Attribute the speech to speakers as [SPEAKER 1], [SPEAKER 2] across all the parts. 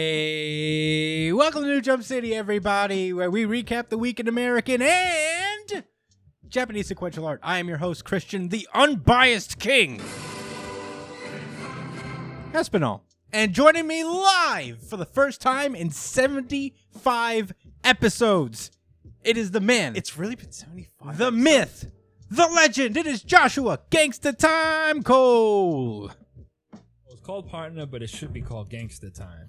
[SPEAKER 1] Hey, welcome to New Jump City, everybody, where we recap the week in American and Japanese sequential art. I am your host, Christian, the unbiased king, Espinal. And joining me live for the first time in 75 episodes, it is the man,
[SPEAKER 2] It's really been 75.
[SPEAKER 1] the myth, the legend. It is Joshua Gangsta Time Cole.
[SPEAKER 3] Well, It's called partner, but it should be called gangster time.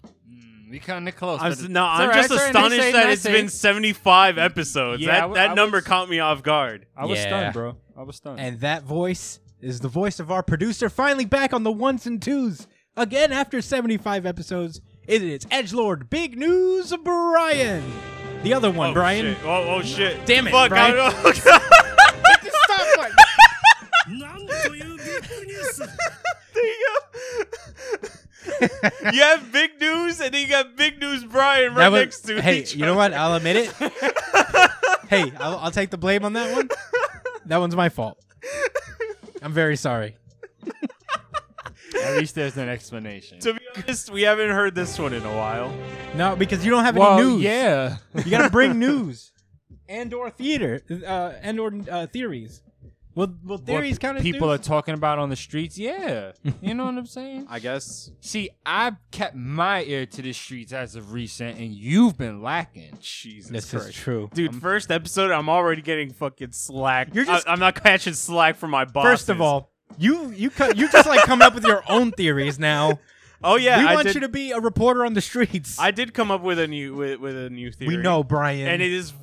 [SPEAKER 2] we kind of close.
[SPEAKER 4] I
[SPEAKER 2] but
[SPEAKER 4] was,
[SPEAKER 2] it-
[SPEAKER 4] no,
[SPEAKER 2] it's
[SPEAKER 4] I'm
[SPEAKER 2] all
[SPEAKER 4] just
[SPEAKER 2] right, it's all right,
[SPEAKER 4] astonished
[SPEAKER 2] nice
[SPEAKER 4] that
[SPEAKER 2] eight,
[SPEAKER 4] it's
[SPEAKER 2] nice
[SPEAKER 4] been
[SPEAKER 2] eight.
[SPEAKER 4] 75 episodes.
[SPEAKER 2] Yeah, I
[SPEAKER 4] that
[SPEAKER 2] w- I
[SPEAKER 4] that number
[SPEAKER 2] was-
[SPEAKER 4] caught me off guard.
[SPEAKER 2] I was
[SPEAKER 1] Yeah.
[SPEAKER 2] stunned, bro. I was stunned.
[SPEAKER 1] And that voice is the voice of our producer, finally back on the ones and twos again after 75 episodes. It is Edgelord Big News Brian. The other one,
[SPEAKER 4] Oh,
[SPEAKER 1] Brian.
[SPEAKER 4] shit. Oh, oh, shit.
[SPEAKER 1] Damn it,
[SPEAKER 4] Fuck, I-
[SPEAKER 1] Stop, Brian.
[SPEAKER 4] There you go. you have big news, and then you got big news Brian right
[SPEAKER 1] That was-
[SPEAKER 4] next to
[SPEAKER 1] hey,
[SPEAKER 4] each
[SPEAKER 1] you know
[SPEAKER 4] other.
[SPEAKER 1] what? I'll admit it. hey, I'll, I'll take the blame on that one. That one's my fault. I'm very sorry.
[SPEAKER 2] At least there's an explanation.
[SPEAKER 4] To be honest, we haven't heard this one in a while.
[SPEAKER 1] No, because you don't have any
[SPEAKER 2] well,
[SPEAKER 1] news.
[SPEAKER 2] yeah.
[SPEAKER 1] You gotta bring news and or theater uh, and or uh, theories. Will will theories
[SPEAKER 2] What
[SPEAKER 1] count as
[SPEAKER 2] people
[SPEAKER 1] news?
[SPEAKER 2] are talking about on the streets. Yeah. You know what I'm saying? I guess. See, I've kept my ear to the streets as of recent, and you've been lacking.
[SPEAKER 4] Jesus
[SPEAKER 1] This
[SPEAKER 4] Christ.
[SPEAKER 1] is true.
[SPEAKER 4] Dude, first episode, I'm already getting fucking slack.
[SPEAKER 1] You're just-
[SPEAKER 4] I, am not catching slack from my boss.
[SPEAKER 1] First of all, you you cut you just like coming up with your own theories now.
[SPEAKER 4] oh yeah,
[SPEAKER 1] we
[SPEAKER 4] I
[SPEAKER 1] want
[SPEAKER 4] did,
[SPEAKER 1] you to be a reporter on the streets.
[SPEAKER 4] I did come up with a new with, with a new theory.
[SPEAKER 1] we know, Brian.
[SPEAKER 4] and it is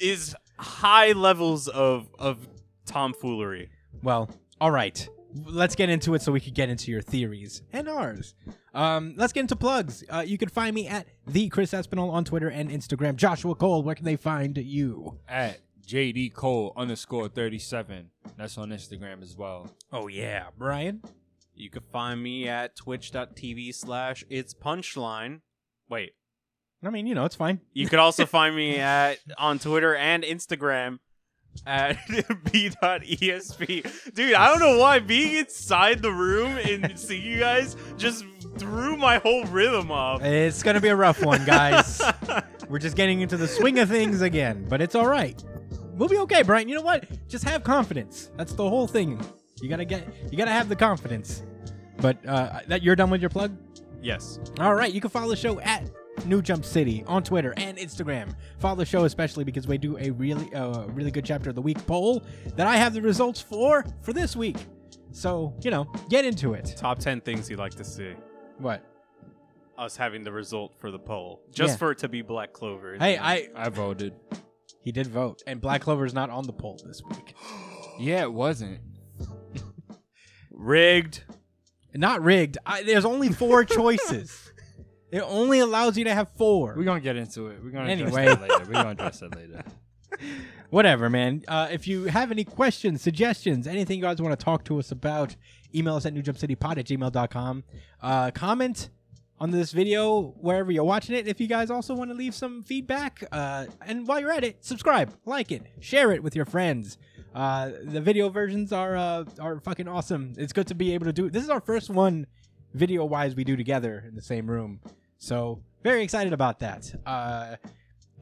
[SPEAKER 4] is high levels of of tomfoolery.
[SPEAKER 1] well, all right. Let's get into it so we can get into your theories and ours. Um, let's get into plugs. Uh, you can find me at the Chris Espinal on Twitter and Instagram. Joshua Cole, where can they find you?
[SPEAKER 2] At JD Cole underscore 37. That's on Instagram as well.
[SPEAKER 1] Oh yeah, Brian.
[SPEAKER 4] You can find me at twitch.tv slash it's punchline. Wait.
[SPEAKER 1] I mean, you know, it's fine.
[SPEAKER 4] You could also find me at on Twitter and Instagram at b.esp. Dude, I don't know why being inside the room and seeing you guys just threw my whole rhythm off.
[SPEAKER 1] It's gonna be a rough one, guys. We're just getting into the swing of things again, but it's all right. We'll be okay, Brian. You know what? Just have confidence. That's the whole thing. You gotta get, you gotta have the confidence. But uh, that you're done with your plug.
[SPEAKER 4] yes.
[SPEAKER 1] All right, you can follow the show at New Jump City on Twitter and Instagram. Follow the show especially because we do a really, uh, really good chapter of the week poll that I have the results for for this week. So you know, get into it.
[SPEAKER 4] Top 10 things you'd like to see.
[SPEAKER 1] What?
[SPEAKER 4] Us having the result for the poll. Just
[SPEAKER 1] Yeah.
[SPEAKER 4] for it to be Black Clover. isn't
[SPEAKER 1] Hey,
[SPEAKER 4] it?
[SPEAKER 1] I
[SPEAKER 2] I voted.
[SPEAKER 1] he did vote, and Black Clover's not on the poll this week.
[SPEAKER 2] Yeah, it wasn't.
[SPEAKER 4] rigged.
[SPEAKER 1] Not rigged. I, there's only four choices. It only allows you to have 4
[SPEAKER 2] We're going to get into it. We're going to
[SPEAKER 1] Anyway.
[SPEAKER 2] address that later. We're going to address that later.
[SPEAKER 1] Whatever, man. Uh, if you have any questions, suggestions, anything you guys want to talk to us about, email us at newjumpcitypod at gmail.com. Uh, comment on this video wherever you're watching it. If you guys also want to leave some feedback, uh, and while you're at it, subscribe, like it, share it with your friends. Uh, the video versions are uh, are fucking awesome. It's good to be able to do. This is our first one, video wise, we do together in the same room. So very excited about that. Uh,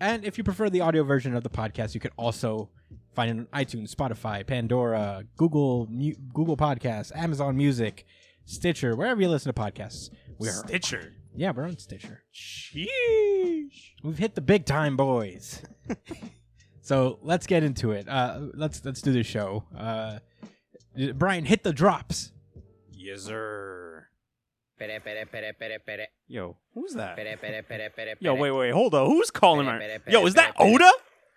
[SPEAKER 1] and if you prefer the audio version of the podcast, you can also find it on iTunes, Spotify, Pandora, Google Mu- Google Podcasts, Amazon Music, Stitcher, wherever you listen to podcasts. We are
[SPEAKER 4] Stitcher.
[SPEAKER 1] yeah, we're on Stitcher.
[SPEAKER 4] Sheesh.
[SPEAKER 1] We've hit the big time, boys. so let's get into it. Uh, let's let's do the show. Uh, Brian, hit the drops.
[SPEAKER 4] Yes, sir.
[SPEAKER 5] Pere, pere, pere, pere, pere.
[SPEAKER 4] Yo, who's that?
[SPEAKER 5] Pere, pere, pere, pere,
[SPEAKER 4] Yo,
[SPEAKER 5] pere.
[SPEAKER 4] wait, wait, hold up. Who's calling
[SPEAKER 5] Pere,
[SPEAKER 4] my?
[SPEAKER 5] pere,
[SPEAKER 4] Yo,
[SPEAKER 5] pere,
[SPEAKER 4] is that
[SPEAKER 5] pere, pere.
[SPEAKER 4] Oda?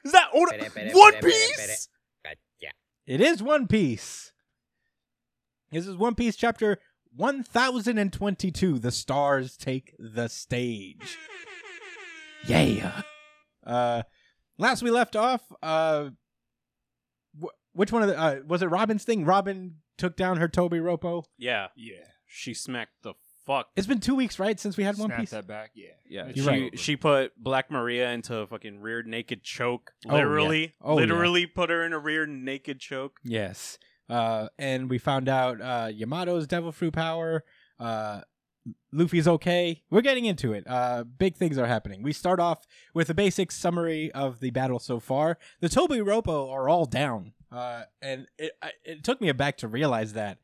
[SPEAKER 4] Is that Oda?
[SPEAKER 5] Pere, pere,
[SPEAKER 4] One
[SPEAKER 5] pere, pere,
[SPEAKER 4] Piece.
[SPEAKER 5] pere. Yeah.
[SPEAKER 1] It is One Piece. This is One Piece chapter 1022. The stars take the stage. Yeah. Uh, last we left off, uh, wh- which one of the, uh, was it Robin's thing? Robin took down her Toby Ropo.
[SPEAKER 4] Yeah,
[SPEAKER 2] Yeah.
[SPEAKER 4] she smacked the fuck.
[SPEAKER 1] It's been two weeks, right, since we had One
[SPEAKER 2] Snap
[SPEAKER 1] Piece?
[SPEAKER 2] that back. Yeah.
[SPEAKER 4] Yeah,
[SPEAKER 2] It's
[SPEAKER 4] she
[SPEAKER 1] You're right.
[SPEAKER 4] she put Black Maria into a fucking rear naked choke.
[SPEAKER 1] Oh, yeah.
[SPEAKER 4] Literally,
[SPEAKER 1] Oh, yeah.
[SPEAKER 4] literally put her in a rear naked choke.
[SPEAKER 1] Yes. Uh, and we found out uh, Yamato's devil fruit power. Uh, Luffy's okay. We're getting into it. Uh, big things are happening. We start off with a basic summary of the battle so far. The Toby Ropo are all down, uh, and it, I- it took me aback to realize that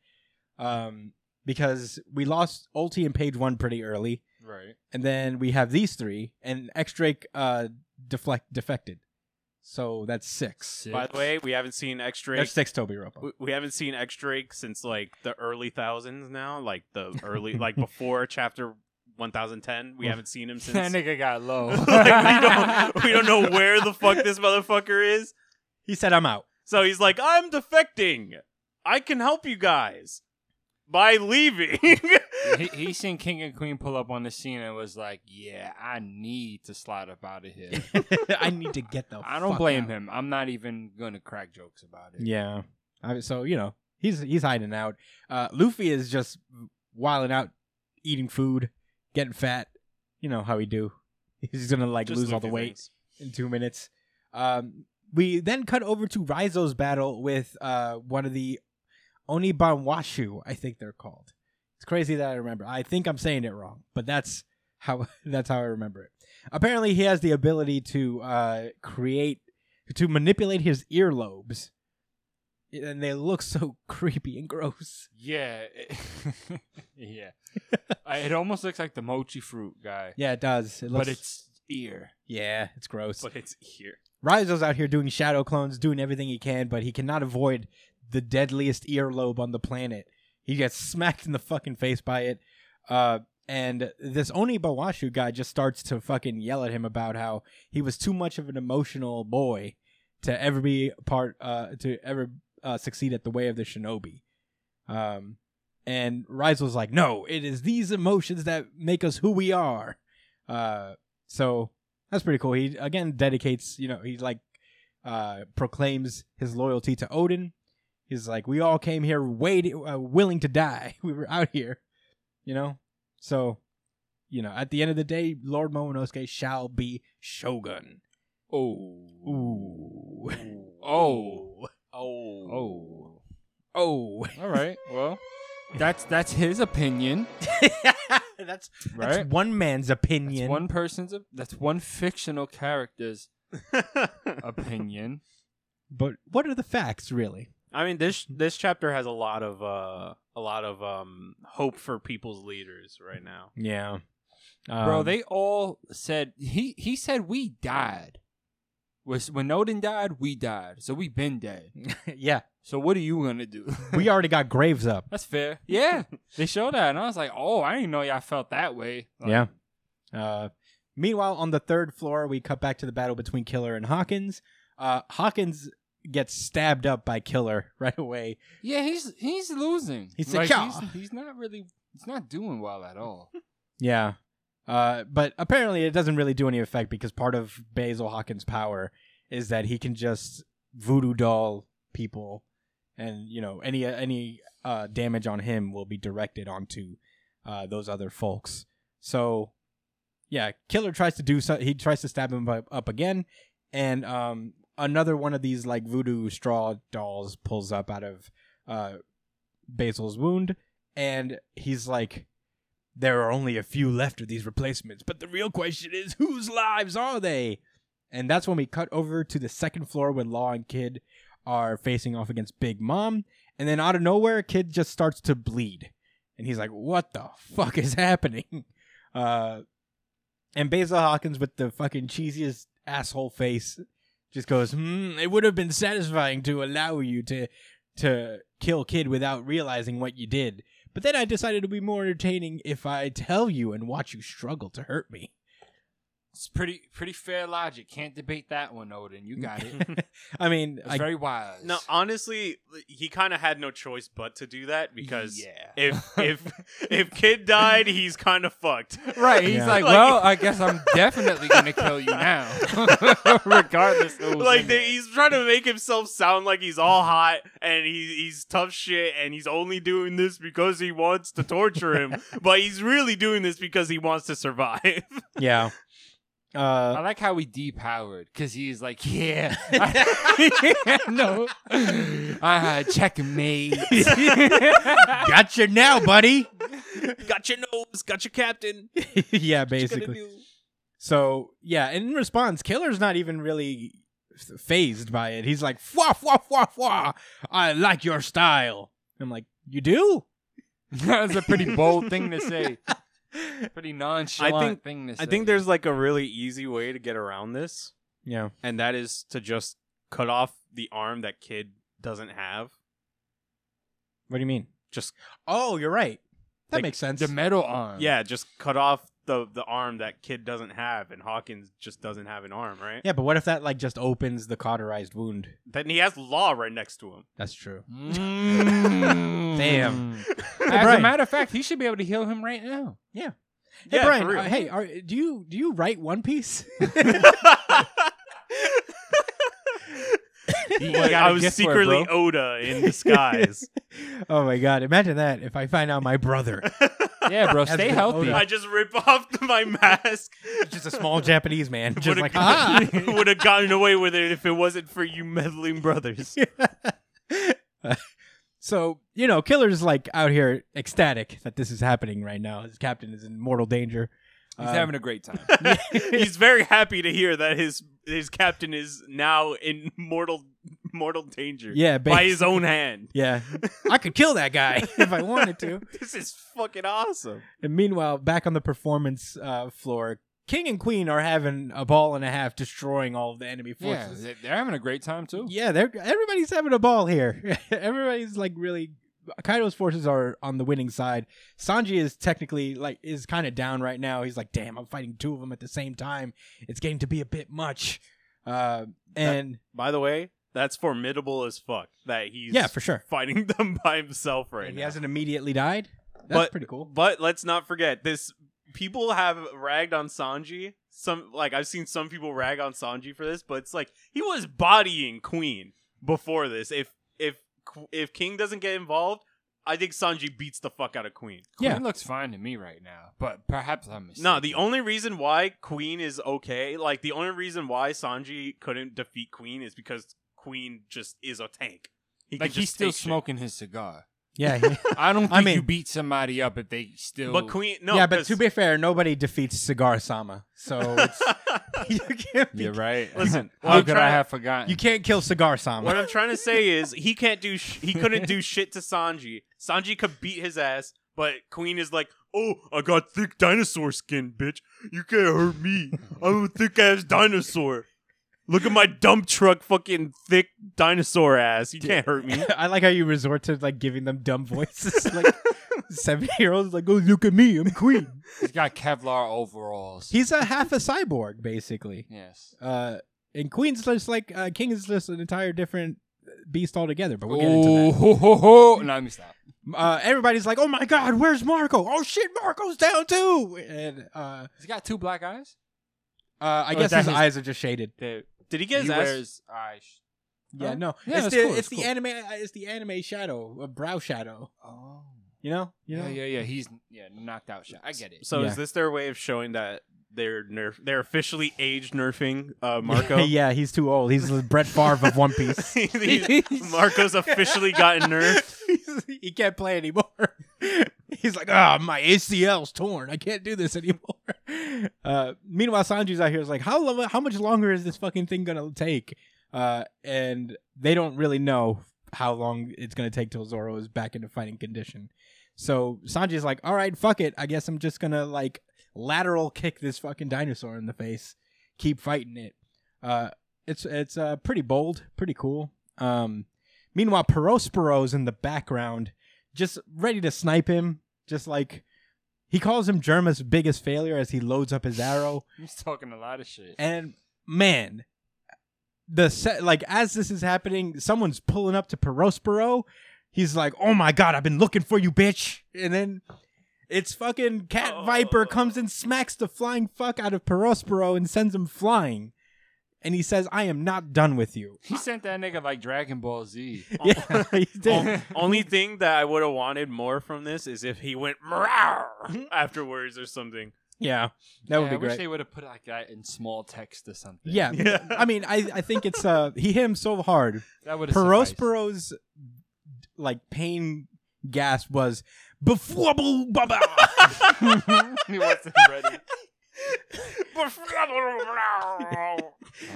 [SPEAKER 1] um, because we lost Ulti and Page One pretty early,
[SPEAKER 2] Right.
[SPEAKER 1] and then we have these three, and X Drake uh, deflect defected, so that's six.
[SPEAKER 4] By the way, we haven't seen X Drake.
[SPEAKER 1] That's six Toby Ropo.
[SPEAKER 4] we- We haven't seen X Drake since like the early thousands now, like the early, like before chapter 1010. We haven't seen him
[SPEAKER 2] that
[SPEAKER 4] since.
[SPEAKER 2] nigga got low.
[SPEAKER 4] like, we don't, we don't know where the fuck this motherfucker is.
[SPEAKER 1] He said, "I'm out."
[SPEAKER 4] So he's like, I'm defecting. I can help you guys by leaving.
[SPEAKER 2] he, he seen King and Queen pull up on the scene and was like, "Yeah, I need to slide up out of here."
[SPEAKER 1] I need to get the.
[SPEAKER 2] I don't
[SPEAKER 1] fuck
[SPEAKER 2] blame
[SPEAKER 1] out.
[SPEAKER 2] him. I'm not even gonna crack jokes about it.
[SPEAKER 1] Yeah. I, so you know he's he's hiding out. Uh, Luffy is just wilding out, eating food, getting fat. You know how he do. He's gonna like
[SPEAKER 4] Just
[SPEAKER 1] lose all the
[SPEAKER 4] Luffy
[SPEAKER 1] weight
[SPEAKER 4] things.
[SPEAKER 1] in two minutes. Um, we then cut over to Rizo's battle with uh, one of the Onibanwashu, I think they're called. It's crazy that I remember. I think I'm saying it wrong, but that's how that's how I remember it. Apparently, he has the ability to uh, create to manipulate his earlobes, and they look so creepy and gross.
[SPEAKER 2] Yeah, it- yeah. I- it almost looks like the mochi fruit guy,
[SPEAKER 1] Yeah, it does. It looks,
[SPEAKER 2] but it's ear.
[SPEAKER 1] yeah, it's gross.
[SPEAKER 4] But it's here.
[SPEAKER 1] Rizo's out here doing shadow clones, doing everything he can, but he cannot avoid the deadliest earlobe on the planet. He gets smacked in the fucking face by it. Uh, and this Oni Bawashu guy just starts to fucking yell at him about how he was too much of an emotional boy to ever be part, uh, to ever uh, succeed at the way of the shinobi. Um, and Rizo's like, no, it is these emotions that make us who we are. Uh, so that's pretty cool. He again dedicates, you know, he like uh, proclaims his loyalty to Odin. He's like, we all came here waiting, uh, willing to die. We were out here, you know. So, you know, at the end of the day, Lord Momonosuke shall be shogun.
[SPEAKER 2] Oh,
[SPEAKER 1] Ooh,
[SPEAKER 2] oh,
[SPEAKER 4] Oh.
[SPEAKER 2] oh.
[SPEAKER 1] oh,
[SPEAKER 2] All right. Well, that's that's his opinion,
[SPEAKER 1] that's that's
[SPEAKER 2] right?
[SPEAKER 1] one man's opinion.
[SPEAKER 2] That's one person's. op- That's one fictional character's opinion.
[SPEAKER 1] But what are the facts, really?
[SPEAKER 4] I mean this this chapter has a lot of uh a lot of um hope for people's leaders right now.
[SPEAKER 1] Yeah,
[SPEAKER 2] Bro,
[SPEAKER 1] Um,
[SPEAKER 2] they all said he he said we died. Was when Odin died, we died. So we been dead.
[SPEAKER 1] yeah,
[SPEAKER 2] So what are you gonna do?
[SPEAKER 1] we already got graves up.
[SPEAKER 2] That's fair. Yeah, they showed that, and I was like, oh, I didn't know y'all felt that way. Like,
[SPEAKER 1] Yeah. Uh, meanwhile, on the third floor, we cut back to the battle between Killer and Hawkins. Uh, Hawkins gets stabbed up by Killer right away.
[SPEAKER 2] yeah, he's he's losing.
[SPEAKER 1] He's like, "Yeah."
[SPEAKER 2] he's, he's not really. He's not doing well at all.
[SPEAKER 1] Yeah. Uh, but apparently, it doesn't really do any effect because part of Basil Hawkins' power is that he can just voodoo doll people, and you know any any uh, damage on him will be directed onto uh, those other folks. So, yeah, Killer tries to do so. He tries to stab him up up again, and um, another one of these like voodoo straw dolls pulls up out of uh, Basil's wound, and he's like, "There are only a few left of these replacements, but the real question is, whose lives are they?" And that's when we cut over to the second floor when Law and Kid are facing off against Big Mom, and then out of nowhere, Kid just starts to bleed, and he's like, "What the fuck is happening?" Uh, and Basil Hawkins with the fucking cheesiest asshole face just goes, hmm, it would have been satisfying to allow you to to kill kid without realizing what you did. But then I decided to be more entertaining if I tell you and watch you struggle to hurt me.
[SPEAKER 2] It's pretty pretty fair logic. Can't debate that one, Odin. You got it.
[SPEAKER 1] I mean,
[SPEAKER 2] It's
[SPEAKER 1] I,
[SPEAKER 2] very wise.
[SPEAKER 4] No, honestly, he kind of had no choice but to do that because
[SPEAKER 2] yeah.
[SPEAKER 4] if if if kid died, he's kind of fucked.
[SPEAKER 2] Right. He's
[SPEAKER 1] Yeah.
[SPEAKER 2] like,
[SPEAKER 4] Like-
[SPEAKER 2] well, I guess I'm definitely gonna kill you now, regardless. Of
[SPEAKER 4] like they, he's trying to make himself sound like he's all hot and he's he's tough shit and he's only doing this because he wants to torture him, but he's really doing this because he wants to survive.
[SPEAKER 1] yeah.
[SPEAKER 2] I
[SPEAKER 1] Uh,
[SPEAKER 2] like how he depowered because he's like, yeah, I, no, uh, checkmate.
[SPEAKER 1] gotcha now, buddy.
[SPEAKER 4] got your nose, got your captain. What
[SPEAKER 1] yeah,
[SPEAKER 4] you gonna
[SPEAKER 1] basically.
[SPEAKER 4] do?
[SPEAKER 1] So yeah, in response, Killer's not even really phased by it. He's like, "Fwa fwa fwa fwa, I like your style." I'm like, "You do?"
[SPEAKER 2] That's a pretty bold thing to say. Pretty nonchalant
[SPEAKER 4] I think-
[SPEAKER 2] thing to say.
[SPEAKER 4] I think there's like a really easy way to get around this,
[SPEAKER 1] Yeah.
[SPEAKER 4] and that is to just cut off the arm that kid doesn't have.
[SPEAKER 1] What do you mean?
[SPEAKER 4] Just
[SPEAKER 1] Oh, you're right. That
[SPEAKER 4] Like,
[SPEAKER 1] makes sense.
[SPEAKER 2] the metal arm.
[SPEAKER 4] yeah, just cut off the the arm that kid doesn't have, and Hawkins just doesn't have an arm, right?
[SPEAKER 1] yeah, but what if that like just opens the cauterized wound?
[SPEAKER 4] Then he has Law right next to him.
[SPEAKER 1] That's true.
[SPEAKER 2] Mm.
[SPEAKER 1] Damn.
[SPEAKER 2] As a
[SPEAKER 1] Brian.
[SPEAKER 2] matter of fact, he should be able to heal him right now.
[SPEAKER 1] Hey
[SPEAKER 4] yeah,
[SPEAKER 1] Brian,
[SPEAKER 4] for real.
[SPEAKER 1] uh, hey, are, do you do you write One Piece?
[SPEAKER 4] Like,
[SPEAKER 2] got
[SPEAKER 4] I
[SPEAKER 2] a
[SPEAKER 4] was
[SPEAKER 2] gift for it,
[SPEAKER 4] secretly
[SPEAKER 2] bro.
[SPEAKER 4] Oda in disguise.
[SPEAKER 1] oh my god, imagine that if I find out my brother
[SPEAKER 2] Yeah, bro,
[SPEAKER 1] Has
[SPEAKER 2] stay
[SPEAKER 1] been
[SPEAKER 2] healthy.
[SPEAKER 1] Oda.
[SPEAKER 4] I just rip off my mask.
[SPEAKER 1] just a small Japanese man, just
[SPEAKER 4] Would've
[SPEAKER 1] like
[SPEAKER 4] gotten-
[SPEAKER 1] ah.
[SPEAKER 4] would've gotten away with it if it wasn't for you meddling brothers.
[SPEAKER 1] Ah. So, you know, Killer's like out here ecstatic that this is happening right now. His captain is in mortal danger.
[SPEAKER 2] He's
[SPEAKER 1] Uh,
[SPEAKER 2] having a great time.
[SPEAKER 4] He's very happy to hear that his his captain is now in mortal mortal danger.
[SPEAKER 1] Yeah,
[SPEAKER 4] by his own hand.
[SPEAKER 1] Yeah. I could kill that guy if I wanted to.
[SPEAKER 4] This is fucking awesome.
[SPEAKER 1] And meanwhile, back on the performance uh, floor, King and Queen are having a ball and a half destroying all of the enemy
[SPEAKER 2] yeah,
[SPEAKER 1] forces.
[SPEAKER 2] they- they're having a great time too.
[SPEAKER 1] Yeah, they're everybody's having a ball here. everybody's like really Kaido's forces are on the winning side. Sanji is technically like is kind of down right now. He's like, "Damn, I'm fighting two of them at the same time. It's getting to be a bit much." Uh, and
[SPEAKER 4] By the way, that's formidable as fuck. That he's
[SPEAKER 1] yeah, for sure.
[SPEAKER 4] fighting them by himself right
[SPEAKER 1] And he
[SPEAKER 4] now.
[SPEAKER 1] hasn't immediately died. That's
[SPEAKER 4] But-
[SPEAKER 1] pretty cool.
[SPEAKER 4] But let's not forget this. People have ragged on Sanji. Some like I've seen some people rag on Sanji for this, but it's like he was bodying Queen before this. If if if King doesn't get involved, I think Sanji beats the fuck out of Queen.
[SPEAKER 2] Queen
[SPEAKER 1] Yeah.
[SPEAKER 2] looks fine to me right now, but perhaps I'm mistaken.
[SPEAKER 4] No, the only reason why Queen is okay, like the only reason why Sanji couldn't defeat Queen is because Queen just is a tank. He can
[SPEAKER 2] like he's
[SPEAKER 4] just
[SPEAKER 2] still
[SPEAKER 4] take shit.
[SPEAKER 2] smoking his cigar.
[SPEAKER 1] Yeah, he-
[SPEAKER 2] I don't think
[SPEAKER 1] I
[SPEAKER 2] you
[SPEAKER 1] mean-
[SPEAKER 2] beat somebody up if they still.
[SPEAKER 4] But Queen, no,
[SPEAKER 1] yeah. But
[SPEAKER 4] 'cause-
[SPEAKER 1] to be fair, nobody defeats Cigar Sama, so it's, you can't be,
[SPEAKER 2] you're right.
[SPEAKER 4] Listen,
[SPEAKER 2] how
[SPEAKER 4] I'm
[SPEAKER 2] could I
[SPEAKER 4] trying-
[SPEAKER 2] have forgotten?
[SPEAKER 1] you can't kill Cigar Sama.
[SPEAKER 4] What I'm trying to say is he can't do sh- he couldn't do shit to Sanji. Sanji could beat his ass, but Queen is like, "Oh, I got thick dinosaur skin, bitch. You can't hurt me. I'm a thick ass dinosaur. Look at my dump truck, fucking thick dinosaur ass. You can't hurt me."
[SPEAKER 1] I like how you resort to like giving them dumb voices. Like seven year olds like, oh look at me, I'm queen.
[SPEAKER 2] He's got Kevlar overalls.
[SPEAKER 1] He's a half a cyborg, basically.
[SPEAKER 2] yes.
[SPEAKER 1] Uh and Queen's just like uh, King is just an entire different beast altogether, but we'll get into that.
[SPEAKER 2] ho, ho, ho. No, let me stop.
[SPEAKER 1] Uh, everybody's like, Oh my god, where's Marco? Oh shit, Marco's down too And uh uh
[SPEAKER 2] He's got two black eyes.
[SPEAKER 1] I
[SPEAKER 2] Oh,
[SPEAKER 1] guess
[SPEAKER 2] that
[SPEAKER 1] his
[SPEAKER 2] his-
[SPEAKER 1] eyes are just shaded.
[SPEAKER 2] That
[SPEAKER 4] Did he get his
[SPEAKER 2] he
[SPEAKER 4] ass?
[SPEAKER 2] wears eyes.
[SPEAKER 1] Yeah,
[SPEAKER 2] Oh.
[SPEAKER 1] no.
[SPEAKER 2] Yeah,
[SPEAKER 1] it's
[SPEAKER 2] that's
[SPEAKER 1] the
[SPEAKER 2] cool,
[SPEAKER 1] it's
[SPEAKER 2] that's
[SPEAKER 1] the
[SPEAKER 2] cool.
[SPEAKER 1] anime uh, it's the anime shadow, a brow shadow.
[SPEAKER 2] Oh.
[SPEAKER 1] You know? You know?
[SPEAKER 2] Yeah, yeah, yeah. He's yeah knocked out shot. I get it.
[SPEAKER 4] So
[SPEAKER 1] Yeah.
[SPEAKER 4] is this their way of showing that they're nerf? They're officially age nerfing uh, Marco.
[SPEAKER 1] yeah, he's too old. He's the Brett Favre of One Piece.
[SPEAKER 4] He's- Marco's officially gotten nerfed.
[SPEAKER 1] He's- he can't play anymore. He's like, oh, my ACL's torn. I can't do this anymore. Uh, meanwhile, Sanji's out here is like, how lo- how much longer is this fucking thing gonna take? Uh, and they don't really know how long it's gonna take till Zoro is back into fighting condition. So Sanji's like, all right, fuck it. I guess I'm just gonna like lateral kick this fucking dinosaur in the face. Keep fighting it. Uh, it's it's uh, pretty bold, pretty cool. Um, meanwhile, Perospero's in the background, just ready to snipe him. Just like he calls him Germa's biggest failure as he loads up his arrow.
[SPEAKER 2] He's talking a lot of shit.
[SPEAKER 1] And man, the set like as this is happening, someone's pulling up to Perospero. He's like, "Oh my god, I've been looking for you, bitch!" And then it's fucking Cat
[SPEAKER 2] Oh.
[SPEAKER 1] Viper comes and smacks the flying fuck out of Perospero and sends him flying. And he says, "I am not done with you."
[SPEAKER 2] he sent that nigga like Dragon Ball Z.
[SPEAKER 1] Yeah, he did.
[SPEAKER 2] Oh.
[SPEAKER 4] O- only thing that I would have wanted more from this is if he went "Meow" afterwards or something.
[SPEAKER 1] Yeah, that would
[SPEAKER 2] Yeah,
[SPEAKER 1] be
[SPEAKER 2] I wish
[SPEAKER 1] great.
[SPEAKER 2] they would have put like that in small text or something.
[SPEAKER 1] Yeah,
[SPEAKER 4] Yeah.
[SPEAKER 1] I mean, I, I think it's uh he hit him so hard.
[SPEAKER 2] that would have.
[SPEAKER 1] Perospero's like pain gasp was before baba.
[SPEAKER 4] he wasn't ready.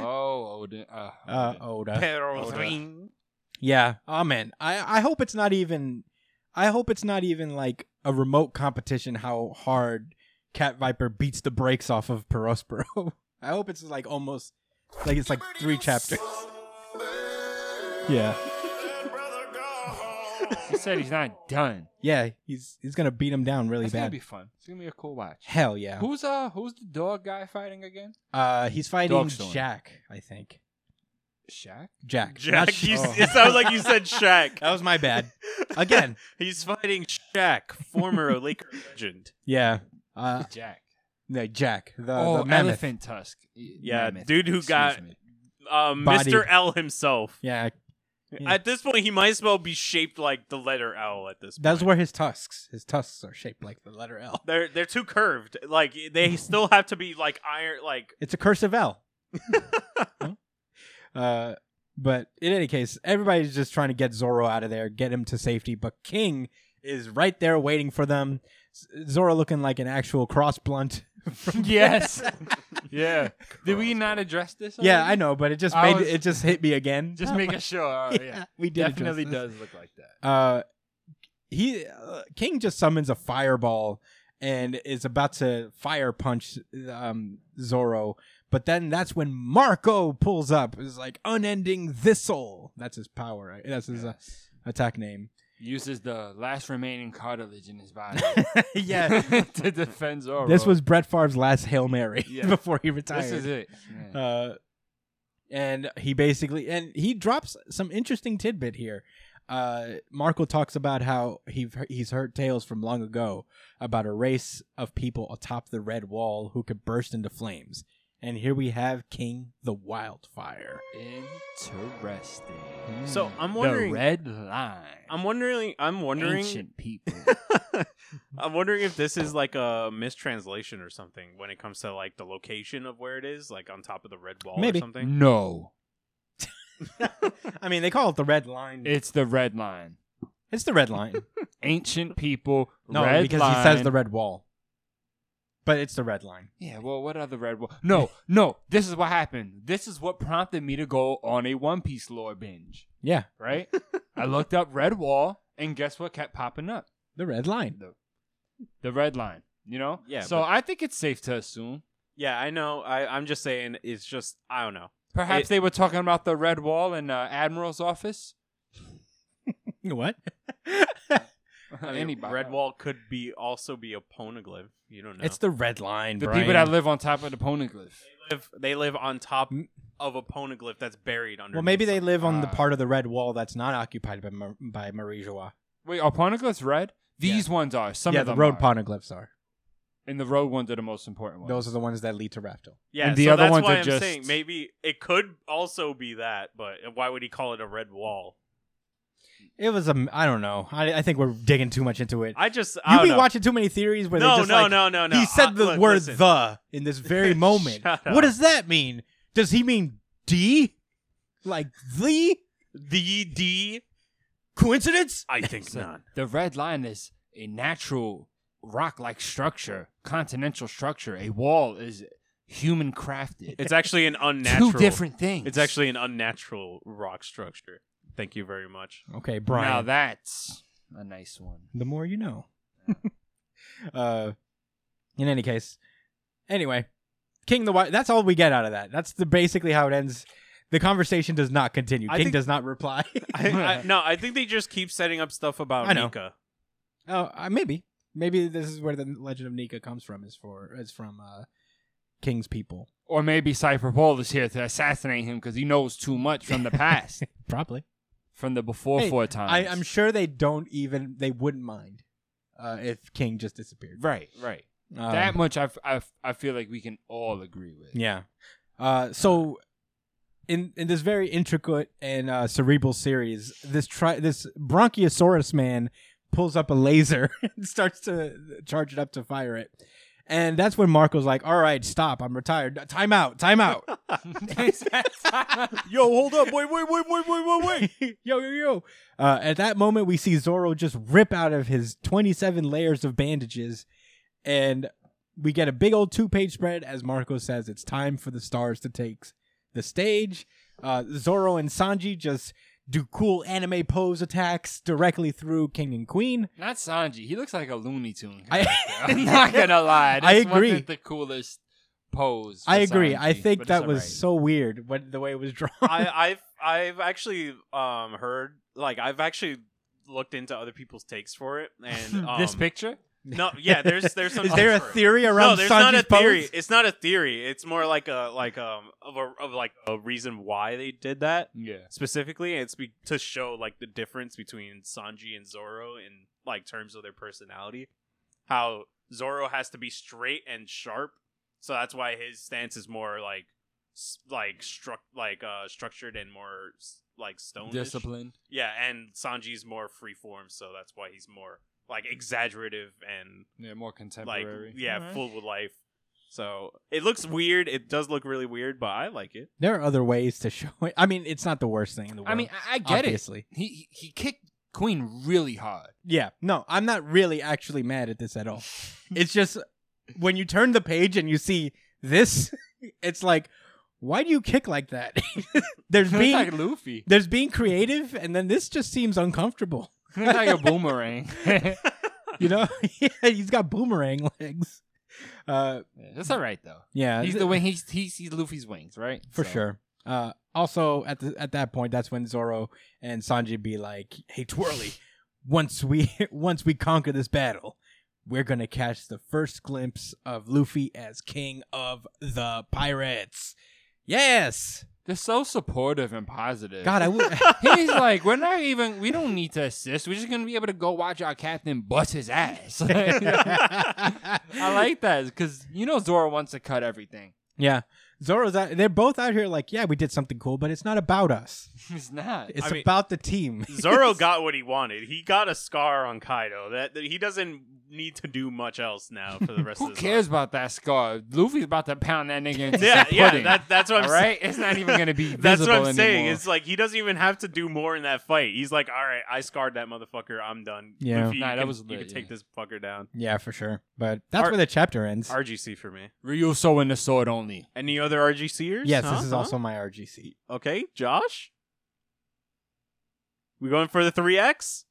[SPEAKER 2] Oh, Odin. Uh,
[SPEAKER 1] uh,
[SPEAKER 2] Odin.
[SPEAKER 1] Oda.
[SPEAKER 2] Hold up.
[SPEAKER 4] Ring.
[SPEAKER 1] Yeah. Oh man. I, I hope it's not even I hope it's not even like a remote competition how hard Cat Viper beats the brakes off of Perospero. I hope it's like almost like it's like three chapters. Yeah.
[SPEAKER 2] he said he's not done.
[SPEAKER 1] Yeah, he's he's gonna beat him down really
[SPEAKER 2] It's gonna
[SPEAKER 1] bad.
[SPEAKER 2] be fun. It's gonna be a cool watch.
[SPEAKER 1] Hell yeah.
[SPEAKER 2] Who's uh who's the dog guy fighting again?
[SPEAKER 1] Uh he's fighting
[SPEAKER 2] Dogstone.
[SPEAKER 1] Jack, I think.
[SPEAKER 2] Shaq.
[SPEAKER 1] Jack. Not
[SPEAKER 4] Jack,
[SPEAKER 1] Sh-
[SPEAKER 4] you,
[SPEAKER 1] oh.
[SPEAKER 4] it sounds like you said Shaq.
[SPEAKER 1] that was my bad. Again.
[SPEAKER 4] He's fighting Shaq, former Laker legend.
[SPEAKER 1] Yeah. Uh
[SPEAKER 2] Jack.
[SPEAKER 1] no, Jack. Uh, The,
[SPEAKER 2] oh,
[SPEAKER 1] the mammoth.
[SPEAKER 2] elephant tusk. Y-
[SPEAKER 4] Yeah,
[SPEAKER 2] mammoth.
[SPEAKER 4] dude who
[SPEAKER 2] Excuse
[SPEAKER 4] got-
[SPEAKER 2] me.
[SPEAKER 4] Um,
[SPEAKER 1] Body.
[SPEAKER 4] Mr. L himself.
[SPEAKER 1] Yeah. Yeah.
[SPEAKER 4] At this point, he might as well be shaped like the letter L at this
[SPEAKER 1] That's
[SPEAKER 4] point.
[SPEAKER 1] where his tusks. His tusks are shaped like the letter L.
[SPEAKER 4] They're they're too curved. Like they still have to be like iron. Like
[SPEAKER 1] It's a cursive L. uh, but in any case, everybody's just trying to get Zoro out of there, get him to safety. But King is right there waiting for them. Z- Zoro looking like an actual cross blunt.
[SPEAKER 2] yes. yeah. Did we not address this?
[SPEAKER 1] Yeah,
[SPEAKER 2] already?
[SPEAKER 1] I know, but it just
[SPEAKER 2] I
[SPEAKER 1] made
[SPEAKER 2] was-
[SPEAKER 1] it just hit me again.
[SPEAKER 2] Just
[SPEAKER 1] I'm
[SPEAKER 2] making
[SPEAKER 1] like,
[SPEAKER 2] sure. All
[SPEAKER 4] oh,
[SPEAKER 2] right, yeah.
[SPEAKER 1] we did address
[SPEAKER 2] Definitely
[SPEAKER 1] this.
[SPEAKER 2] does look like that.
[SPEAKER 1] Uh, he uh, King just summons a fireball and is about to fire punch um, Zoro, but then that's when Marco pulls up. Is like unending thistle. That's his power. Right? That's his uh, attack name.
[SPEAKER 2] Uses the last remaining cartilage in his body.
[SPEAKER 1] yeah,
[SPEAKER 2] to defend Zoro.
[SPEAKER 1] this was Brett Favre's last hail mary
[SPEAKER 2] Yeah.
[SPEAKER 1] before he retired.
[SPEAKER 2] This is it. Yeah.
[SPEAKER 1] Uh, and he basically and he drops some interesting tidbit here. Uh, Markle talks about how he he's heard tales from long ago about a race of people atop the Red Wall who could burst into flames. And here we have King the Wildfire.
[SPEAKER 2] Interesting.
[SPEAKER 4] So, I'm
[SPEAKER 2] the
[SPEAKER 4] wondering-
[SPEAKER 2] red line.
[SPEAKER 4] I'm wondering. I'm wondering.
[SPEAKER 2] ancient people.
[SPEAKER 4] I'm wondering if this is like a mistranslation or something when it comes to like the location of where it is, like on top of the red wall
[SPEAKER 1] Maybe.
[SPEAKER 4] or something.
[SPEAKER 2] no,
[SPEAKER 1] I mean, they call it the Red Line.
[SPEAKER 2] it's the red line.
[SPEAKER 1] it's the Red Line.
[SPEAKER 2] Ancient people.
[SPEAKER 1] No,
[SPEAKER 2] red
[SPEAKER 1] because
[SPEAKER 2] line.
[SPEAKER 1] he says the Red Wall. But it's the Red Line.
[SPEAKER 2] Yeah, well, what other red wall? No, no. This is what happened. This is what prompted me to go on a One Piece lore binge.
[SPEAKER 1] Yeah,
[SPEAKER 2] Right? I looked up red wall, and guess what kept popping up?
[SPEAKER 1] the Red Line.
[SPEAKER 2] The, the red line. You know.
[SPEAKER 4] Yeah,
[SPEAKER 2] So
[SPEAKER 4] but-
[SPEAKER 2] I think it's safe to assume.
[SPEAKER 4] Yeah, I know. I, I'm just saying. It's just I don't know.
[SPEAKER 2] Perhaps
[SPEAKER 4] It-
[SPEAKER 2] they were talking about the red wall in uh, Admiral's office.
[SPEAKER 1] What?
[SPEAKER 4] I mean, red wall could be also be a poneglyph. You don't know.
[SPEAKER 1] It's the Red Line.
[SPEAKER 2] The
[SPEAKER 1] Brian.
[SPEAKER 2] people that live on top of the poneglyph.
[SPEAKER 4] they, live, they live on top
[SPEAKER 1] Mm.
[SPEAKER 4] of a poneglyph that's buried under.
[SPEAKER 1] Well, maybe they live on the
[SPEAKER 4] uh,
[SPEAKER 2] Ah.
[SPEAKER 1] part of the red wall that's not occupied by Mar- by Marie Joie.
[SPEAKER 2] Wait, are poneglyphs red? These ones are. Some
[SPEAKER 1] yeah,
[SPEAKER 2] of
[SPEAKER 1] the
[SPEAKER 2] them
[SPEAKER 1] road
[SPEAKER 2] are.
[SPEAKER 1] poneglyphs are.
[SPEAKER 2] and the road ones are the most important ones.
[SPEAKER 1] Those are the ones that lead to Raftel.
[SPEAKER 4] Yeah,
[SPEAKER 2] and the
[SPEAKER 4] so
[SPEAKER 2] other
[SPEAKER 4] that's
[SPEAKER 2] ones
[SPEAKER 4] why
[SPEAKER 2] are
[SPEAKER 4] I'm
[SPEAKER 2] just-
[SPEAKER 4] saying maybe it could also be that, but why would he call it a red wall?
[SPEAKER 1] It was a I don't know. I, I think we're digging too much into it.
[SPEAKER 4] I just I
[SPEAKER 1] You
[SPEAKER 4] don't
[SPEAKER 1] be
[SPEAKER 4] know.
[SPEAKER 1] watching too many theories where
[SPEAKER 4] no,
[SPEAKER 1] they just
[SPEAKER 4] no,
[SPEAKER 1] like
[SPEAKER 4] no, no, no.
[SPEAKER 1] he said
[SPEAKER 4] Uh,
[SPEAKER 1] the
[SPEAKER 4] look,
[SPEAKER 1] word
[SPEAKER 4] listen.
[SPEAKER 1] the in this very moment.
[SPEAKER 4] Shut
[SPEAKER 1] what
[SPEAKER 4] up.
[SPEAKER 1] does that mean? Does he mean D? Like the
[SPEAKER 4] the E D.
[SPEAKER 1] coincidence?
[SPEAKER 4] I think
[SPEAKER 2] So
[SPEAKER 4] not.
[SPEAKER 2] The red line is a natural rock-like structure, continental structure. A wall is human crafted.
[SPEAKER 4] It's actually an unnatural.
[SPEAKER 2] two different things.
[SPEAKER 4] It's actually an unnatural rock structure. Thank you very much.
[SPEAKER 1] Okay, Brian.
[SPEAKER 2] Now that's a nice one.
[SPEAKER 1] the more you know. uh, in any case, anyway, King the White. That's all we get out of that. That's the basically how it ends. The conversation does not continue.
[SPEAKER 4] I
[SPEAKER 1] King
[SPEAKER 4] think-
[SPEAKER 1] does not reply.
[SPEAKER 4] I, I, no, I think they just keep setting up stuff about
[SPEAKER 1] I know.
[SPEAKER 4] Nika.
[SPEAKER 1] oh, uh, maybe, maybe this is where the legend of Nika comes from. Is for is from uh, King's people,
[SPEAKER 2] Or maybe Cypher Paul is here to assassinate him because he knows too much from the past,
[SPEAKER 1] probably.
[SPEAKER 2] from the before
[SPEAKER 1] Hey,
[SPEAKER 2] four times.
[SPEAKER 1] I, I'm sure they don't even they wouldn't mind uh, if King just disappeared.
[SPEAKER 2] Right, right.
[SPEAKER 1] Um,
[SPEAKER 2] that much I, f- I, f- I feel like we can all agree with.
[SPEAKER 1] Yeah. Uh, so in in this very intricate and uh, cerebral series, this tri- this Bronchiosaurus man pulls up a laser and starts to charge it up to fire it. And that's when Marco's like, all right, stop. I'm retired. Time out. Time out.
[SPEAKER 4] Yo, hold up. Wait, wait, wait, wait, wait, wait, wait.
[SPEAKER 1] yo, yo, yo. Uh, at that moment, we see Zoro just rip out of his 27 layers of bandages, and we get a big old two page spread as Marco says it's time for the stars to take the stage. Uh, Zoro and Sanji just do cool anime pose attacks directly through King and Queen.
[SPEAKER 2] Not Sanji. He looks like a Looney Tune.
[SPEAKER 1] I-
[SPEAKER 2] I'm not gonna lie.
[SPEAKER 1] I
[SPEAKER 2] This
[SPEAKER 1] agree.
[SPEAKER 2] Wasn't the coolest pose. for
[SPEAKER 1] I agree. I
[SPEAKER 2] Sanji,
[SPEAKER 1] think
[SPEAKER 2] but
[SPEAKER 1] that
[SPEAKER 2] it's
[SPEAKER 1] was
[SPEAKER 2] alright.
[SPEAKER 1] so weird when the way it was drawn.
[SPEAKER 4] I, I've I've actually um heard like I've actually looked into other people's takes for it and um,
[SPEAKER 2] this picture.
[SPEAKER 4] No, yeah. There's there's some.
[SPEAKER 1] Is there a
[SPEAKER 4] for it.
[SPEAKER 1] theory around
[SPEAKER 4] No, there's
[SPEAKER 1] Sanji's
[SPEAKER 4] not a
[SPEAKER 1] pose?
[SPEAKER 4] theory. It's not a theory. It's more like a like um of a of like a reason why they did that
[SPEAKER 2] Yeah.
[SPEAKER 4] specifically. It's be- to show like the difference between Sanji and Zoro in like terms of their personality. How Zoro has to be straight and sharp, so that's why his stance is more like s- like struck like uh structured and more s- like stone
[SPEAKER 2] Discipline.
[SPEAKER 4] Yeah, and Sanji's more freeform, so that's why he's more like exaggerative and
[SPEAKER 2] Yeah, more
[SPEAKER 4] like
[SPEAKER 2] contemporary.
[SPEAKER 4] yeah,
[SPEAKER 2] Alright.
[SPEAKER 4] full with life. So it looks weird. It does look really weird, but I like it.
[SPEAKER 1] there are other ways to show it. I mean, it's not the worst thing in the world.
[SPEAKER 2] I mean, I, I get
[SPEAKER 1] obviously.
[SPEAKER 2] it. He he- he kicked Queen really hard.
[SPEAKER 1] Yeah, no, I'm not really actually mad at this at all. it's just when you turn the page and you see this, it's like, why do you kick like that? there's
[SPEAKER 2] It's
[SPEAKER 1] being
[SPEAKER 2] like Luffy.
[SPEAKER 1] there's being creative, and then this just seems uncomfortable.
[SPEAKER 2] It's like a boomerang.
[SPEAKER 1] You know, yeah, he's got boomerang legs. Uh,
[SPEAKER 2] That's all right though.
[SPEAKER 1] yeah,
[SPEAKER 2] He's
[SPEAKER 1] th-
[SPEAKER 2] the wing. He's he's, he's Luffy's wings, right?
[SPEAKER 1] for
[SPEAKER 2] So-
[SPEAKER 1] sure. Uh, also at the, at that point, that's when Zoro and Sanji be like, "Hey, Twirly, once we once we conquer this battle, we're gonna catch the first glimpse of Luffy as king of the pirates." Yes,
[SPEAKER 2] They're so supportive and positive.
[SPEAKER 1] God, I would.
[SPEAKER 2] He's like, we're not even. We don't need to assist. We're just gonna be able to go watch our captain bust his ass. I like that because you know Zoro wants to cut everything.
[SPEAKER 1] yeah, Zoro's. Out, they're both out here like, "Yeah, we did something cool, but it's not about us.
[SPEAKER 2] It's not.
[SPEAKER 1] It's
[SPEAKER 4] I mean-
[SPEAKER 1] about the team."
[SPEAKER 4] Zoro got what he wanted. He got a scar on Kaido. That, that- he doesn't need to do much else now for the rest of
[SPEAKER 2] Who
[SPEAKER 4] his
[SPEAKER 2] cares
[SPEAKER 4] life.
[SPEAKER 2] about that scar? Luffy's about to pound that nigga into
[SPEAKER 4] Yeah,
[SPEAKER 2] some
[SPEAKER 4] yeah.
[SPEAKER 2] pudding,
[SPEAKER 4] That, that's what I'm
[SPEAKER 2] all
[SPEAKER 4] saying.
[SPEAKER 2] right, it's not even gonna be visible
[SPEAKER 4] That's what I'm
[SPEAKER 2] anymore.
[SPEAKER 4] saying. It's like he doesn't even have to do more in that fight. He's like, all right, I scarred that motherfucker. I'm done.
[SPEAKER 1] Yeah.
[SPEAKER 4] Luffy,
[SPEAKER 2] Nah,
[SPEAKER 4] you
[SPEAKER 2] that
[SPEAKER 4] can,
[SPEAKER 2] was
[SPEAKER 4] you
[SPEAKER 2] lit,
[SPEAKER 4] can take
[SPEAKER 2] yeah.
[SPEAKER 4] this fucker down.
[SPEAKER 1] yeah, for sure. But that's
[SPEAKER 4] Are-
[SPEAKER 1] where the chapter ends.
[SPEAKER 4] RGC for me.
[SPEAKER 2] Ryuso and the sword only.
[SPEAKER 4] Any other RGCers?
[SPEAKER 1] yes,
[SPEAKER 4] Huh?
[SPEAKER 1] this is
[SPEAKER 4] Huh?
[SPEAKER 1] also my RGC.
[SPEAKER 4] okay. Josh, we going for the three X?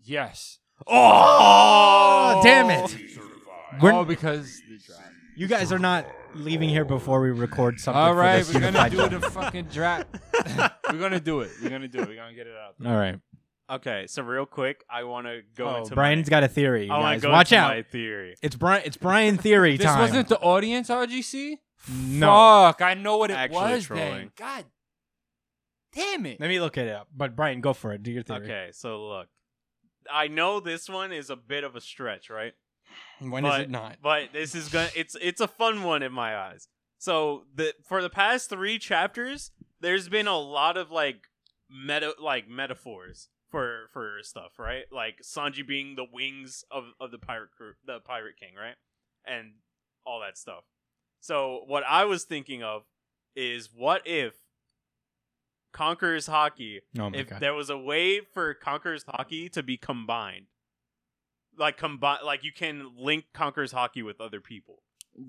[SPEAKER 2] Yes.
[SPEAKER 1] Oh, damn it. We're-
[SPEAKER 2] All because the drop.
[SPEAKER 1] You guys are not leaving here before we record something.
[SPEAKER 2] All
[SPEAKER 1] for
[SPEAKER 2] right,
[SPEAKER 1] this
[SPEAKER 2] we're gonna
[SPEAKER 1] unified
[SPEAKER 2] do the
[SPEAKER 1] doc-
[SPEAKER 2] fucking drop. we're gonna do it. We're gonna do it. We're gonna get it out.
[SPEAKER 1] All right,
[SPEAKER 4] Okay, so real quick, I want to go
[SPEAKER 1] oh,
[SPEAKER 4] into
[SPEAKER 1] Brian's
[SPEAKER 4] my, Oh,
[SPEAKER 1] got a theory. You
[SPEAKER 4] I want
[SPEAKER 1] guys,
[SPEAKER 4] to go
[SPEAKER 1] watch
[SPEAKER 4] into
[SPEAKER 1] out!
[SPEAKER 4] my theory.
[SPEAKER 1] It's Brian. It's Brian theory
[SPEAKER 2] This
[SPEAKER 1] time.
[SPEAKER 2] wasn't the audience RGC.
[SPEAKER 1] no.
[SPEAKER 2] Fuck! I know what it
[SPEAKER 4] Actually
[SPEAKER 2] was. Then
[SPEAKER 4] trolling.
[SPEAKER 2] God damn it!
[SPEAKER 1] Let me look it up. But Brian, go for it. Do your theory.
[SPEAKER 4] Okay, so look, I know this one is a bit of a stretch, right?
[SPEAKER 1] When is
[SPEAKER 4] but,
[SPEAKER 1] it not?
[SPEAKER 4] But this is gonna it's it's a fun one in my eyes. So the for the past three chapters, there's been a lot of like meta like metaphors for for stuff, right? Like Sanji being the wings of of the pirate crew, the pirate king, right? And all that stuff. So what I was thinking of is what if Conqueror's Hockey
[SPEAKER 1] Oh my
[SPEAKER 4] if
[SPEAKER 1] god.
[SPEAKER 4] there was a way for Conquerors hockey to be combined, like combine, like you can link Conquerors hockey with other people,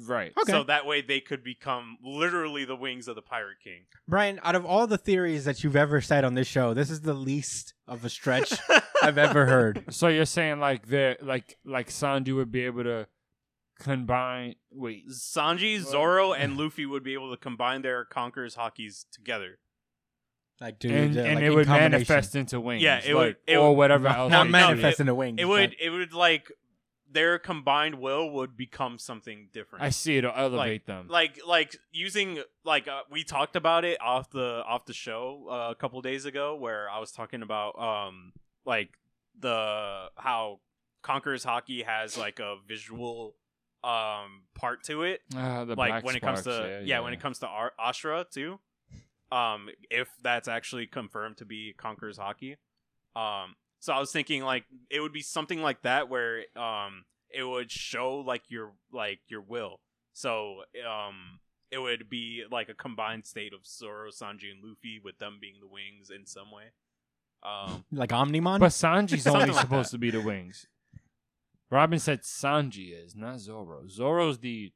[SPEAKER 2] Right.
[SPEAKER 1] Okay.
[SPEAKER 4] so that way they could become literally the wings of the Pirate King.
[SPEAKER 1] Brian, out of all the theories that you've ever said on this show, this is the least of a stretch I've ever heard.
[SPEAKER 2] So you're saying like the like like Sanji would be able to combine? Wait.
[SPEAKER 4] Sanji, Zoro, and Luffy would be able to combine their Conquerors hockeys together.
[SPEAKER 1] Like, dude,
[SPEAKER 2] And,
[SPEAKER 1] uh,
[SPEAKER 2] and
[SPEAKER 1] like
[SPEAKER 2] it
[SPEAKER 1] in
[SPEAKER 2] would
[SPEAKER 1] combination.
[SPEAKER 2] manifest into wings.
[SPEAKER 4] Yeah,
[SPEAKER 2] like,
[SPEAKER 4] it would- it
[SPEAKER 2] or
[SPEAKER 4] would-
[SPEAKER 2] whatever
[SPEAKER 1] Not,
[SPEAKER 2] else.
[SPEAKER 1] not
[SPEAKER 2] they do.
[SPEAKER 1] manifest into wings.
[SPEAKER 4] It would, it would like their combined will would become something different.
[SPEAKER 2] I see. It'll elevate them.
[SPEAKER 4] like like using like uh, we talked about it off the off the show uh, a couple days ago where I was talking about um like the how Conquerors hockey has like a visual um part to it
[SPEAKER 2] Ah, the
[SPEAKER 4] like
[SPEAKER 2] black
[SPEAKER 4] when it comes
[SPEAKER 2] sparks,
[SPEAKER 4] to yeah, when it comes to Ar- Ashra too um if that's actually confirmed to be Conquerors hockey um so I was thinking like it would be something like that where um it would show like your like your will. So um, it would be like a combined state of Zoro, Sanji, and Luffy, with them being the wings in some way. Um,
[SPEAKER 1] Like Omnimon?
[SPEAKER 2] But Sanji's only
[SPEAKER 4] Something like
[SPEAKER 2] supposed
[SPEAKER 4] that.
[SPEAKER 2] to be the wings. Robin said Sanji is, not Zoro. Zoro's the,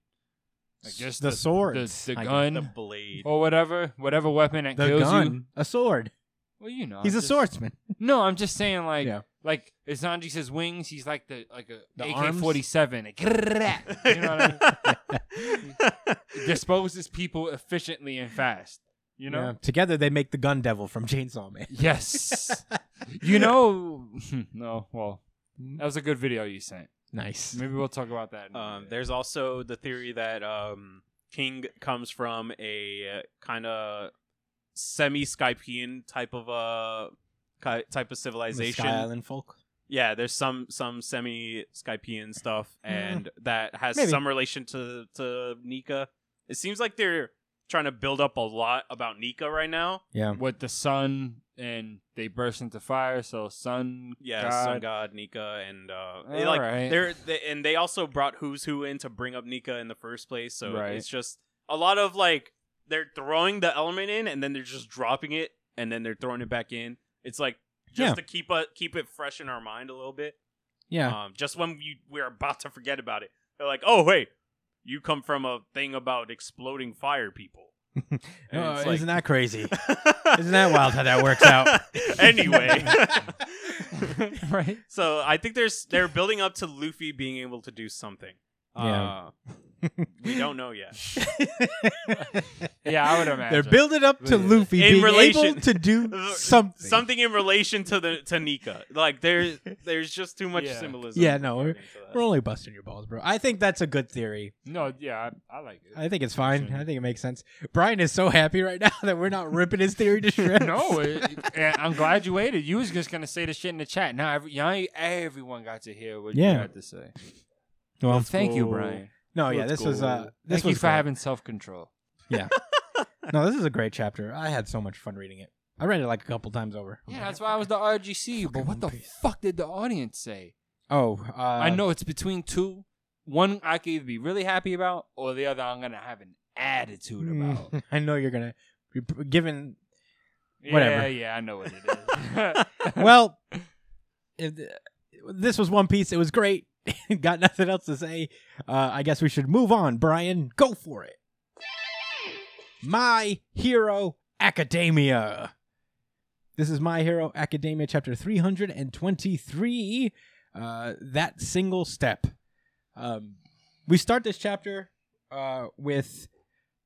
[SPEAKER 2] I guess
[SPEAKER 1] the,
[SPEAKER 2] the,
[SPEAKER 1] sword.
[SPEAKER 2] the, the
[SPEAKER 1] I guess.
[SPEAKER 2] gun
[SPEAKER 4] the blade.
[SPEAKER 2] or whatever, whatever weapon that
[SPEAKER 1] The
[SPEAKER 2] kills
[SPEAKER 1] gun.
[SPEAKER 2] you.
[SPEAKER 1] A sword.
[SPEAKER 2] Well, you know,
[SPEAKER 1] He's
[SPEAKER 2] I'm
[SPEAKER 1] a
[SPEAKER 2] just-
[SPEAKER 1] swordsman.
[SPEAKER 2] No, I'm just saying like
[SPEAKER 1] Yeah.
[SPEAKER 2] like if Sanji says wings, he's like the like a
[SPEAKER 1] The
[SPEAKER 2] AK-47. Like, you know what I mean? Disposes people efficiently and fast. You know.
[SPEAKER 1] Yeah. Together they make the gun devil from Chainsaw Man.
[SPEAKER 2] Yes. you know. no. Well,
[SPEAKER 1] Hmm?
[SPEAKER 2] that was a good video you sent.
[SPEAKER 1] Nice.
[SPEAKER 2] Maybe we'll talk about that. another
[SPEAKER 4] Um,
[SPEAKER 2] day.
[SPEAKER 4] there's also the theory that um, King comes from a kind of semi-Skypean type of uh, ki- type of
[SPEAKER 1] The
[SPEAKER 4] civilization.
[SPEAKER 1] Sky Island folk.
[SPEAKER 4] Yeah, there's some some semi-Skypean stuff, and that has
[SPEAKER 1] Maybe.
[SPEAKER 4] some relation to to Nika. It seems like they're trying to build up a lot about Nika right now.
[SPEAKER 1] Yeah.
[SPEAKER 2] with the sun and they burst into fire. So sun.
[SPEAKER 4] Yeah,
[SPEAKER 2] God.
[SPEAKER 4] Sun God, Nika, and uh, they, like
[SPEAKER 2] Alright.
[SPEAKER 4] they're they, and they also brought Who's Who in to bring up Nika in the first place. So
[SPEAKER 2] Right.
[SPEAKER 4] it's just a lot of like they're throwing the element in and then they're just dropping it and then they're throwing it back in. It's like just
[SPEAKER 1] Yeah.
[SPEAKER 4] to keep uh, keep it fresh in our mind a little bit.
[SPEAKER 1] Yeah.
[SPEAKER 4] Um, just when we we're about to forget about it, they're like, "Oh, hey, you come from a thing about exploding fire people." And
[SPEAKER 1] Oh,
[SPEAKER 4] it's
[SPEAKER 1] isn't
[SPEAKER 4] like-
[SPEAKER 1] that crazy? Isn't that wild how that works out?
[SPEAKER 4] anyway.
[SPEAKER 2] right.
[SPEAKER 4] So I think there's they're building up to Luffy being able to do something.
[SPEAKER 1] Yeah.
[SPEAKER 4] Uh, we don't know yet.
[SPEAKER 2] Yeah, I would imagine.
[SPEAKER 1] They're building up to
[SPEAKER 2] Yeah.
[SPEAKER 1] Luffy
[SPEAKER 4] In
[SPEAKER 1] being
[SPEAKER 4] relation-
[SPEAKER 1] able to do something.
[SPEAKER 4] Something in relation to the to Nika. Like there there's just too much
[SPEAKER 2] Yeah.
[SPEAKER 4] symbolism.
[SPEAKER 1] Yeah, no,
[SPEAKER 4] into that.
[SPEAKER 1] We're only busting your balls, bro. I think that's a good theory.
[SPEAKER 2] No. Yeah, I, I like it.
[SPEAKER 1] I think it's fine. I think it makes sense. Brian is so happy right now that we're not ripping his theory to shreds.
[SPEAKER 2] No, it, it- and I'm glad you waited. You was just gonna say the shit in the chat. Now every, now everyone got to hear what you
[SPEAKER 1] Yeah.
[SPEAKER 2] had to say.
[SPEAKER 1] Well,
[SPEAKER 2] Well, thank you,
[SPEAKER 4] go.
[SPEAKER 2] Brian.
[SPEAKER 1] No, yeah, this
[SPEAKER 4] Let's
[SPEAKER 1] was uh,
[SPEAKER 4] go.
[SPEAKER 1] this was
[SPEAKER 2] thank
[SPEAKER 1] Oh
[SPEAKER 2] you for
[SPEAKER 1] great.
[SPEAKER 2] having self control.
[SPEAKER 1] No, this is a great chapter. I had so much fun reading it. I read it like a couple times over. I'm
[SPEAKER 2] Yeah,
[SPEAKER 1] like,
[SPEAKER 2] that's why I was the RGC. But what the fuck did the audience say?
[SPEAKER 1] Oh, uh,
[SPEAKER 2] I know it's between two. One I could either be really happy about, or the other I'm gonna have an attitude about.
[SPEAKER 1] mm, I know you're gonna be p- given.
[SPEAKER 2] Yeah,
[SPEAKER 1] Whatever.
[SPEAKER 2] yeah, I know what it is.
[SPEAKER 1] Well, if, th- this was One Piece. It was great. Got nothing else to say. Uh, I guess we should move on. Brian, go for it. My Hero Academia. This is My Hero Academia, chapter 323. Uh, that single step. Um, we start this chapter uh, with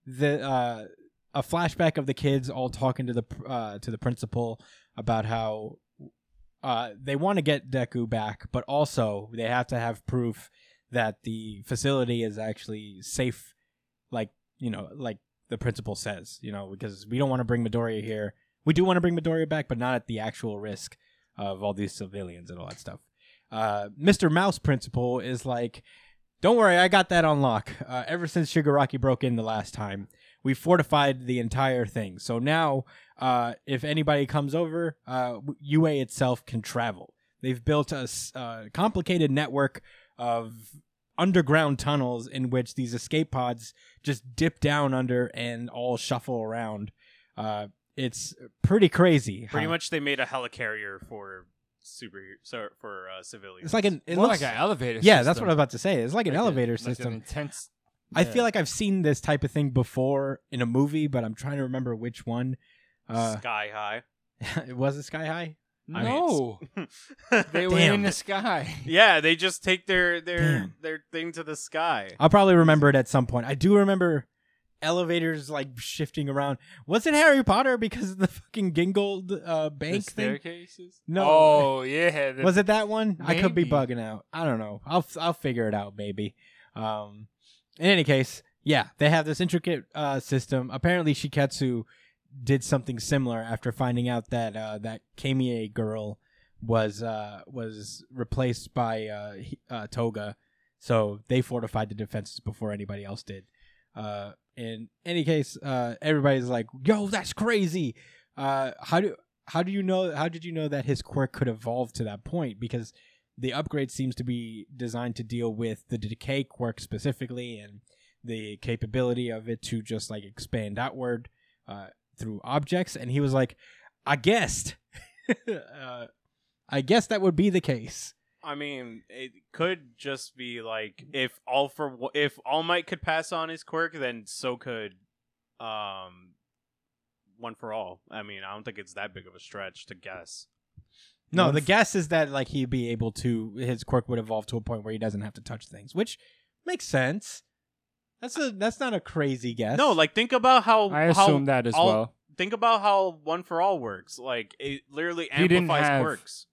[SPEAKER 1] the uh, a flashback of the kids all talking to the pr- uh, to the principal about how uh, they want to get Deku back, but also they have to have proof that the facility is actually safe, like you know, like the principal says, you know, because we don't want to bring Midoriya here. We do want to bring Midoriya back, but not at the actual risk of all these civilians and all that stuff. Uh, Mr. Mouse principal is like, don't worry, I got that on lock. Uh, ever since Shigaraki broke in the last time, we fortified the entire thing. So now uh, if anybody comes over, uh, w- UA itself can travel. They've built a s- uh, complicated network of underground tunnels in which these escape pods just dip down under and all shuffle around. Uh, it's pretty crazy.
[SPEAKER 4] Pretty
[SPEAKER 1] how-
[SPEAKER 4] much they made a helicarrier for super so for uh, civilians.
[SPEAKER 1] It's like an. It
[SPEAKER 2] More
[SPEAKER 1] looks,
[SPEAKER 2] like an elevator.
[SPEAKER 1] yeah, that's
[SPEAKER 2] system.
[SPEAKER 1] what I was about to say. It's like an
[SPEAKER 2] Like a-
[SPEAKER 1] elevator
[SPEAKER 2] like an
[SPEAKER 1] system.
[SPEAKER 2] intense.
[SPEAKER 1] I feel like I've seen this type of thing before in a movie, but I'm trying to remember which one. Uh,
[SPEAKER 4] sky high.
[SPEAKER 1] it was a Sky High.
[SPEAKER 4] I mean,
[SPEAKER 2] no, they were
[SPEAKER 1] Damn.
[SPEAKER 2] in the sky.
[SPEAKER 4] yeah, they just take their their
[SPEAKER 1] Damn.
[SPEAKER 4] their thing to the sky.
[SPEAKER 1] I'll probably remember it at some point. I do remember elevators like shifting around. Was it Harry Potter because of the fucking Gingold uh,
[SPEAKER 2] The
[SPEAKER 1] bank thing?
[SPEAKER 2] staircases.
[SPEAKER 1] No.
[SPEAKER 2] Oh yeah. the-
[SPEAKER 1] Was it that one? I could be
[SPEAKER 2] Maybe.
[SPEAKER 1] bugging out. I don't know. I'll I'll figure it out maybe. Um, in any case, yeah, they have this intricate uh, system. Apparently, Shiketsu did something similar after finding out that uh, that Kamiye girl was uh, was replaced by uh, he- uh, Toga, so they fortified the defenses before anybody else did. Uh, in any case, uh, everybody's like, "Yo, that's crazy! Uh, how do how do you know? How did you know that his quirk could evolve to that point? Because the upgrade seems to be designed to deal with the decay quirk specifically and the capability of it to just like expand outward uh, through objects. And he was like, I guessed. uh, I guess that would be the case.
[SPEAKER 4] I mean, it could just be like if all for One- if All Might could pass on his quirk, then so could um one for all. I mean, I don't think it's that big of a stretch to guess.
[SPEAKER 1] No,
[SPEAKER 4] One
[SPEAKER 1] the
[SPEAKER 4] f-
[SPEAKER 1] guess is that like he'd be able to his quirk would evolve to a point where he doesn't have to touch things, which makes sense. That's a that's not a crazy guess.
[SPEAKER 4] No, like think about how
[SPEAKER 2] I
[SPEAKER 4] how-
[SPEAKER 2] assume that as
[SPEAKER 4] all-
[SPEAKER 2] well.
[SPEAKER 4] Think about how one for all works. Like it literally
[SPEAKER 2] He didn't
[SPEAKER 4] amplifies
[SPEAKER 2] have-
[SPEAKER 4] quirks.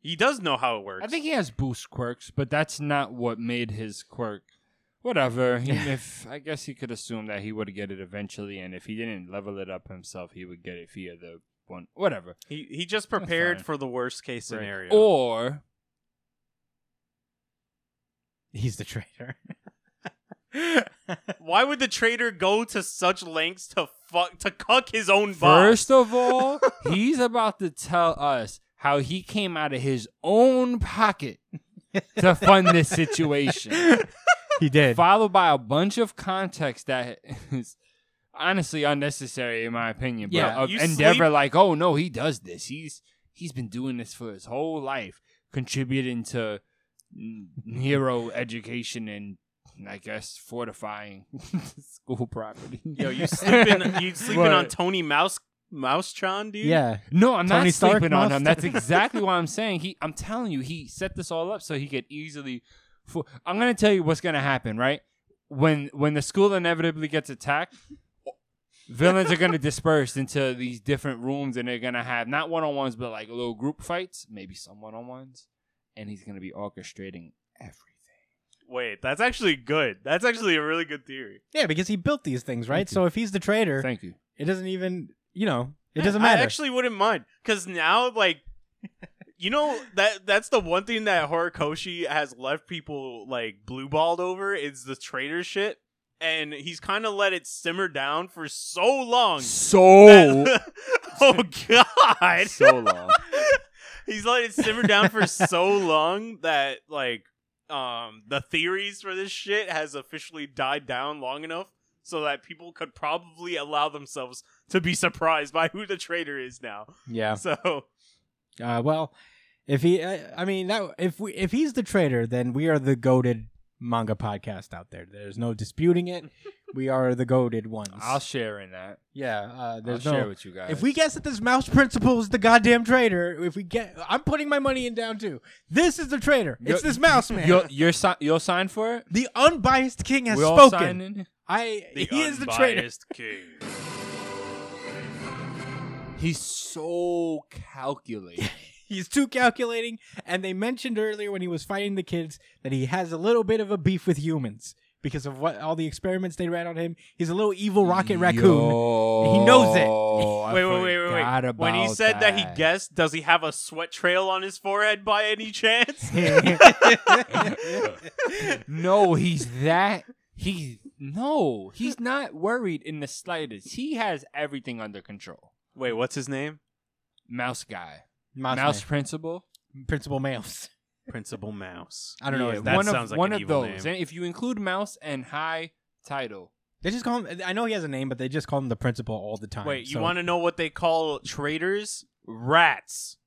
[SPEAKER 4] He does know how it works.
[SPEAKER 2] I think he has boost quirks, but that's not what made his quirk. Whatever. He, if I guess he could assume that he would get it eventually, and if he didn't level it up himself, he would get it via the one. Whatever.
[SPEAKER 4] he he just
[SPEAKER 2] That's
[SPEAKER 4] prepared
[SPEAKER 2] fine.
[SPEAKER 4] for the worst case scenario.
[SPEAKER 2] Or
[SPEAKER 1] he's the traitor.
[SPEAKER 4] Why would the traitor go to such lengths to fuck to cuck his own boss?
[SPEAKER 2] First of all, he's about to tell us how he came out of his own pocket to fund this situation,
[SPEAKER 1] he did.
[SPEAKER 2] followed by a bunch of context that is honestly unnecessary in my opinion.
[SPEAKER 1] Yeah,
[SPEAKER 2] but of
[SPEAKER 4] you
[SPEAKER 2] Endeavor,
[SPEAKER 4] sleep-
[SPEAKER 2] like, oh no, he does this. He's he's been doing this for his whole life, contributing to mm, hero education and. I guess fortifying school property.
[SPEAKER 4] Yo, you sleeping you sleeping
[SPEAKER 2] What?
[SPEAKER 4] on Tony Mouse Moustron, dude?
[SPEAKER 1] Yeah.
[SPEAKER 2] No, I'm
[SPEAKER 1] Tony
[SPEAKER 2] not
[SPEAKER 1] Stark
[SPEAKER 2] sleeping on him.
[SPEAKER 1] must.
[SPEAKER 2] That's exactly what I'm saying. He, I'm telling you, he set this all up so he could easily. Fo- I'm gonna tell you what's gonna happen, right? When when the school inevitably gets attacked, villains are gonna disperse into these different rooms, and they're gonna have not one on ones, but like little group fights, maybe some one on ones, and he's gonna be orchestrating everything.
[SPEAKER 4] Wait, that's actually good. That's actually a really good theory.
[SPEAKER 1] Yeah, because he built these things, right?
[SPEAKER 2] Thank you.
[SPEAKER 1] So if he's the traitor,
[SPEAKER 2] Thank you.
[SPEAKER 1] it doesn't even, you know, it
[SPEAKER 4] Yeah,
[SPEAKER 1] doesn't matter.
[SPEAKER 4] I actually wouldn't mind because now, like, you know that that's the one thing that Horikoshi has left people like blue balled over is the traitor shit, and he's kind of let it simmer down for so long.
[SPEAKER 2] So
[SPEAKER 4] that- oh God!
[SPEAKER 2] so long.
[SPEAKER 4] he's let it simmer down for so long that like um the theories for this shit has officially died down long enough so that people could probably allow themselves to be surprised by who the traitor is now.
[SPEAKER 1] yeah.
[SPEAKER 4] So
[SPEAKER 1] Uh, well, if he, uh, I mean, that if we, if he's the traitor, then we are the goaded manga podcast out there. There's no disputing it. we are the goaded ones.
[SPEAKER 2] I'll share in that.
[SPEAKER 1] yeah. Uh,
[SPEAKER 2] I'll
[SPEAKER 1] there's
[SPEAKER 2] share
[SPEAKER 1] no.
[SPEAKER 2] with you guys.
[SPEAKER 1] If we guess that this mouse principal is the goddamn traitor, if we get, I'm putting my money in down too. This is the traitor.
[SPEAKER 2] Yo-
[SPEAKER 1] It's this mouse man.
[SPEAKER 2] you'll you're si- you'll sign for it.
[SPEAKER 1] the unbiased king has
[SPEAKER 2] we all sign
[SPEAKER 1] spoken.
[SPEAKER 2] in.
[SPEAKER 1] I
[SPEAKER 4] the
[SPEAKER 1] he is the traitor.
[SPEAKER 4] unbiased king.
[SPEAKER 2] He's so calculating.
[SPEAKER 1] He's too calculating. And they mentioned earlier when he was fighting the kids that he has a little bit of a beef with humans because of what all the experiments they ran on him. He's a little evil rocket raccoon. He knows it.
[SPEAKER 2] it.
[SPEAKER 4] Wait, wait, wait, wait, wait. When he said that. he guessed, does he have a sweat trail on his forehead by any chance?
[SPEAKER 2] No, he's that. He no, he's not worried in the slightest. He has everything under control.
[SPEAKER 4] Wait, what's his name?
[SPEAKER 2] Mouse guy,
[SPEAKER 1] Mouse,
[SPEAKER 2] mouse principal.
[SPEAKER 1] man. principal mouse.
[SPEAKER 4] Principal Mouse.
[SPEAKER 1] I don't know.
[SPEAKER 2] Yeah,
[SPEAKER 1] his name.
[SPEAKER 4] that
[SPEAKER 2] one
[SPEAKER 4] sounds
[SPEAKER 2] of
[SPEAKER 4] like
[SPEAKER 2] one
[SPEAKER 4] an
[SPEAKER 2] of
[SPEAKER 4] evil
[SPEAKER 2] those.
[SPEAKER 4] name.
[SPEAKER 2] And if you include mouse and high title,
[SPEAKER 1] They just call him. I know he has a name, but they just call him the principal all the time.
[SPEAKER 4] Wait, you
[SPEAKER 1] so-
[SPEAKER 4] want to know what they call traitors? Rats.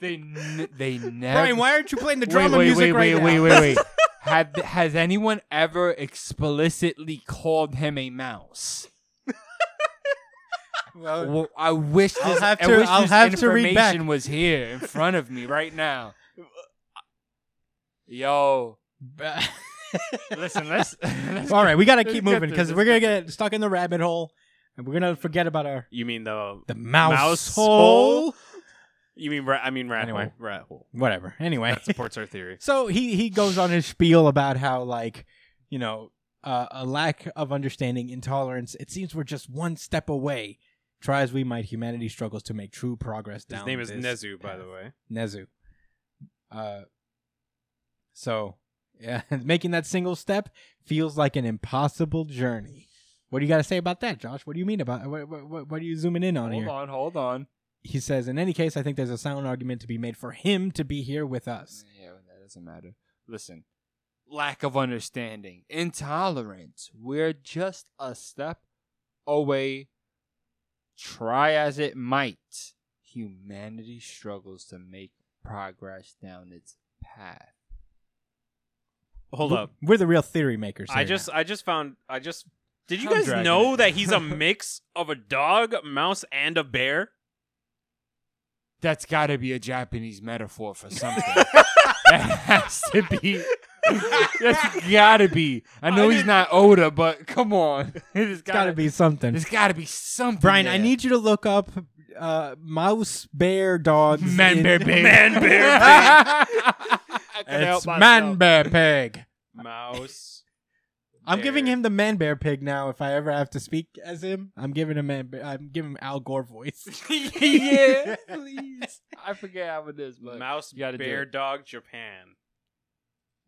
[SPEAKER 2] they n- they never.
[SPEAKER 1] Brian? Why aren't you playing the drama
[SPEAKER 2] wait,
[SPEAKER 1] music
[SPEAKER 2] wait,
[SPEAKER 1] right
[SPEAKER 2] wait,
[SPEAKER 1] now?
[SPEAKER 2] wait, wait, wait, Had- has anyone ever explicitly called him a mouse?
[SPEAKER 1] Well,
[SPEAKER 2] Well, I wish this,
[SPEAKER 1] Uh, I'll have
[SPEAKER 2] I
[SPEAKER 1] to-
[SPEAKER 2] wish
[SPEAKER 1] I'll
[SPEAKER 2] this
[SPEAKER 1] have to read
[SPEAKER 2] information
[SPEAKER 1] back.
[SPEAKER 2] was here in front of me right now. Yo, listen, let's. let's
[SPEAKER 1] all right, we got to keep
[SPEAKER 2] Let's get
[SPEAKER 1] moving
[SPEAKER 2] to
[SPEAKER 1] because
[SPEAKER 2] this.
[SPEAKER 1] we're gonna get stuck in the rabbit hole, and we're gonna forget about our
[SPEAKER 4] You mean the
[SPEAKER 1] the mouse,
[SPEAKER 4] Mouse
[SPEAKER 1] hole.
[SPEAKER 4] hole? You mean ra- I mean rat
[SPEAKER 1] Anyway.
[SPEAKER 4] hole. Rat hole.
[SPEAKER 1] Whatever. Anyway,
[SPEAKER 4] That supports our theory.
[SPEAKER 1] So he he goes on his spiel about how like you know uh, a lack of understanding, intolerance. It seems we're just one step away. Try as we might, humanity struggles to make true progress.
[SPEAKER 4] His
[SPEAKER 1] down
[SPEAKER 4] name is
[SPEAKER 1] this
[SPEAKER 4] Nezu, by
[SPEAKER 1] path."
[SPEAKER 4] the way.
[SPEAKER 1] Nezu. Uh, so yeah, making that single step feels like an impossible journey. What do you got to say about that, Josh? What do you mean about what? What, what, what are you zooming in on
[SPEAKER 2] hold
[SPEAKER 1] here?
[SPEAKER 2] on, hold on.
[SPEAKER 1] He says, in any case, I think there's a sound argument to be made for him to be here with us.
[SPEAKER 2] Yeah, well, that doesn't matter. Listen, lack of understanding, intolerance. We're just a step away. Try as it might, humanity struggles to make progress down its path.
[SPEAKER 4] Hold
[SPEAKER 1] We're-
[SPEAKER 4] up.
[SPEAKER 1] We're the real theory makers.
[SPEAKER 4] I
[SPEAKER 1] here
[SPEAKER 4] just I just found I just Did you
[SPEAKER 2] I'm
[SPEAKER 4] guys
[SPEAKER 2] dragging
[SPEAKER 4] know
[SPEAKER 2] it.
[SPEAKER 4] that he's a mix of a dog, mouse and a bear?
[SPEAKER 2] That's got to be a Japanese metaphor for something. that has to be. That's got to be. I know he's not Oda, but come on. It's
[SPEAKER 1] now. It's got to be something.
[SPEAKER 2] There's got to be something.
[SPEAKER 1] Brian, I
[SPEAKER 2] there.
[SPEAKER 1] need you to look up uh, mouse, bear, dogs.
[SPEAKER 2] Man
[SPEAKER 1] in-
[SPEAKER 2] bear pig.
[SPEAKER 4] Man bear pig.
[SPEAKER 2] I couldn't help
[SPEAKER 1] It's
[SPEAKER 2] myself.
[SPEAKER 1] man bear pig.
[SPEAKER 4] Mouse.
[SPEAKER 1] I'm
[SPEAKER 4] bear.
[SPEAKER 1] giving him the man bear pig now. If I ever have to speak as him, I'm giving him man. Bear, I'm giving him Al Gore voice.
[SPEAKER 2] yeah, please. I forget how it is, but
[SPEAKER 4] Mouse
[SPEAKER 2] you gotta do
[SPEAKER 4] bear
[SPEAKER 2] it.
[SPEAKER 4] dog Japan.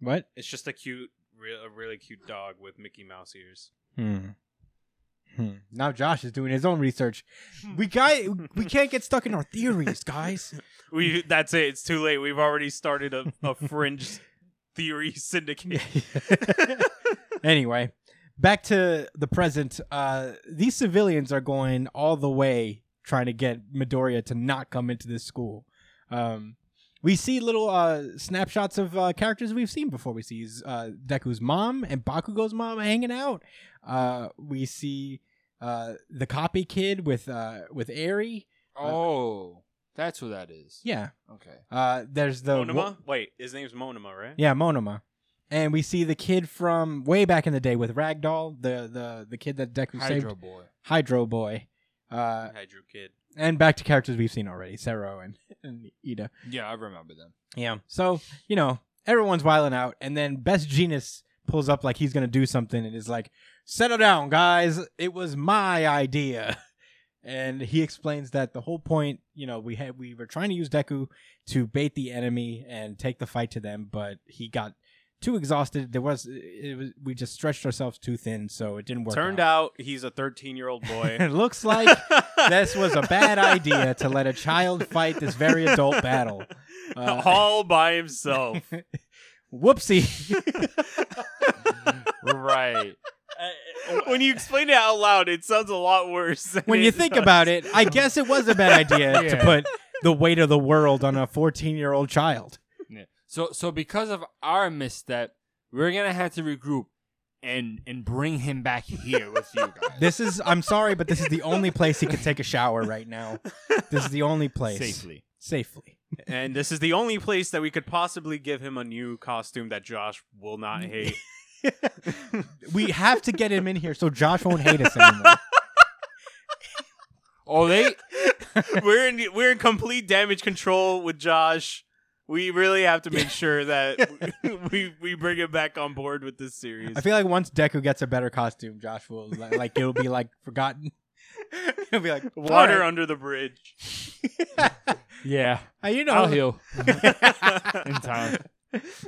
[SPEAKER 1] What?
[SPEAKER 4] It's just a cute real a really cute dog with Mickey Mouse ears.
[SPEAKER 1] Hmm. Hmm. Now Josh is doing his own research. We got. We can't get stuck in our theories, guys.
[SPEAKER 4] We that's it. It's too late. We've already started a, a fringe theory syndicate.
[SPEAKER 1] anyway, back to the present. Uh, these civilians are going all the way trying to get Midoriya to not come into this school. Um, we see little uh, snapshots of uh, characters we've seen before. We see uh, Deku's mom and Bakugo's mom hanging out. Uh, we see uh, the copy kid with uh, with Eri.
[SPEAKER 2] Oh, that's what that is.
[SPEAKER 1] Yeah.
[SPEAKER 2] Okay.
[SPEAKER 1] Uh, there's the
[SPEAKER 4] Monoma? Wait, his name's Monoma, right?
[SPEAKER 1] Yeah, Monoma. And we see the kid from way back in the day with Ragdoll, the the the kid that Deku
[SPEAKER 2] Hydro
[SPEAKER 1] saved,
[SPEAKER 2] boy.
[SPEAKER 1] Hydro Boy. Uh,
[SPEAKER 4] Hydro Kid.
[SPEAKER 1] and back to characters we've seen already, Sero and, and Ida.
[SPEAKER 2] Yeah, I remember them.
[SPEAKER 1] Yeah. So, you know, everyone's wiling out, and then Best Genius pulls up like he's gonna do something and is like, Settle down, guys. It was my idea. And he explains that the whole point, you know, we had we were trying to use Deku to bait the enemy and take the fight to them, but he got too exhausted. There was it was we just stretched ourselves too thin, so it didn't work.
[SPEAKER 4] Turned out he's a 13 year old boy.
[SPEAKER 1] it looks like this was a bad idea to let a child fight this very adult battle. Uh,
[SPEAKER 4] all by himself.
[SPEAKER 1] Whoopsie.
[SPEAKER 2] right.
[SPEAKER 4] when you explain it out loud, it sounds a lot worse. than
[SPEAKER 1] when you think about it, I guess it was a bad idea to
[SPEAKER 2] Yeah.
[SPEAKER 1] put the weight of the world on a 14 year old child.
[SPEAKER 2] Yeah. So so because of our misstep, we're gonna have to regroup and and bring him back here with you guys.
[SPEAKER 1] This is, I'm sorry, but this is the only place he could take a shower right now. This is the only place.
[SPEAKER 2] Safely.
[SPEAKER 1] Safely.
[SPEAKER 4] does. And this is the only place that we could possibly give him a new costume that Josh will not hate.
[SPEAKER 1] We have to get him in here so Josh won't hate us anymore.
[SPEAKER 2] Oh, they
[SPEAKER 4] we're in we're in complete damage control with Josh. We really have to make sure that we we bring him back on board with this series.
[SPEAKER 1] I feel like once Deku gets a better costume, Josh will, li- like, it'll be, like, forgotten. He'll be like,
[SPEAKER 4] Water
[SPEAKER 1] "All
[SPEAKER 4] under the bridge.
[SPEAKER 1] right."
[SPEAKER 2] yeah.
[SPEAKER 1] Uh, you
[SPEAKER 2] I'll
[SPEAKER 1] know,
[SPEAKER 2] heal in time.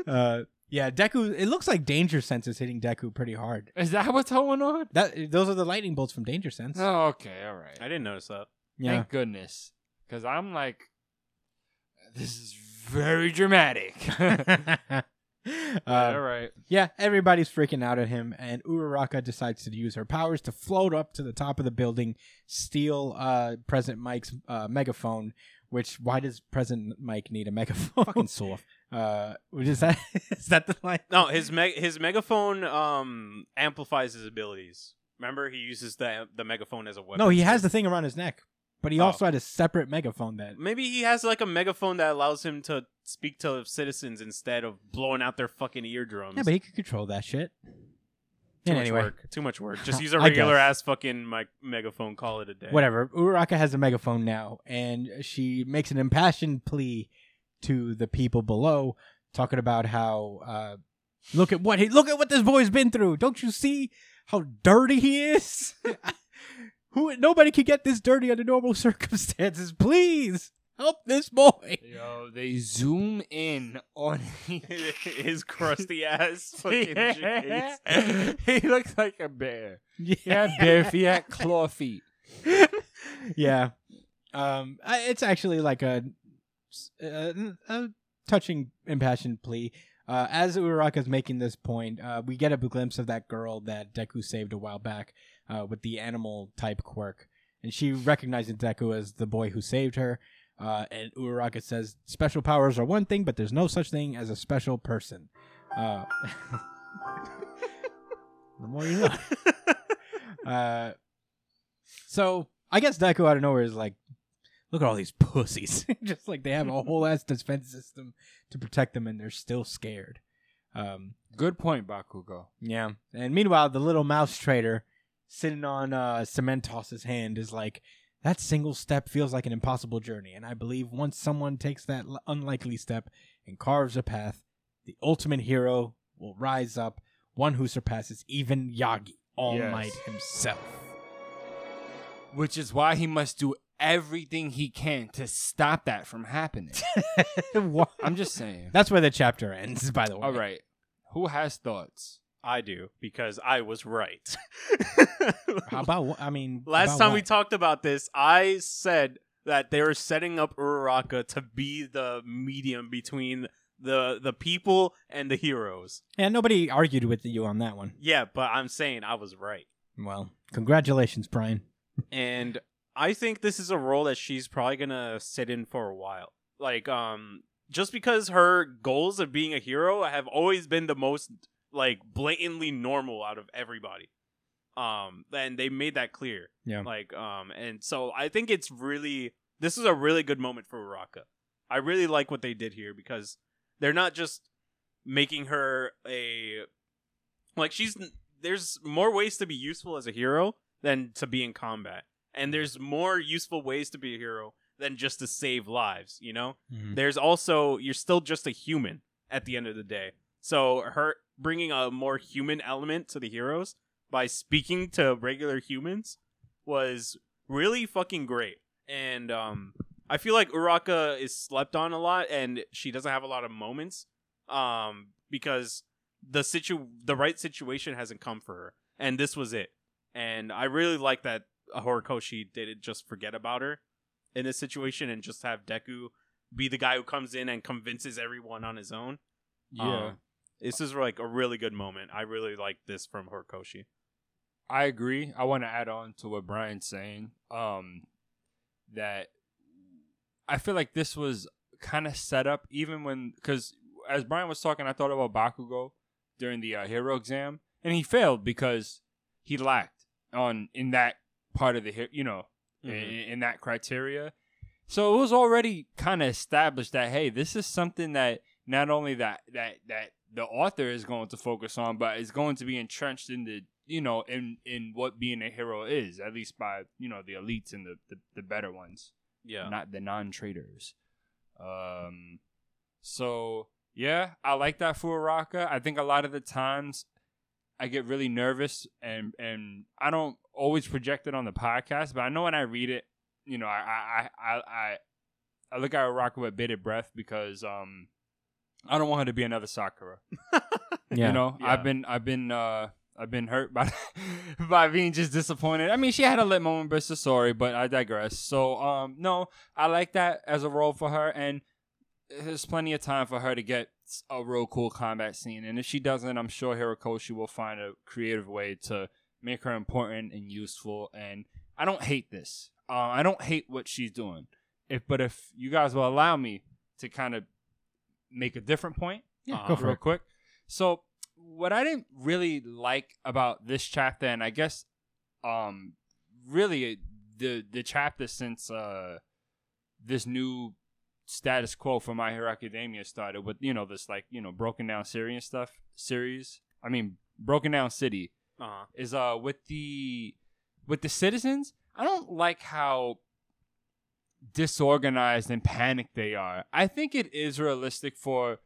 [SPEAKER 1] uh, yeah, Deku, it looks like Danger Sense is hitting Deku pretty hard.
[SPEAKER 2] Is that what's going on?
[SPEAKER 1] That Those are the lightning bolts from Danger Sense.
[SPEAKER 2] Oh, okay, all right.
[SPEAKER 4] I didn't notice that.
[SPEAKER 1] Yeah.
[SPEAKER 2] Thank goodness. Because I'm like, this is very dramatic. all
[SPEAKER 1] Uh,
[SPEAKER 2] right.
[SPEAKER 1] yeah, everybody's freaking out at him, and Uraraka decides to use her powers to float up to the top of the building, steal uh, President Mike's uh, megaphone. Which why does President Mike need a megaphone? Fucking soft. Uh, which is that? is that the line?
[SPEAKER 4] No, his me- his megaphone um amplifies his abilities. Remember, he uses the the megaphone as a weapon.
[SPEAKER 1] No, he has the thing around his neck, but he
[SPEAKER 4] Oh.
[SPEAKER 1] also had a separate megaphone that.
[SPEAKER 4] Maybe he has like a megaphone that allows him to speak to citizens instead of blowing out their fucking eardrums.
[SPEAKER 1] Yeah, but he could control that shit.
[SPEAKER 4] too
[SPEAKER 1] And
[SPEAKER 4] much
[SPEAKER 1] anyway,
[SPEAKER 4] work. Too much work. Just use a
[SPEAKER 1] I guess.
[SPEAKER 4] regular ass fucking mic- megaphone. Call it a day.
[SPEAKER 1] whatever. Uraraka has a megaphone now, and she makes an impassioned plea to the people below, talking about how uh, look at what he look at what this boy's been through. Don't you see how dirty he is? Who nobody could get this dirty under normal circumstances. Please, Help this boy.
[SPEAKER 2] Yo, they zoom in on
[SPEAKER 4] His crusty ass fucking
[SPEAKER 2] Yeah.
[SPEAKER 4] jeans.
[SPEAKER 2] he looks like a bear. He
[SPEAKER 1] Yeah.
[SPEAKER 2] had bear feet, he had claw feet.
[SPEAKER 1] yeah. Um, I- it's actually like a, a, a touching, impassioned plea. Uh, as Uraka's making this point, uh, we get a glimpse of that girl that Deku saved a while back uh, with the animal type quirk. And she recognizes Deku as the boy who saved her. Uh, and Uraraka says, Special powers are one thing, but there's no such thing as a special person. Uh, the more you know. Uh, so I guess Deku out of nowhere is like, look at all these pussies. Just like they have a whole ass defense system to protect them, and they're still scared. Um,
[SPEAKER 2] Good point, Bakugo.
[SPEAKER 1] yeah. And meanwhile, the little mouse trader sitting on uh, Cementos's hand is like, that single step feels like an impossible journey. And I believe once someone takes that l- unlikely step and carves a path, the ultimate hero will rise up, one who surpasses even Yagi, All
[SPEAKER 2] Yes.
[SPEAKER 1] Might himself.
[SPEAKER 2] Which is why he must do everything he can to stop that from happening.
[SPEAKER 1] Wha-
[SPEAKER 2] I'm just saying.
[SPEAKER 1] That's where the chapter ends, by the way.
[SPEAKER 2] All right. Who has thoughts?
[SPEAKER 4] I do because I was right.
[SPEAKER 1] How about wha- I mean,
[SPEAKER 4] Last
[SPEAKER 1] about
[SPEAKER 4] time
[SPEAKER 1] what?
[SPEAKER 4] we talked about this, I said that they were setting up Uraraka to be the medium between the the people and the heroes.
[SPEAKER 1] yeah, nobody argued with you on that one.
[SPEAKER 4] Yeah, but I'm saying I was right.
[SPEAKER 1] Well, congratulations, Brian.
[SPEAKER 4] and I think this is a role that she's probably gonna sit in for a while. Like, um, just because her goals of being a hero have always been the most like blatantly normal out of everybody. Um, and they made that clear.
[SPEAKER 1] Yeah.
[SPEAKER 4] Like, um, and so I think it's really this is a really good moment for Uraka. I really like what they did here because they're not just making her a like she's there's more ways to be useful as a hero than to be in combat and there's more useful ways to be a hero than just to save lives you know
[SPEAKER 1] Mm-hmm.
[SPEAKER 4] there's also you're still just a human at the end of the day so her bringing a more human element to the heroes by speaking to regular humans was really fucking great and um i feel like uraka is slept on a lot and she doesn't have a lot of moments um because the situ the right situation hasn't come for her and this was it and i really like that horikoshi didn't just forget about her in this situation and just have deku be the guy who comes in and convinces everyone on his own
[SPEAKER 2] Yeah.
[SPEAKER 4] Um, this is like a really good moment i really like this from horikoshi
[SPEAKER 2] I agree. I want to add on to what Brian's saying. Um, that I feel like this was kind of set up, even when because as Brian was talking, I thought about Bakugo during the uh, hero exam, and he failed because he lacked on in that part of the he- you know
[SPEAKER 4] Mm-hmm.
[SPEAKER 2] i- in, that criteria. So it was already kind of established that hey, this is something that not only that that that the author is going to focus on, but is going to be entrenched in the you know in in what being a hero is, at least by you know the elites and the the, the better ones,
[SPEAKER 4] yeah
[SPEAKER 2] not the non traders. Um, so yeah, I like that for Raka. I think a lot of the times I get really nervous and and I don't always project it on the podcast, but I know when I read it, you know, I I I I, I- I look at Uraka with bated breath because um I don't want her to be another Sakura.
[SPEAKER 1] Yeah.
[SPEAKER 2] You know,
[SPEAKER 4] Yeah.
[SPEAKER 2] I've been I've been uh I've been hurt by by being just disappointed. I mean, she had a lit moment, but so sorry. But I digress. So um no, I like that as a role for her and there's plenty of time for her to get a real cool combat scene. And if she doesn't, I'm sure Hirokoshi will find a creative way to make her important and useful. And I don't hate this. Uh, I don't hate what she's doing. If but if you guys will allow me to kind of make a different point,
[SPEAKER 1] Yeah,
[SPEAKER 2] uh,
[SPEAKER 1] go for
[SPEAKER 2] real
[SPEAKER 1] it.
[SPEAKER 2] quick. So what I didn't really like about this chapter, and I guess, um, really the the chapter since uh this new status quo for My Hero Academia started with you know this like you know broken down Syrian stuff series. I mean, broken down city
[SPEAKER 4] uh-huh.
[SPEAKER 2] is uh with the with the citizens. I don't like how disorganized and panicked they are. I think it is realistic for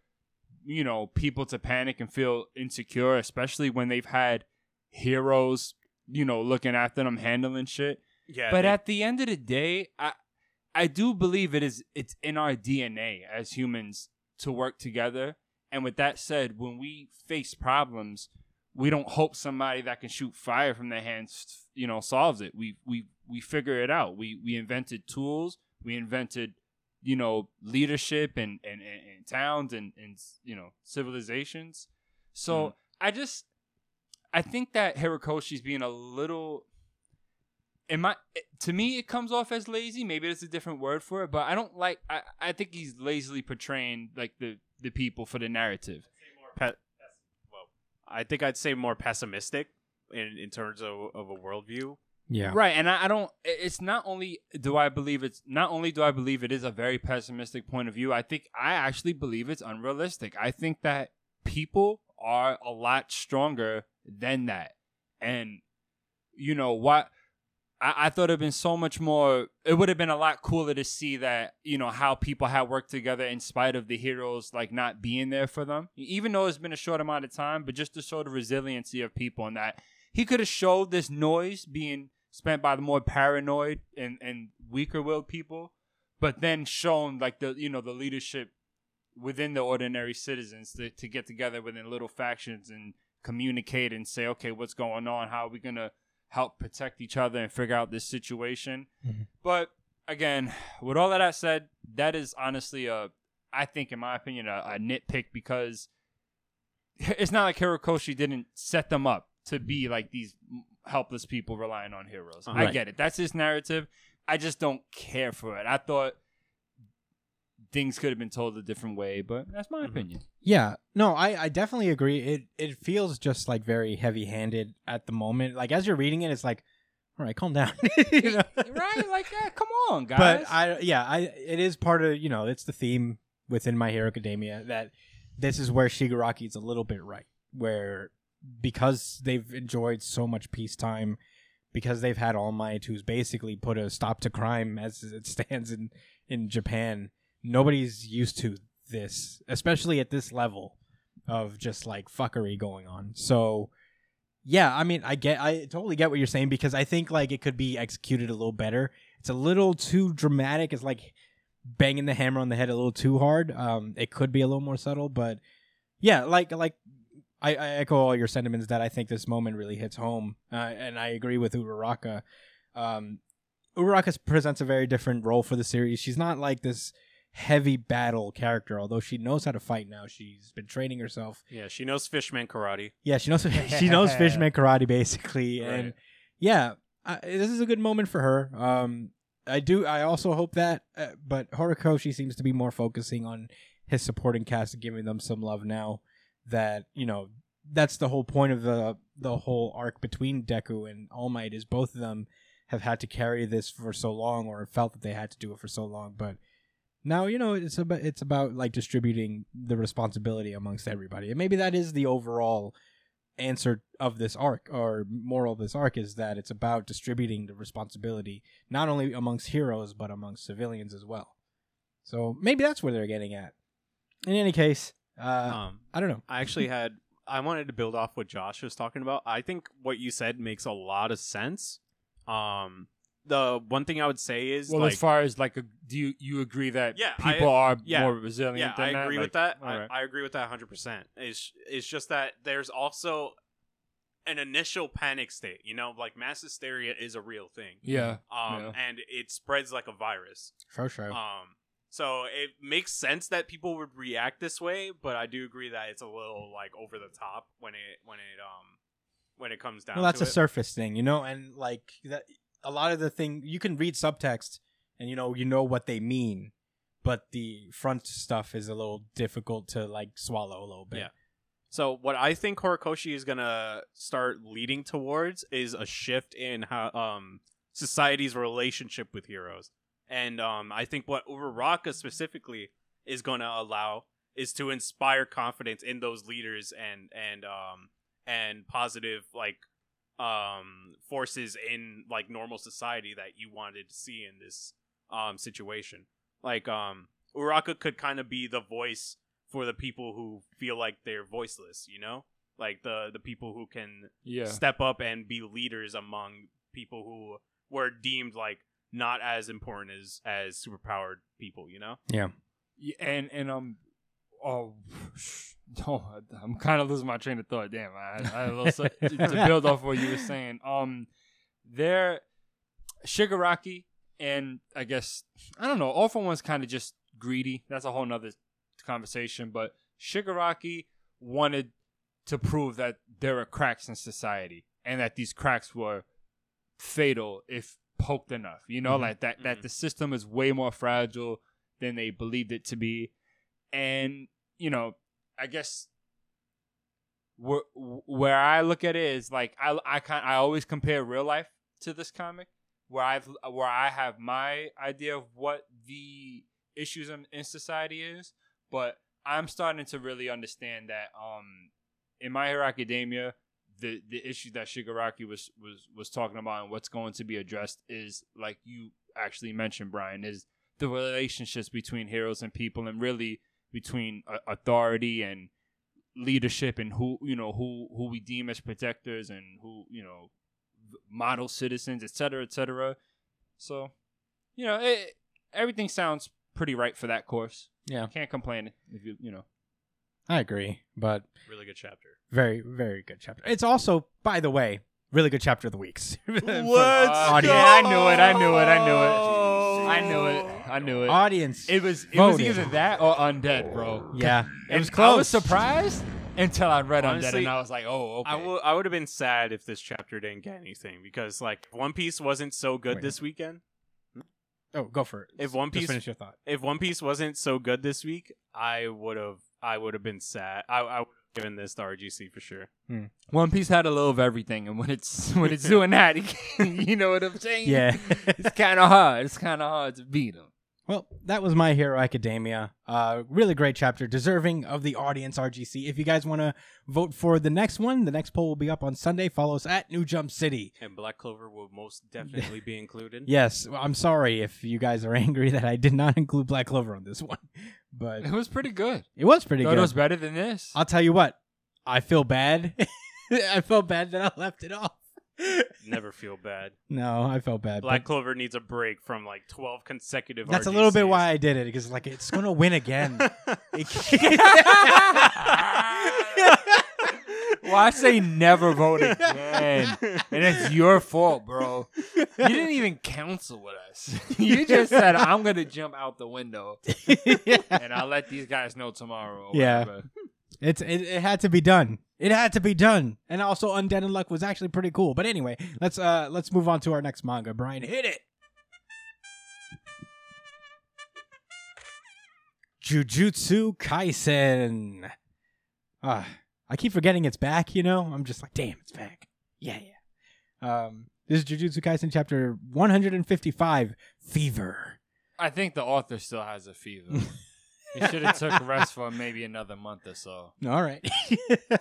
[SPEAKER 2] you know people to panic and feel insecure, especially when they've had heroes you know looking after them handling shit
[SPEAKER 4] yeah
[SPEAKER 2] but
[SPEAKER 4] they-
[SPEAKER 2] at the end of the day, I I do believe it is it's in our DNA as humans to work together. And with that said, when we face problems, we don't hope somebody that can shoot fire from their hands, you know, solves it. We we we figure it out. We we invented tools. We invented, you know, leadership and and, and, and towns and and you know civilizations. So
[SPEAKER 4] Mm.
[SPEAKER 2] I just I think that Hirokoshi's being a little in my it- eh, to me it comes off as lazy maybe there's a different word for it but i don't like i, I think he's lazily portraying like the the people for the narrative
[SPEAKER 4] Pe- well, I think I'd say more pessimistic in, in terms of, of a worldview.
[SPEAKER 1] Yeah.
[SPEAKER 2] right and I, I don't it- it's not only do i believe it's not only do i believe it is a very pessimistic point of view i think i actually believe it's unrealistic i think that people are a lot stronger than that and you know what I, I thought it'd been so much more it would have been a lot cooler to see that you know how people had worked together in spite of the heroes like not being there for them E-, even though it's been a short amount of time but just to show the resiliency of people and that he could have showed this noise being spent by the more paranoid and, and weaker willed people but then shown like the you know the leadership within the ordinary citizens to, to get together within little factions and communicate and say okay what's going on how are we going to help protect each other and figure out this situation.
[SPEAKER 1] Mhm.
[SPEAKER 2] But again, with all of that said, that is honestly a, I think in my opinion, a, a nitpick because it's not like Hirokoshi didn't set them up to be like these helpless people relying on heroes. I
[SPEAKER 4] Uh-huh.
[SPEAKER 1] Right.
[SPEAKER 2] get it. That's his narrative. I just don't care for it. I thought things could have been told a different way, but that's my
[SPEAKER 4] Mhm.
[SPEAKER 2] opinion.
[SPEAKER 1] Yeah, no, I, I definitely agree. It it feels just like very heavy handed at the moment. Like as you're reading it, it's like, all right, calm down. You know?
[SPEAKER 2] right? Like, yeah, come on, guys.
[SPEAKER 1] But I yeah, I it is part of you know it's the theme within My Hero Academia that this is where Shigaraki is a little bit right, where because they've enjoyed so much peacetime, because they've had All Might, who's basically put a stop to crime as it stands in in Japan. Nobody's used to this, especially at this level of just like fuckery going on. So yeah, I mean, I get, I totally get what you're saying because I think like it could be executed a little better. It's a little too dramatic. It's like banging the hammer on the head a little too hard. Um, it could be a little more subtle, but yeah, like like I, I echo all your sentiments that I think this moment really hits home, uh, and I agree with Uraraka. Um, Uraraka presents a very different role for the series. She's not like this heavy battle character, although she knows how to fight now. She's been training herself.
[SPEAKER 4] Yeah, she knows fishman karate.
[SPEAKER 1] Yeah, she knows she knows fishman karate basically, and
[SPEAKER 4] Right.
[SPEAKER 1] yeah, I, this is a good moment for her. Um, I do. I also hope that, uh, but Horikoshi seems to be more focusing on his supporting cast and giving them some love now. That you know, that's the whole point of the the whole arc between Deku and All Might is both of them have had to carry this for so long, or felt that they had to do it for so long, but now you know it's about it's about like distributing the responsibility amongst everybody and maybe that is the overall answer of this arc or moral of this arc is that it's about distributing the responsibility not only amongst heroes but amongst civilians as well so maybe that's where they're getting at in any case uh,
[SPEAKER 4] Um,
[SPEAKER 1] i don't know
[SPEAKER 4] I actually had I wanted to build off what Josh was talking about. I think what you said makes a lot of sense. Um, the one thing I would say is
[SPEAKER 2] well,
[SPEAKER 4] like,
[SPEAKER 2] as far as like, a, do you, you agree that
[SPEAKER 4] Yeah, I-
[SPEAKER 2] people are
[SPEAKER 4] yeah,
[SPEAKER 2] more resilient?
[SPEAKER 4] yeah,
[SPEAKER 2] than
[SPEAKER 4] I agree
[SPEAKER 2] Like,
[SPEAKER 4] with that.
[SPEAKER 2] all
[SPEAKER 4] I,
[SPEAKER 2] right.
[SPEAKER 4] I agree with that 100. percent It's it's just that there's also an initial panic state. You know, like mass hysteria is a real thing.
[SPEAKER 2] Yeah. Yeah.
[SPEAKER 4] Um, and it spreads like a virus.
[SPEAKER 1] for sure
[SPEAKER 4] Um, so it makes sense that people would react this way, but I do agree that it's a little like over the top when it when it um when it comes down.
[SPEAKER 1] well that's
[SPEAKER 4] to
[SPEAKER 1] a
[SPEAKER 4] it.
[SPEAKER 1] surface thing you know and like that a lot of the thing you can read subtext and you know you know what they mean but the front stuff is a little difficult to like swallow a little bit
[SPEAKER 4] Yeah. So what I think Horikoshi is gonna start leading towards is a shift in how um society's relationship with heroes, and um I think what Uraraka specifically is gonna allow is to inspire confidence in those leaders and and um and positive like um forces in like normal society that you wanted to see in this um situation. Like um Uraraka could kind of be the voice for the people who feel like they're voiceless, you know? Like the the people who can
[SPEAKER 2] Yeah.
[SPEAKER 4] step up and be leaders among people who were deemed like not as important as as superpowered people. You know,
[SPEAKER 2] Yeah, and and um, oh, no, I'm kind of losing my train of thought. Damn, I, I had a little, to to build off what you were saying. Um, there, Shigaraki, and I guess I don't know. All for one's kind of just greedy. That's a whole nother conversation. But Shigaraki wanted to prove that there are cracks in society and that these cracks were fatal if poked enough. You know,
[SPEAKER 1] Mhm.
[SPEAKER 2] like that that
[SPEAKER 4] Mhm.
[SPEAKER 2] the system is way more fragile than they believed it to be. And, you know, I guess where where I look at it is like I I kind I always compare real life to this comic where I've where I have my idea of what the issues in, in society is, but I'm starting to really understand that um in My Hero Academia the the issue that Shigaraki was was was talking about and what's going to be addressed is like you actually mentioned Brian is the relationships between heroes and people and really between uh, authority and leadership and who you know who who we deem as protectors and who you know v- model citizens et cetera, et cetera. so you know it, everything sounds pretty right for that course
[SPEAKER 1] Yeah.
[SPEAKER 2] can't complain if you you know
[SPEAKER 1] I agree, but
[SPEAKER 4] really good chapter.
[SPEAKER 1] very, very good chapter. It's also, by the way, really good chapter of the weeks.
[SPEAKER 4] Let's
[SPEAKER 2] Uh,
[SPEAKER 1] go!
[SPEAKER 2] yeah, I knew it. I knew it. I knew it. I knew it. I knew it.
[SPEAKER 1] Audience,
[SPEAKER 2] It was it was
[SPEAKER 1] Voted.
[SPEAKER 2] either that or undead, bro.
[SPEAKER 1] yeah, it
[SPEAKER 2] And
[SPEAKER 1] was close.
[SPEAKER 2] I was surprised until I read undead,
[SPEAKER 4] Honestly,
[SPEAKER 2] and I was like, oh, okay.
[SPEAKER 4] I would I would have been sad if this chapter didn't get anything because like One Piece wasn't so good
[SPEAKER 1] Wait.
[SPEAKER 4] this weekend.
[SPEAKER 1] Oh, go for it.
[SPEAKER 4] If One
[SPEAKER 1] Just
[SPEAKER 4] Piece
[SPEAKER 1] finish your thought.
[SPEAKER 4] if One Piece wasn't so good this week, I would have I would have been sad. I, I would have given this to RGC for sure.
[SPEAKER 2] One Piece had a little of everything, and when it's when it's doing that, you know what I'm saying?
[SPEAKER 1] Yeah.
[SPEAKER 2] it's kind of hard. It's kind of hard to beat him.
[SPEAKER 1] Well, that was My Hero Academia. Uh, really great chapter, deserving of the audience RGC. If you guys want to vote for the next one, the next poll will be up on Sunday. Follow us at New Jump City.
[SPEAKER 4] And Black Clover will most definitely be included.
[SPEAKER 1] Yes, well, I'm sorry if you guys are angry that I did not include Black Clover on this one, but
[SPEAKER 2] It was pretty good.
[SPEAKER 1] it was pretty
[SPEAKER 2] Thought
[SPEAKER 1] good.
[SPEAKER 2] it was better than this.
[SPEAKER 1] I'll tell you what, I feel bad. I felt bad that I left it off.
[SPEAKER 4] Never feel bad.
[SPEAKER 1] No, I felt bad.
[SPEAKER 4] Black
[SPEAKER 1] but
[SPEAKER 4] Clover needs a break from like twelve consecutive.
[SPEAKER 1] that's a little bit
[SPEAKER 4] RGCs.
[SPEAKER 1] why I did it because like it's gonna win again. It
[SPEAKER 2] well, I say never vote again, and it's your fault, bro. You didn't even counsel with us. You just said I'm gonna jump out the window,
[SPEAKER 1] can't-
[SPEAKER 2] and I'll let these guys know tomorrow. Or
[SPEAKER 1] Yeah.
[SPEAKER 2] whatever.
[SPEAKER 1] It's it, it had to be done. It had to be done. And also Undead and Luck was actually pretty cool. But anyway, let's uh let's move on to our next manga. Brian, hit it. Jujutsu Kaisen. Ah, I keep forgetting it's back, you know? I'm just like, damn, it's back. Yeah, yeah. Um this is Jujutsu Kaisen chapter 155, Fever.
[SPEAKER 2] I think the author still has a fever. He should have took rest for maybe another month or so.
[SPEAKER 1] All right.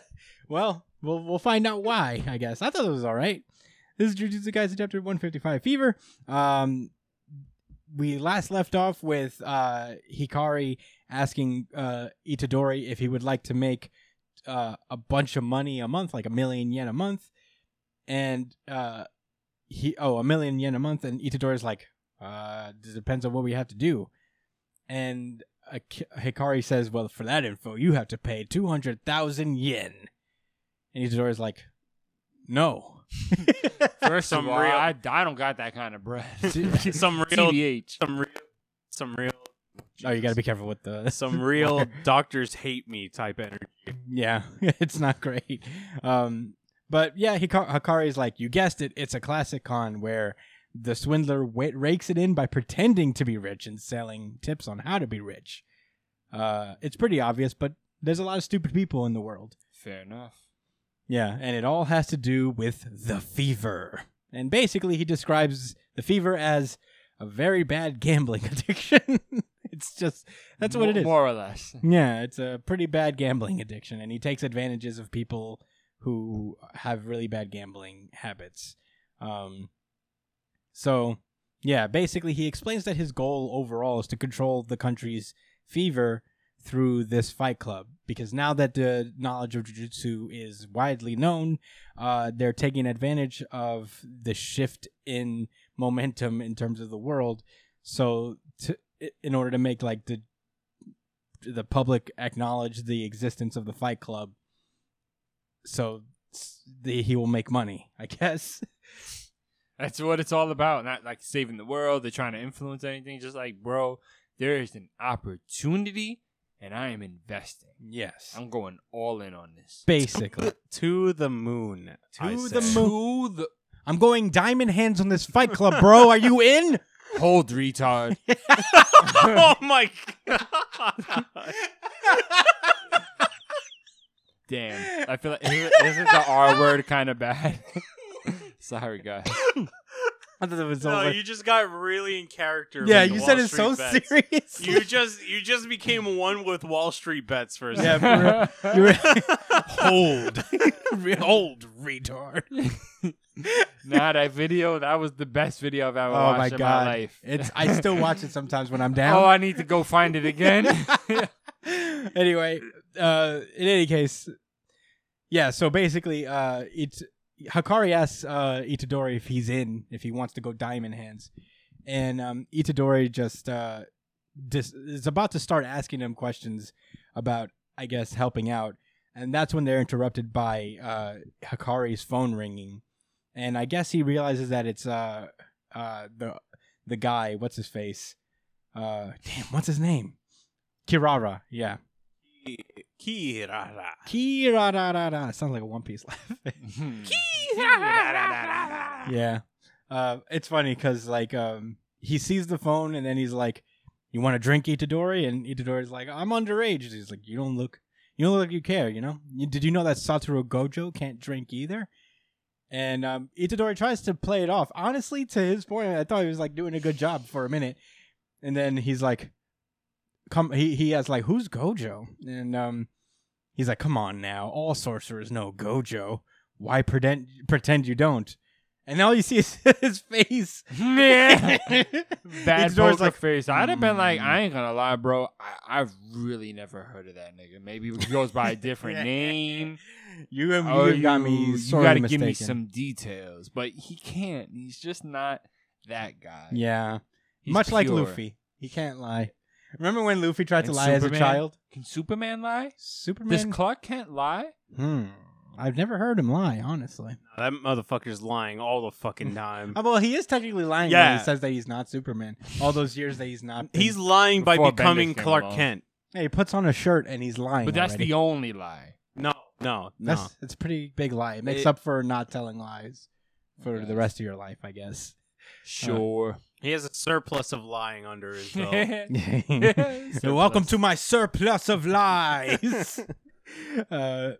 [SPEAKER 1] well, we'll we'll find out why. I guess I thought it was all right. This is Jujutsu Kaisen chapter one fifty five fever. Um, we last left off with uh, Hikari asking uh, Itadori if he would like to make uh, a bunch of money a month, like a million yen a month, and uh, he oh a million yen a month, and Itadori's like, uh, it depends on what we have to do, and Ak- Hikari says, "Well, for that info, you have to pay two hundred thousand yen." And Itadori's like, "No."
[SPEAKER 2] First of
[SPEAKER 4] Some
[SPEAKER 2] all,
[SPEAKER 4] real-
[SPEAKER 2] I, I don't got that kind of breath.
[SPEAKER 4] some real,
[SPEAKER 2] TBH.
[SPEAKER 4] some real, some real,
[SPEAKER 1] oh, you got to be careful with the
[SPEAKER 4] some real doctors hate me type energy.
[SPEAKER 1] yeah, it's not great. Um, but yeah, Hika- Hikari's like, "You guessed it. It's a classic con where the swindler wa- rakes it in by pretending to be rich and selling tips on how to be rich." Uh, it's pretty obvious, but there's a lot of stupid people in the world.
[SPEAKER 2] Fair enough.
[SPEAKER 1] Yeah, and it all has to do with the fever. And basically, he describes the fever as a very bad gambling addiction. it's just, that's what it is.
[SPEAKER 2] More or less.
[SPEAKER 1] Yeah, it's a pretty bad gambling addiction, and he takes advantages of people who have really bad gambling habits. Um, so, yeah, basically, he explains that his goal overall is to control the country's fever through this fight club because now that the knowledge of jiu-jitsu is widely known uh, they're taking advantage of the shift in momentum in terms of the world. So, to, i- in order to make like the the public acknowledge the existence of the Fight Club, so s- the, he will make money, I guess.
[SPEAKER 2] That's what it's all about. Not like saving the world. They're trying to influence anything. Just like, bro, there is an opportunity, and I am investing.
[SPEAKER 1] Yes,
[SPEAKER 2] I'm going all in on this.
[SPEAKER 1] basically
[SPEAKER 4] To the moon. I
[SPEAKER 1] to the
[SPEAKER 4] say.
[SPEAKER 1] moon. I'm going diamond hands on this Fight Club, bro. Are you in?
[SPEAKER 2] Hold retard.
[SPEAKER 4] oh my god.
[SPEAKER 2] Damn. I feel like isn't isn't the R word kind of bad? Sorry, guys.
[SPEAKER 1] I thought it was
[SPEAKER 4] no,
[SPEAKER 1] over.
[SPEAKER 4] you just got really in character.
[SPEAKER 1] yeah,
[SPEAKER 4] with
[SPEAKER 1] you
[SPEAKER 4] the
[SPEAKER 1] said
[SPEAKER 4] Wall
[SPEAKER 1] it so
[SPEAKER 4] Street bets.
[SPEAKER 1] serious.
[SPEAKER 4] You just you just became one with Wall Street bets for a
[SPEAKER 1] Yeah,
[SPEAKER 4] second.
[SPEAKER 1] for real. You were-
[SPEAKER 4] Hold. Hold, retard.
[SPEAKER 2] nah, that video. That was the best video I've ever
[SPEAKER 1] oh
[SPEAKER 2] watched
[SPEAKER 1] my
[SPEAKER 2] in
[SPEAKER 1] god,
[SPEAKER 2] my life.
[SPEAKER 1] it's I still watch it sometimes when I'm down.
[SPEAKER 2] Oh, I need to go find it again.
[SPEAKER 1] anyway, uh, in any case, yeah. So basically, uh, it's Hakari asks uh, Itadori if he's in, if he wants to go diamond hands, and um, Itadori just uh, dis- is about to start asking him questions about, I guess, helping out, and that's when they're interrupted by uh, Hakari's phone ringing, and I guess he realizes that it's uh, uh, the the guy. What's his face? Uh, damn, what's his name? Kirara, yeah.
[SPEAKER 4] Kirara.
[SPEAKER 1] Kirara. Sounds like a One Piece laugh. yeah. Uh, it's funny because, like, um, he sees the phone and then he's like, You want to drink Itadori? And Itadori's like, I'm underage. And he's like, You don't look. You don't look like you care, you know? You, did you know that Satoru Gojo can't drink either? And um, Itadori tries to play it off. Honestly, to his point, I thought he was like doing a good job for a minute. And then he's like, come he he has like who's gojo and um he's like come on now all sorcerers know gojo why pretend pretend you don't and all you see is his face
[SPEAKER 2] yeah. Bad
[SPEAKER 1] Itadori's
[SPEAKER 2] poker
[SPEAKER 1] like,
[SPEAKER 2] face. I'd have been like,
[SPEAKER 1] "Mm."
[SPEAKER 2] I ain't gonna lie, bro. I, I've really never heard of that nigga. Maybe he goes by a different name.
[SPEAKER 1] you, have- you
[SPEAKER 2] Oh,
[SPEAKER 1] have got me
[SPEAKER 2] you,
[SPEAKER 1] sorely
[SPEAKER 2] gotta give me
[SPEAKER 1] mistaken.
[SPEAKER 2] some details, but he can't. He's just not that guy.
[SPEAKER 1] yeah
[SPEAKER 2] He's
[SPEAKER 1] much like
[SPEAKER 2] pure.
[SPEAKER 1] luffy he can't lie remember when luffy tried to
[SPEAKER 2] And
[SPEAKER 1] lie as a
[SPEAKER 2] Superman?
[SPEAKER 1] child
[SPEAKER 2] Can Superman lie? This
[SPEAKER 1] superman
[SPEAKER 2] Clark can't lie.
[SPEAKER 1] hmm i've never heard him lie honestly
[SPEAKER 4] That motherfucker's lying all the fucking time.
[SPEAKER 1] oh, well he is technically lying when
[SPEAKER 4] Yeah.
[SPEAKER 1] he says that he's not superman all those years that he's not been-
[SPEAKER 4] He's lying by
[SPEAKER 2] Before
[SPEAKER 4] becoming
[SPEAKER 2] Bendis came
[SPEAKER 4] Clark
[SPEAKER 2] along.
[SPEAKER 4] Kent.
[SPEAKER 1] Yeah, he puts on a shirt and he's lying
[SPEAKER 2] But that's
[SPEAKER 1] already.
[SPEAKER 2] the only lie.
[SPEAKER 4] No, no, no.
[SPEAKER 1] That's it's a pretty big lie. It makes
[SPEAKER 4] It-
[SPEAKER 1] up for not telling lies for
[SPEAKER 2] Okay.
[SPEAKER 1] the rest of your life, I guess.
[SPEAKER 2] Sure.
[SPEAKER 4] He has a surplus of lying under his belt.
[SPEAKER 2] Surplus.
[SPEAKER 1] Welcome to my surplus of lies. uh,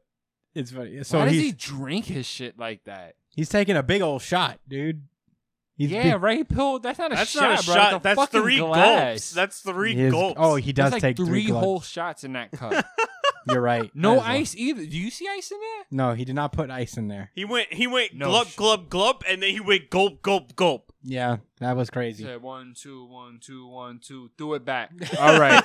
[SPEAKER 1] it's funny. So
[SPEAKER 2] Why does
[SPEAKER 1] he's
[SPEAKER 2] he drink his shit like that?
[SPEAKER 1] he's taking a big old shot, dude. He's
[SPEAKER 2] yeah,
[SPEAKER 1] big-
[SPEAKER 2] right. Pill. That's not a
[SPEAKER 4] That's
[SPEAKER 2] shot.
[SPEAKER 4] not a
[SPEAKER 2] bro.
[SPEAKER 4] shot.
[SPEAKER 2] That's, a
[SPEAKER 4] That's
[SPEAKER 2] fucking
[SPEAKER 4] three
[SPEAKER 2] glass.
[SPEAKER 4] gulps. That's three
[SPEAKER 1] he is-
[SPEAKER 4] gulps.
[SPEAKER 1] Oh, he does
[SPEAKER 2] That's like
[SPEAKER 1] take
[SPEAKER 2] three,
[SPEAKER 1] three, gulps.
[SPEAKER 2] whole shots in that cup.
[SPEAKER 1] You're right. Might
[SPEAKER 2] No
[SPEAKER 1] as well.
[SPEAKER 2] ice either. Do you see ice in there?
[SPEAKER 1] No, he did not put ice in there.
[SPEAKER 4] He went. He went
[SPEAKER 2] No
[SPEAKER 4] gulp,
[SPEAKER 2] sh-
[SPEAKER 4] gulp, gulp, and then he went gulp, gulp, gulp.
[SPEAKER 1] Yeah, that was crazy.
[SPEAKER 2] Said one, two, one, two, one, two. Do it back. All right.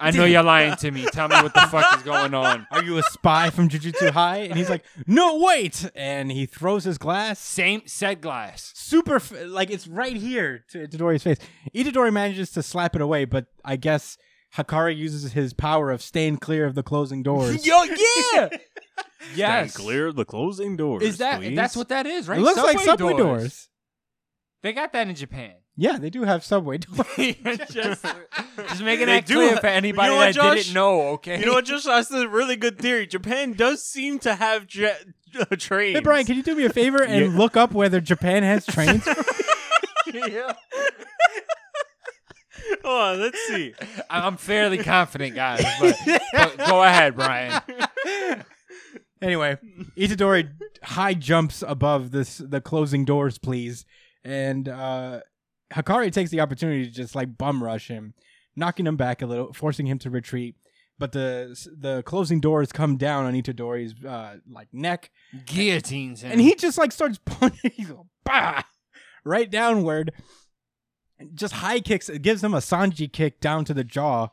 [SPEAKER 2] I know you're lying to me. Tell me what the fuck is going on.
[SPEAKER 1] Are you a spy from Jujutsu High? And he's like, "No, wait!" And he throws his glass.
[SPEAKER 2] Same said glass.
[SPEAKER 1] super f- like it's right here to Itadori's face. Itadori manages to slap it away, but I guess Hakari uses his power of staying clear of the closing doors.
[SPEAKER 2] Yo, yeah. yes.
[SPEAKER 4] the closing doors.
[SPEAKER 2] Is that that's what that is, right?
[SPEAKER 1] It looks like subway doors.
[SPEAKER 2] They got that in Japan.
[SPEAKER 1] Yeah, they do have subway doors.
[SPEAKER 2] just, just making
[SPEAKER 4] They
[SPEAKER 2] that
[SPEAKER 4] do
[SPEAKER 2] clear
[SPEAKER 4] ha-
[SPEAKER 2] for anybody
[SPEAKER 4] You know
[SPEAKER 2] that
[SPEAKER 4] what, Josh?
[SPEAKER 2] didn't know. Okay.
[SPEAKER 4] You know what, Josh? That's a really good theory. Japan does seem to have ja- trains.
[SPEAKER 1] hey Brian, can you do me a favor and look up whether Japan has trains?
[SPEAKER 4] Hold on, let's see.
[SPEAKER 2] I- I'm fairly confident, guys. But, but go ahead, Brian.
[SPEAKER 1] anyway, Itadori high jumps above this the closing doors, please, and uh, Hakari takes the opportunity to just like bum rush him, knocking him back a little, forcing him to retreat. But the the closing doors come down on Itadori's uh, like neck,
[SPEAKER 2] Guillotines him.
[SPEAKER 1] and he just like starts punching he's like, bah, right downward and just high kicks it gives him a sanji kick down to the jaw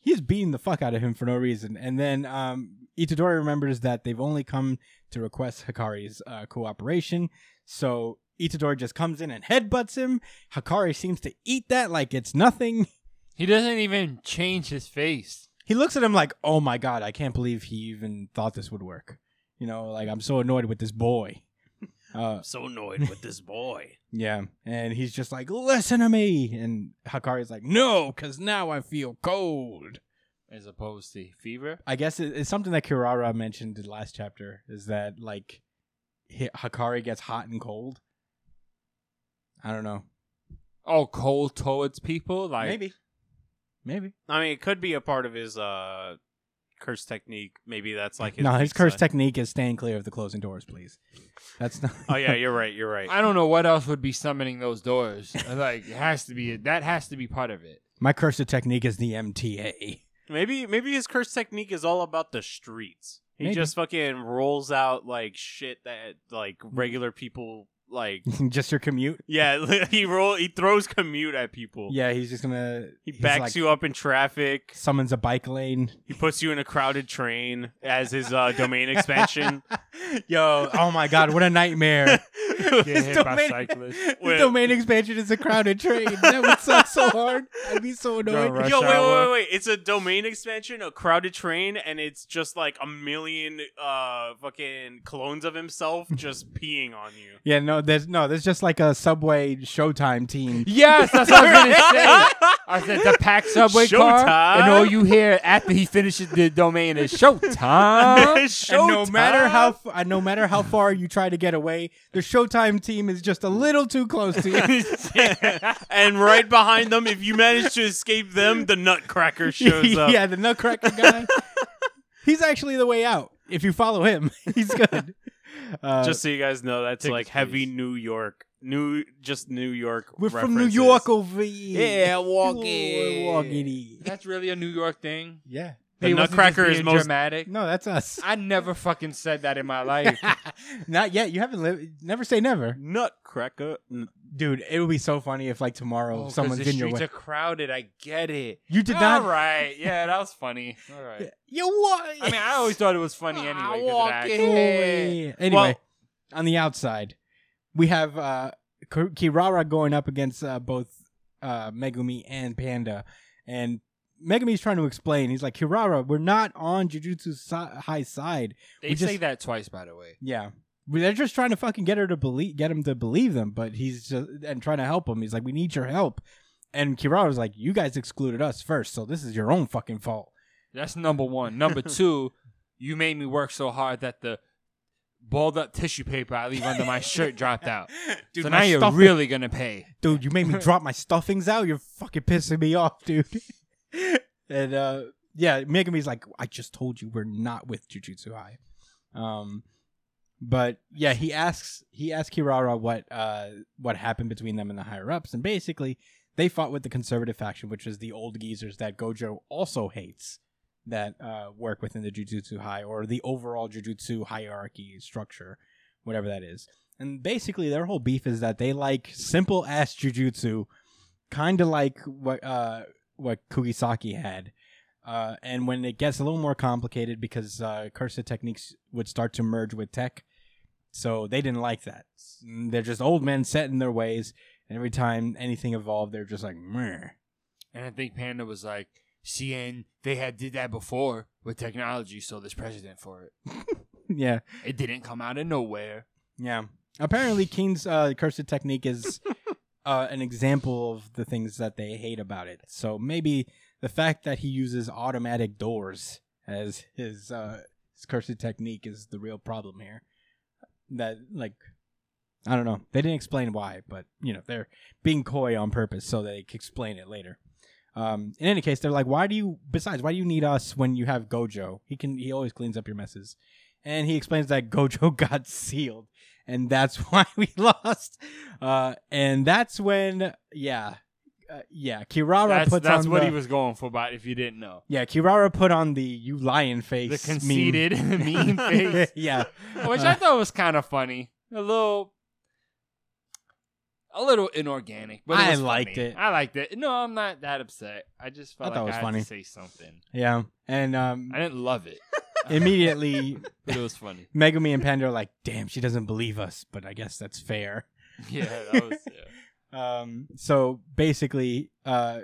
[SPEAKER 1] he's beating the fuck out of him for no reason and then um itadori remembers that they've only come to request hikari's uh, cooperation so Itadori just comes in and headbutts him. Hakari seems to eat that like it's nothing.
[SPEAKER 2] He doesn't even change his face.
[SPEAKER 1] He looks at him like, "Oh my god, I can't believe he even thought this would work." You know, like I'm so annoyed with this boy. Uh,
[SPEAKER 4] so annoyed with this boy.
[SPEAKER 1] yeah, and he's just like, "Listen to me," and Hakari's like, "No, because now I feel cold."
[SPEAKER 2] As opposed to fever.
[SPEAKER 1] I guess it, it's something that Kirara mentioned in the last chapter is that like hi- Hakari gets hot and cold. I don't know.
[SPEAKER 2] Oh, cold towards people. Like
[SPEAKER 1] maybe, maybe.
[SPEAKER 4] I mean, it could be a part of his uh, curse technique. Maybe that's like his
[SPEAKER 1] no, his
[SPEAKER 4] weak
[SPEAKER 1] curse
[SPEAKER 4] side.
[SPEAKER 1] technique is staying clear of the closing doors, please. That's not.
[SPEAKER 4] Oh yeah, you're right. You're right.
[SPEAKER 2] I don't know what else would be summoning those doors. like it has to be that has to be part of it.
[SPEAKER 1] My curse technique is the MTA.
[SPEAKER 4] Maybe maybe his curse technique is all about the streets. He
[SPEAKER 1] Maybe.
[SPEAKER 4] just fucking rolls out like shit that like
[SPEAKER 1] Mm.
[SPEAKER 4] regular people like.
[SPEAKER 1] just your commute.
[SPEAKER 4] Yeah, he roll he throws commute at people.
[SPEAKER 1] Yeah, he's just gonna.
[SPEAKER 4] He
[SPEAKER 1] he's
[SPEAKER 4] backs
[SPEAKER 1] like-
[SPEAKER 4] you up in traffic.
[SPEAKER 1] Summons a bike lane.
[SPEAKER 4] He puts you in a crowded train as his uh, domain expansion.
[SPEAKER 1] Yo, oh my god, what a nightmare!
[SPEAKER 2] Get hit by cyclists.
[SPEAKER 1] his
[SPEAKER 4] Wait.
[SPEAKER 1] domain expansion is a crowded train. That would suck so hard. I'd be so annoyed.
[SPEAKER 2] rush
[SPEAKER 4] Yo, wait, wait,
[SPEAKER 2] hour.
[SPEAKER 4] wait, wait! It's a domain expansion, a crowded train, and it's just like a million uh fucking clones of himself just peeing on you.
[SPEAKER 1] Yeah, no, there's no, there's just like a subway Showtime team.
[SPEAKER 2] Yes, that's what I was gonna say. I said the pack subway car, and all
[SPEAKER 4] Showtime.
[SPEAKER 2] you hear after he finishes the domain is showtime.
[SPEAKER 1] And no
[SPEAKER 4] Showtime.
[SPEAKER 1] matter how, f- uh, no matter how far you try to get away, the Showtime team is just a little too close to you.
[SPEAKER 4] and right behind them, if you manage to escape them, the Nutcracker shows up.
[SPEAKER 1] yeah, the Nutcracker guy. He's actually the way out. If you follow him, he's good. Uh,
[SPEAKER 4] Just so you guys know, that's
[SPEAKER 2] Tickets,
[SPEAKER 4] like heavy
[SPEAKER 2] please.
[SPEAKER 4] New York, New just New York.
[SPEAKER 1] we're from New
[SPEAKER 4] references.
[SPEAKER 1] York over here.
[SPEAKER 2] walking.
[SPEAKER 1] Milwaukee.
[SPEAKER 2] That's really a New York thing.
[SPEAKER 1] Yeah.
[SPEAKER 4] The
[SPEAKER 2] He wasn't just
[SPEAKER 4] Nutcracker is
[SPEAKER 2] being
[SPEAKER 4] most-
[SPEAKER 2] dramatic.
[SPEAKER 1] No, that's us.
[SPEAKER 2] I never fucking said that in my life.
[SPEAKER 1] Not yet. You haven't lived. Never say never,
[SPEAKER 4] Nutcracker. N-
[SPEAKER 1] dude. It would be so funny if like tomorrow
[SPEAKER 2] Oh, 'cause
[SPEAKER 1] someone's
[SPEAKER 2] the
[SPEAKER 1] in your
[SPEAKER 2] streets
[SPEAKER 1] way.
[SPEAKER 2] are crowded. I get it.
[SPEAKER 1] you did
[SPEAKER 2] All
[SPEAKER 1] not.
[SPEAKER 2] right. Yeah, that was funny. All right.
[SPEAKER 1] You what?
[SPEAKER 2] I mean, I always thought it was funny anyway. 'cause it
[SPEAKER 1] Yeah.
[SPEAKER 2] actually-
[SPEAKER 1] Anyway, on the outside, we have uh, Ki- Kirara going up against uh, both uh, Megumi and Panda, and Megumi's trying to explain. He's like, "Kirara, we're not on Jujutsu si- High side.
[SPEAKER 2] They
[SPEAKER 1] We
[SPEAKER 2] say
[SPEAKER 1] just-
[SPEAKER 2] that twice, by the way.
[SPEAKER 1] Yeah, we- they're just trying to fucking get her to believe, get him to believe them. But he's just and trying to help him. He's like, "We need your help." And Kirara's like, "You guys excluded us first, so this is your own fucking fault."
[SPEAKER 2] That's number one. Number two, you made me work so hard that the balled up tissue paper I leave under my shirt dropped out. so now
[SPEAKER 1] my
[SPEAKER 2] you're
[SPEAKER 1] stuff-
[SPEAKER 2] really gonna pay.
[SPEAKER 1] dude, you made me drop my stuffings out. You're fucking pissing me off, dude. and uh yeah, Megumi's like, I just told you we're not with Jujutsu High. Um but yeah, he asks he asks Kirara what uh what happened between them and the higher ups, and basically they fought with the conservative faction, which is the old geezers that Gojo also hates that uh work within the Jujutsu High or the overall Jujutsu hierarchy structure, whatever that is. And basically, their whole beef is that they like simple ass jujutsu, kind of like what uh, what Kugisaki had. Uh, and when it gets a little more complicated, because uh, cursive techniques would start to merge with tech, so they didn't like that. Mm, They're just old men set in their ways, and every time anything evolved, they're just like, Meh.
[SPEAKER 2] And I think Panda was like, CN, they had did that before with technology, so there's precedent for it.
[SPEAKER 1] yeah,
[SPEAKER 2] It didn't come out of nowhere.
[SPEAKER 1] Yeah. Apparently, Keen's uh, cursive technique is uh, an example of the things that they hate about it. So maybe the fact that he uses automatic doors as his uh, his cursive technique is the real problem here. That like, I don't know. They didn't explain why, but you know they're being coy on purpose so they can explain it later. Um, in any case, they're like, why do you? Besides, why do you need us when you have Gojo? He can. He always cleans up your messes. And he explains that Gojo got sealed and that's why we lost. Uh, and that's when, yeah, uh, yeah, Kirara
[SPEAKER 2] That's,
[SPEAKER 1] puts
[SPEAKER 2] that's
[SPEAKER 1] on
[SPEAKER 2] what
[SPEAKER 1] the,
[SPEAKER 2] he was going for, but if you didn't know.
[SPEAKER 1] Yeah, Kirara put on the you lion face,
[SPEAKER 2] The
[SPEAKER 1] meme.
[SPEAKER 2] conceited mean face.
[SPEAKER 1] yeah,
[SPEAKER 2] Which I thought was kind of funny. A little a little inorganic, but it
[SPEAKER 1] I
[SPEAKER 2] was
[SPEAKER 1] liked
[SPEAKER 2] funny.
[SPEAKER 1] it.
[SPEAKER 2] I liked it. No, I'm not that upset. I just felt
[SPEAKER 1] I thought
[SPEAKER 2] like
[SPEAKER 1] it was
[SPEAKER 2] I
[SPEAKER 1] funny.
[SPEAKER 2] had to say something.
[SPEAKER 1] yeah. And um,
[SPEAKER 2] I didn't love it,
[SPEAKER 1] immediately,
[SPEAKER 2] but it was funny.
[SPEAKER 1] Megumi and Panda are like, "Damn, she doesn't believe us," but I guess that's fair.
[SPEAKER 2] Yeah, that was. Yeah.
[SPEAKER 1] Um, so basically, uh,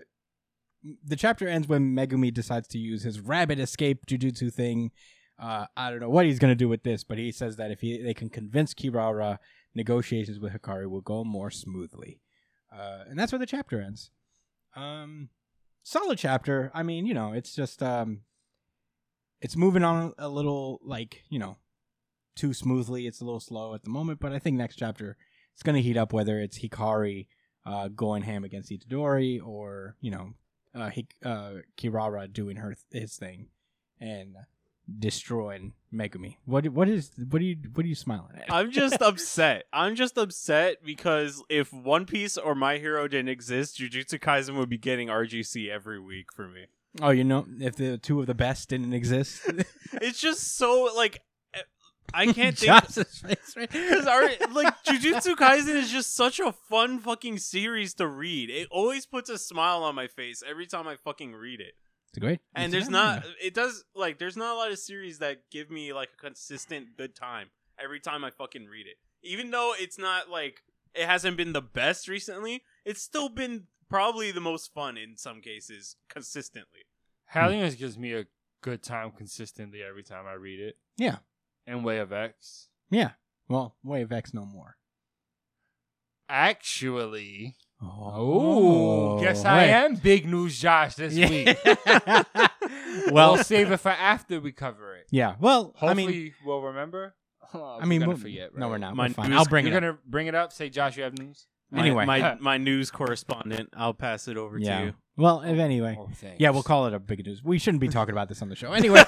[SPEAKER 1] the chapter ends when Megumi decides to use his rabbit escape jujutsu thing. Uh, I don't know what he's gonna do with this, but he says that if he, they can convince Kirara, negotiations with Hikari will go more smoothly. Uh, and that's where the chapter ends. Um, solid chapter. I mean, you know, it's just um, it's moving on a little like you know too smoothly. It's a little slow at the moment, but I think next chapter it's going to heat up whether it's Hikari uh, going ham against Itadori or you know uh, Hik- uh, Kirara doing her his thing and destroying Megumi. What what is what are you what are you smiling at?
[SPEAKER 4] I'm just upset. I'm just upset because if One Piece or My Hero didn't exist, Jujutsu Kaisen would be getting RGC every week for me.
[SPEAKER 1] oh, you know if the two of the best didn't exist,
[SPEAKER 4] It's just so like I can't think
[SPEAKER 1] Josh's face, right?
[SPEAKER 4] because like Jujutsu Kaisen is just such a fun fucking series to read. It always puts a smile on my face every time I fucking read it.
[SPEAKER 1] It's great.
[SPEAKER 4] And
[SPEAKER 1] It's
[SPEAKER 4] there's not it does like there's not a lot of series that give me like a consistent good time every time I fucking read it. Even though it's not like it hasn't been the best recently, it's still been probably the most fun in some cases consistently.
[SPEAKER 2] Hellions gives me a good time consistently every time I read it.
[SPEAKER 1] Yeah.
[SPEAKER 2] And Way of X.
[SPEAKER 1] Yeah. Well, Way of X no more.
[SPEAKER 2] Actually,
[SPEAKER 1] Oh,
[SPEAKER 2] oh, guess I am big news, Josh, this week.
[SPEAKER 1] week.
[SPEAKER 2] Well,
[SPEAKER 1] well,
[SPEAKER 2] we'll save it for after we cover it.
[SPEAKER 1] yeah. Well,
[SPEAKER 2] Hopefully,
[SPEAKER 1] I mean,
[SPEAKER 2] we'll remember. Oh,
[SPEAKER 1] I mean,
[SPEAKER 2] we're
[SPEAKER 1] we'll,
[SPEAKER 2] gonna forget.
[SPEAKER 1] no,
[SPEAKER 2] right?
[SPEAKER 1] we're not.
[SPEAKER 4] My
[SPEAKER 1] We're fine.
[SPEAKER 4] news-
[SPEAKER 1] I'll bring
[SPEAKER 2] You're
[SPEAKER 1] it. up.
[SPEAKER 2] gonna bring it up. Say, Josh, you have news.
[SPEAKER 4] My-
[SPEAKER 1] Anyway.
[SPEAKER 4] my my news correspondent, I'll pass it over
[SPEAKER 1] yeah.
[SPEAKER 4] to you.
[SPEAKER 1] Well, if anyway,
[SPEAKER 2] Oh, thanks.
[SPEAKER 1] yeah, we'll call it a big news. We shouldn't be talking about this on the show anyway.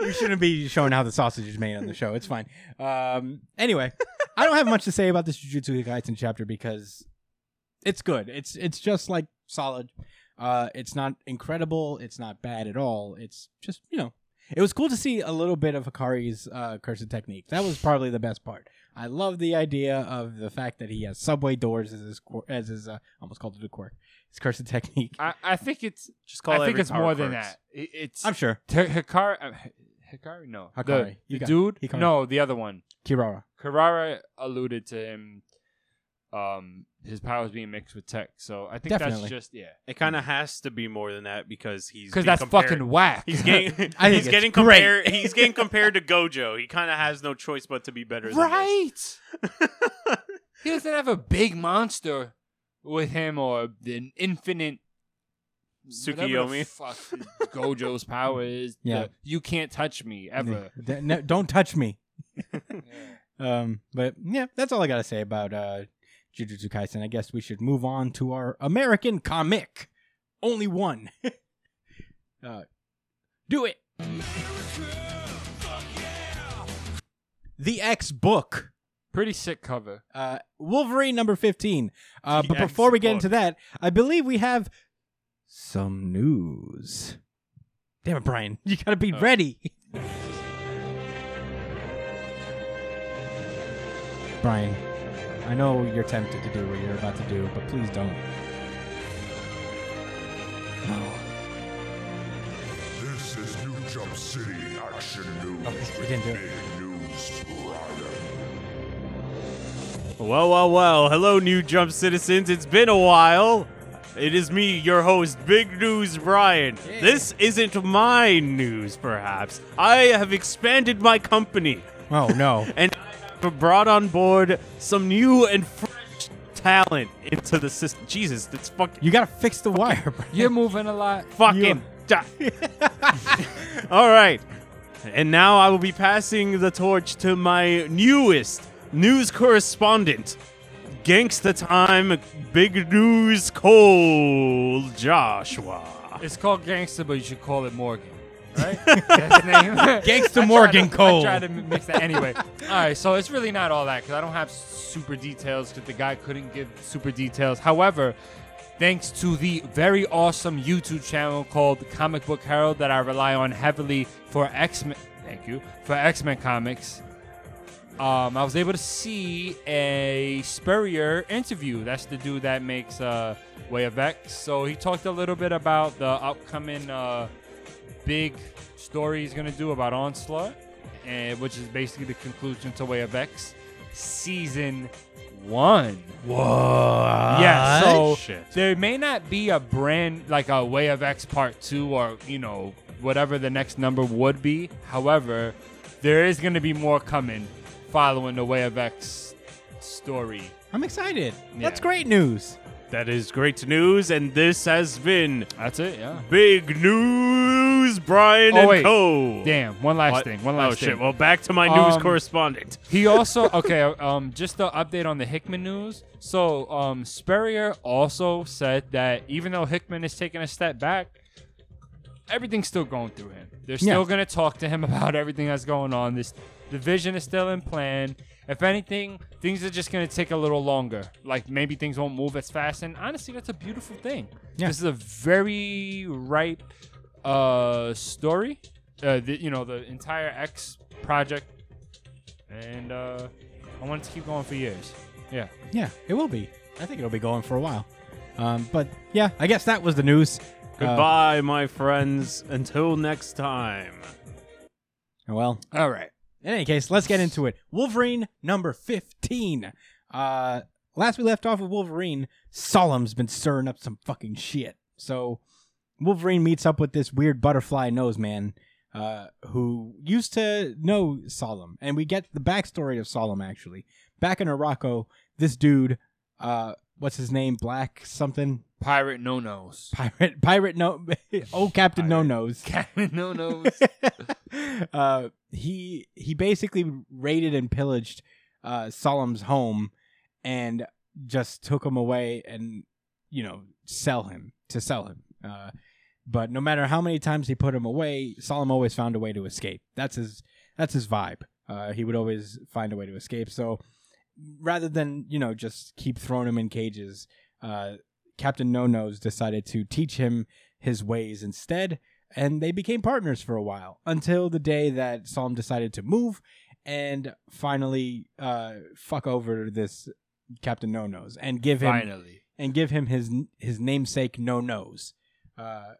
[SPEAKER 1] we shouldn't be showing how the sausage is made on the show. It's fine. Um, anyway, I don't have much to say about this Jujutsu Kaisen chapter because it's good. It's it's just like solid. Uh, it's not incredible. It's not bad at all. It's just you know, it was cool to see a little bit of Hikari's uh, cursive technique. That was probably the best part. I love the idea of the fact that he has subway doors as his quirk, as his uh, almost called it a quirk. His cursive technique.
[SPEAKER 2] I, I think it's.
[SPEAKER 4] Just call
[SPEAKER 2] I
[SPEAKER 4] it
[SPEAKER 2] think
[SPEAKER 4] every
[SPEAKER 2] it's
[SPEAKER 4] power
[SPEAKER 2] more than
[SPEAKER 4] quirks.
[SPEAKER 2] that. It, it's
[SPEAKER 1] I'm sure
[SPEAKER 2] Ter- Hikari. uh, Hi- Hikari, no. The-
[SPEAKER 1] Hikari.
[SPEAKER 2] The,
[SPEAKER 1] You got-
[SPEAKER 2] dude.
[SPEAKER 1] Hikari.
[SPEAKER 2] No, the other one.
[SPEAKER 1] Kirara.
[SPEAKER 2] Carrara alluded to him. Um, his powers being mixed with tech. So I think
[SPEAKER 1] Definitely.
[SPEAKER 2] that's just yeah.
[SPEAKER 4] It kind of has to be more than that because he's
[SPEAKER 2] Because
[SPEAKER 4] being
[SPEAKER 2] that's
[SPEAKER 4] compared-
[SPEAKER 2] fucking whack.
[SPEAKER 4] He's getting
[SPEAKER 1] I think
[SPEAKER 4] he's
[SPEAKER 1] it's
[SPEAKER 4] getting
[SPEAKER 1] great.
[SPEAKER 4] compared he's getting compared to Gojo. He kind of has no choice but to be better than this.
[SPEAKER 2] right. he doesn't have a big monster with him or an infinite whatever the
[SPEAKER 4] Tsukiyomi.
[SPEAKER 2] Fuck Gojo's power is.
[SPEAKER 1] Yeah.
[SPEAKER 2] the you can't touch me ever.
[SPEAKER 1] Yeah. No, don't touch me.
[SPEAKER 2] Yeah.
[SPEAKER 1] Um, but yeah, that's all I gotta say about uh, Jujutsu Kaisen. I guess we should move on to our American comic. Only one. uh, do it. The X book.
[SPEAKER 2] Pretty sick cover.
[SPEAKER 1] Uh, Wolverine number 15. Uh,
[SPEAKER 4] The
[SPEAKER 1] but
[SPEAKER 4] X
[SPEAKER 1] before we get
[SPEAKER 4] book.
[SPEAKER 1] into that, I believe we have some news. Damn it, Brian. You gotta be ready. Brian, I know you're tempted to do what you're about to do, but please don't. No.
[SPEAKER 6] This is New Jump City Action News.
[SPEAKER 1] Oh, we
[SPEAKER 6] with
[SPEAKER 1] didn't do it.
[SPEAKER 6] Big News Brian.
[SPEAKER 4] Well, well, well. Hello, new Jump citizens. It's been a while. It is me, your host, Big News Brian. This isn't my news, perhaps. I have expanded my company
[SPEAKER 1] Oh, no.
[SPEAKER 4] and I have brought on board some new and fresh talent into the system. Jesus, that's fucking
[SPEAKER 1] You gotta fix the wire, Brian.
[SPEAKER 2] You're moving a lot.
[SPEAKER 4] fucking. di- All right. And now I will be passing the torch to my newest news correspondent, Gangsta Time Big News Cole Joshua.
[SPEAKER 2] It's called Gangster, but you should call it Morgan. Right? That's his name.
[SPEAKER 1] Gangsta
[SPEAKER 2] I tried
[SPEAKER 1] Morgan
[SPEAKER 2] to-
[SPEAKER 1] Cole.
[SPEAKER 2] I tried to m- mix that anyway. All right, so it's really not all that because I don't have super details because the guy couldn't give super details. However, thanks to the very awesome YouTube channel called Comic Book Herald that I rely on heavily for X Men. Thank you for X Men comics. Um, I was able to see a Spurrier interview. That's the dude that makes uh, Way of X. So he talked a little bit about the upcoming uh, big story he's going to do about Onslaught, and, which is basically the conclusion to Way of X. season one.
[SPEAKER 1] Whoa.
[SPEAKER 2] Yeah, so
[SPEAKER 4] Shit.
[SPEAKER 2] there may not be a brand like a Way of X Part 2 or, you know, whatever the next number would be. However, there is going to be more coming following the Way of X story.
[SPEAKER 1] I'm excited. That's
[SPEAKER 2] Yeah.
[SPEAKER 1] great news.
[SPEAKER 4] That is great news, and this has been
[SPEAKER 2] That's it, yeah.
[SPEAKER 4] big news, Brian
[SPEAKER 2] Oh,
[SPEAKER 4] and
[SPEAKER 2] wait.
[SPEAKER 4] Co.
[SPEAKER 2] Damn, one last
[SPEAKER 4] What?
[SPEAKER 2] thing. One
[SPEAKER 4] oh
[SPEAKER 2] last thing.
[SPEAKER 4] shit! Well, back to my news
[SPEAKER 2] Um,
[SPEAKER 4] correspondent.
[SPEAKER 2] He also okay. Um, just the update on the Hickman news. So, um, Spurrier also said that even though Hickman is taking a step back, everything's still going through him. They're still
[SPEAKER 1] Yeah.
[SPEAKER 2] gonna talk to him about everything that's going on. This the vision is still in plan. If anything, things are just gonna take a little longer. Like maybe things won't move as fast. And honestly, that's a beautiful thing.
[SPEAKER 1] Yeah.
[SPEAKER 2] This is a very ripe uh story. Uh, the, you know the entire X project and uh, I want it to keep going for years. Yeah.
[SPEAKER 1] Yeah, it will be. I think it'll be going for a while. Um, but yeah, I guess that was the news. Uh,
[SPEAKER 4] Goodbye, my friends. Until next time.
[SPEAKER 1] Uh, well,
[SPEAKER 2] All right.
[SPEAKER 1] In any case, let's get into it. Wolverine number 15. Uh last we left off with Wolverine, Solemn's been stirring up some fucking shit. So Wolverine meets up with this weird butterfly nose man uh who used to know Solemn. And we get the backstory of Solemn actually. Back in Morocco, this dude uh what's his name? Black something?
[SPEAKER 2] Pirate no nos.
[SPEAKER 1] Pirate pirate no Oh Captain No
[SPEAKER 2] Pirate.
[SPEAKER 1] Nose.
[SPEAKER 2] Pirate no nos.
[SPEAKER 1] uh, he he basically raided and pillaged uh, Solemn's home and just took him away and you know sell him to sell him. Uh, but no matter how many times he put him away, Solemn always found a way to escape. That's his that's his vibe. Uh, he would always find a way to escape. So rather than you know just keep throwing him in cages, uh, Captain No Nose decided to teach him his ways instead and they became partners for a while until the day that Psalm decided to move and finally uh, fuck over this Captain No Nose and give him
[SPEAKER 2] Finally.
[SPEAKER 1] and give him his his namesake No Nose. Uh,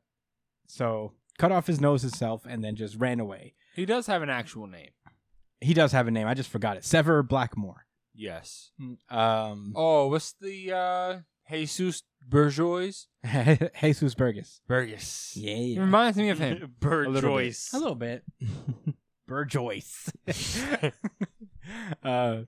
[SPEAKER 1] so cut off his nose himself and then just ran away.
[SPEAKER 2] He does have an actual name.
[SPEAKER 1] He does have a name. I just forgot it. Sever Blackmore.
[SPEAKER 2] Yes.
[SPEAKER 1] Um,
[SPEAKER 2] Oh, what's the uh Jesus Burjois?
[SPEAKER 1] Jesus Burgess.
[SPEAKER 2] Burgess. He
[SPEAKER 1] Yeah.
[SPEAKER 2] reminds me of him.
[SPEAKER 4] Bird
[SPEAKER 2] A little bit.
[SPEAKER 1] A little bit. Burjoice. uh,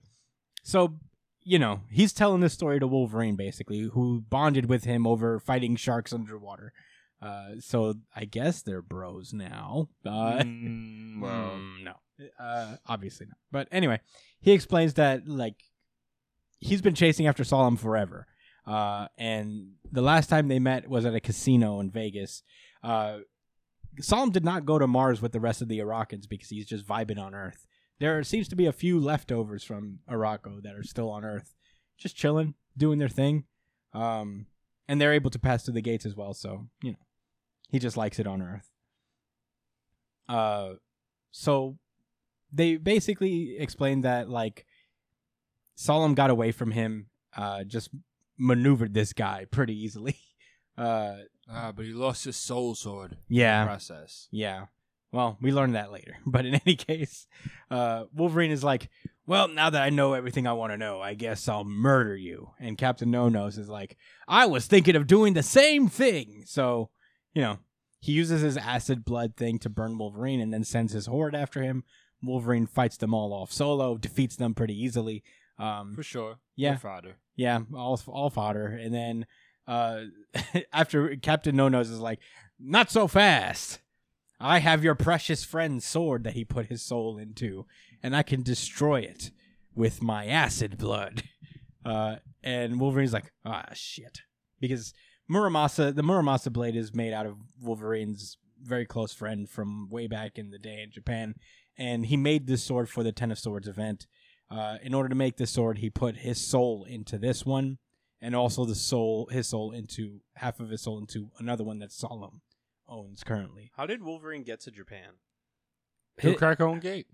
[SPEAKER 1] so, you know, he's telling this story to Wolverine, basically, who bonded with him over fighting sharks underwater. Uh, so I guess they're bros now. Uh,
[SPEAKER 2] Mm, well,
[SPEAKER 1] Mm, no, uh, obviously not. But anyway, he explains that like he's been chasing after Solemn forever, uh, and the last time they met was at a casino in Vegas. Uh, Solemn did not go to Mars with the rest of the Iraqans because he's just vibing on Earth. There seems to be a few leftovers from Iraqo that are still on Earth, just chilling, doing their thing, um, and they're able to pass through the gates as well. So you know, he just likes it on Earth. Uh, so they basically explained that like Solemn got away from him, uh, just maneuvered this guy pretty easily. Uh,
[SPEAKER 2] ah, but he lost his soul sword in the
[SPEAKER 1] yeah,
[SPEAKER 2] process.
[SPEAKER 1] yeah. Well, we learned that later. But in any case, uh, Wolverine is like, well, now that I know everything I want to know, I guess I'll murder you. And Captain No Nose is like, I was thinking of doing the same thing. So, you know, he uses his acid blood thing to burn Wolverine and then sends his horde after him. Wolverine fights them all off solo, defeats them pretty easily. Um,
[SPEAKER 2] For sure.
[SPEAKER 1] Yeah.
[SPEAKER 2] Good Fodder.
[SPEAKER 1] yeah, all all fodder. And then uh, after Captain No Nose is like, "Not so fast! I have your precious friend's sword that he put his soul into, and I can destroy it with my acid blood." Uh, and Wolverine's like, "Ah, shit!" Because Muramasa, the Muramasa blade is made out of Wolverine's very close friend from way back in the day in Japan, and he made this sword for the Ten of Swords event. Uh, in order to make this sword, he put his soul into this one, and also the soul, his soul into half of his soul into another one that Solemn owns currently.
[SPEAKER 4] How did Wolverine get to Japan?
[SPEAKER 2] He'll crack own gate.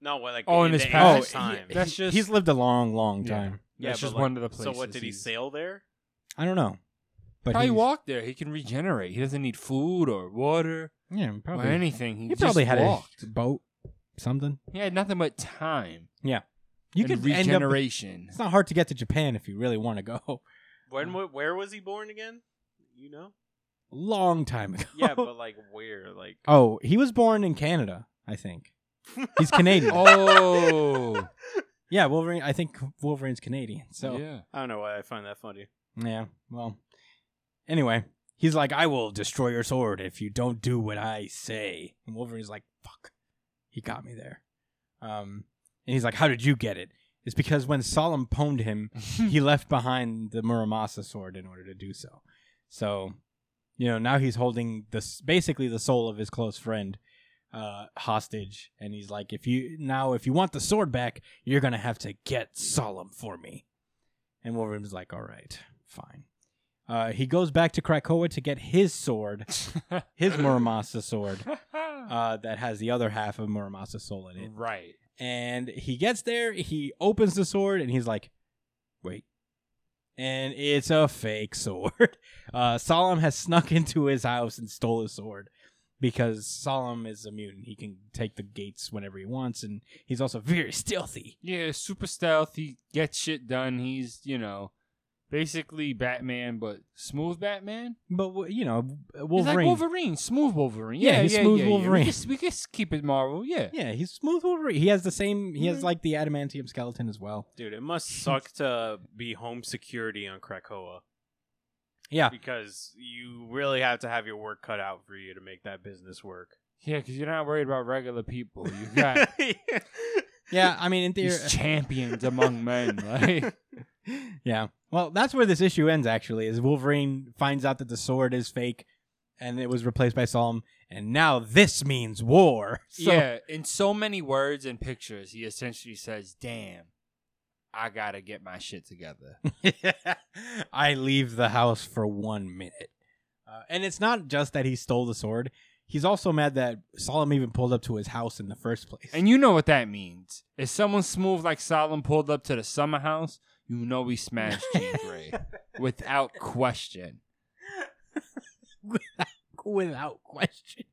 [SPEAKER 4] No, well, like
[SPEAKER 2] Oh, in
[SPEAKER 4] in
[SPEAKER 2] his
[SPEAKER 4] the
[SPEAKER 2] past-
[SPEAKER 4] ancient
[SPEAKER 2] Oh, he-
[SPEAKER 4] time.
[SPEAKER 2] he- That's just-
[SPEAKER 1] he's lived a long, long
[SPEAKER 2] Yeah.
[SPEAKER 1] time.
[SPEAKER 4] yeah,
[SPEAKER 2] That's
[SPEAKER 4] but,
[SPEAKER 2] just
[SPEAKER 4] like,
[SPEAKER 2] one of the places.
[SPEAKER 4] So what did he
[SPEAKER 2] he's-
[SPEAKER 4] sail there?
[SPEAKER 1] I don't know, but
[SPEAKER 2] Probably
[SPEAKER 1] he's-
[SPEAKER 2] walked there. He can regenerate. He doesn't need food or water
[SPEAKER 1] Yeah,
[SPEAKER 2] or
[SPEAKER 1] probably.
[SPEAKER 2] anything. He,
[SPEAKER 1] He probably
[SPEAKER 2] just
[SPEAKER 1] had
[SPEAKER 2] walked.
[SPEAKER 1] a boat, something.
[SPEAKER 2] He had nothing but time.
[SPEAKER 1] Yeah. You
[SPEAKER 2] and
[SPEAKER 1] could end up.
[SPEAKER 2] regeneration.
[SPEAKER 1] It's not hard to get to Japan if you really want to go.
[SPEAKER 4] When? wa- Where was he born again? You know?
[SPEAKER 1] Long time ago.
[SPEAKER 4] Yeah, but like where? Like
[SPEAKER 1] oh, he was born in Canada, I think. He's Canadian.
[SPEAKER 2] oh,
[SPEAKER 1] Yeah, Wolverine. I think Wolverine's Canadian. So yeah.
[SPEAKER 2] yeah.
[SPEAKER 4] I don't know why I find that funny.
[SPEAKER 1] well, anyway, he's like, "I will destroy your sword if you don't do what I say." And Wolverine's like, "Fuck, he got me there." Um, and he's like, "How did you get it?" It's because when Solemn pwned him, he left behind the Muramasa sword in order to do so. So, you know, now he's holding this basically the soul of his close friend uh, hostage, and he's like, "If you now, if you want the sword back, you're gonna have to get solemn for me." And Wolverine's like, "All right, fine." Uh, he goes back to Krakoa to get his sword, his Muramasa sword, uh, that has the other half of Muramasa soul in it.
[SPEAKER 2] right.
[SPEAKER 1] And he gets there, he opens the sword, and he's like, wait. And it's a fake sword. Uh, Solemn has snuck into his house and stole his sword because Solemn is immune. He can take the gates whenever he wants, and he's also very stealthy.
[SPEAKER 2] Yeah, super stealth. He gets shit done. He's you know basically Batman, but smooth Batman.
[SPEAKER 1] But, w- you know,
[SPEAKER 2] He's
[SPEAKER 1] Wolverine.
[SPEAKER 2] like Wolverine, smooth Wolverine.
[SPEAKER 1] Yeah,
[SPEAKER 2] Yeah,
[SPEAKER 1] he's
[SPEAKER 2] yeah,
[SPEAKER 1] smooth
[SPEAKER 2] yeah, yeah.
[SPEAKER 1] Wolverine.
[SPEAKER 2] We just we just keep it Marvel. Yeah.
[SPEAKER 1] Yeah, he's smooth Wolverine. He has the same, he has
[SPEAKER 2] Mhm.
[SPEAKER 1] like the adamantium skeleton as well.
[SPEAKER 4] Dude, it must suck to be home security on Krakoa
[SPEAKER 1] Yeah.
[SPEAKER 4] because you really have to have your work cut out for you to make that business work.
[SPEAKER 2] Yeah, because you're not worried about regular people. You got
[SPEAKER 1] Yeah, I mean, in theory.
[SPEAKER 2] these champions among men. Like,
[SPEAKER 1] yeah. Well, that's where this issue ends. Actually, is Wolverine finds out that the sword is fake, and it was replaced by Solemn, and now this means war. So-
[SPEAKER 2] yeah, in so many words and pictures, he essentially says, "Damn, I gotta get my shit together."
[SPEAKER 1] I leave the house for one minute, uh, and it's not just that he stole the sword. He's also mad that Solemn even pulled up to his house in the first place.
[SPEAKER 2] and you know what that means. If someone smooth like Solomon pulled up to the summer house, you know we smashed Jean Grey without question.
[SPEAKER 1] without question.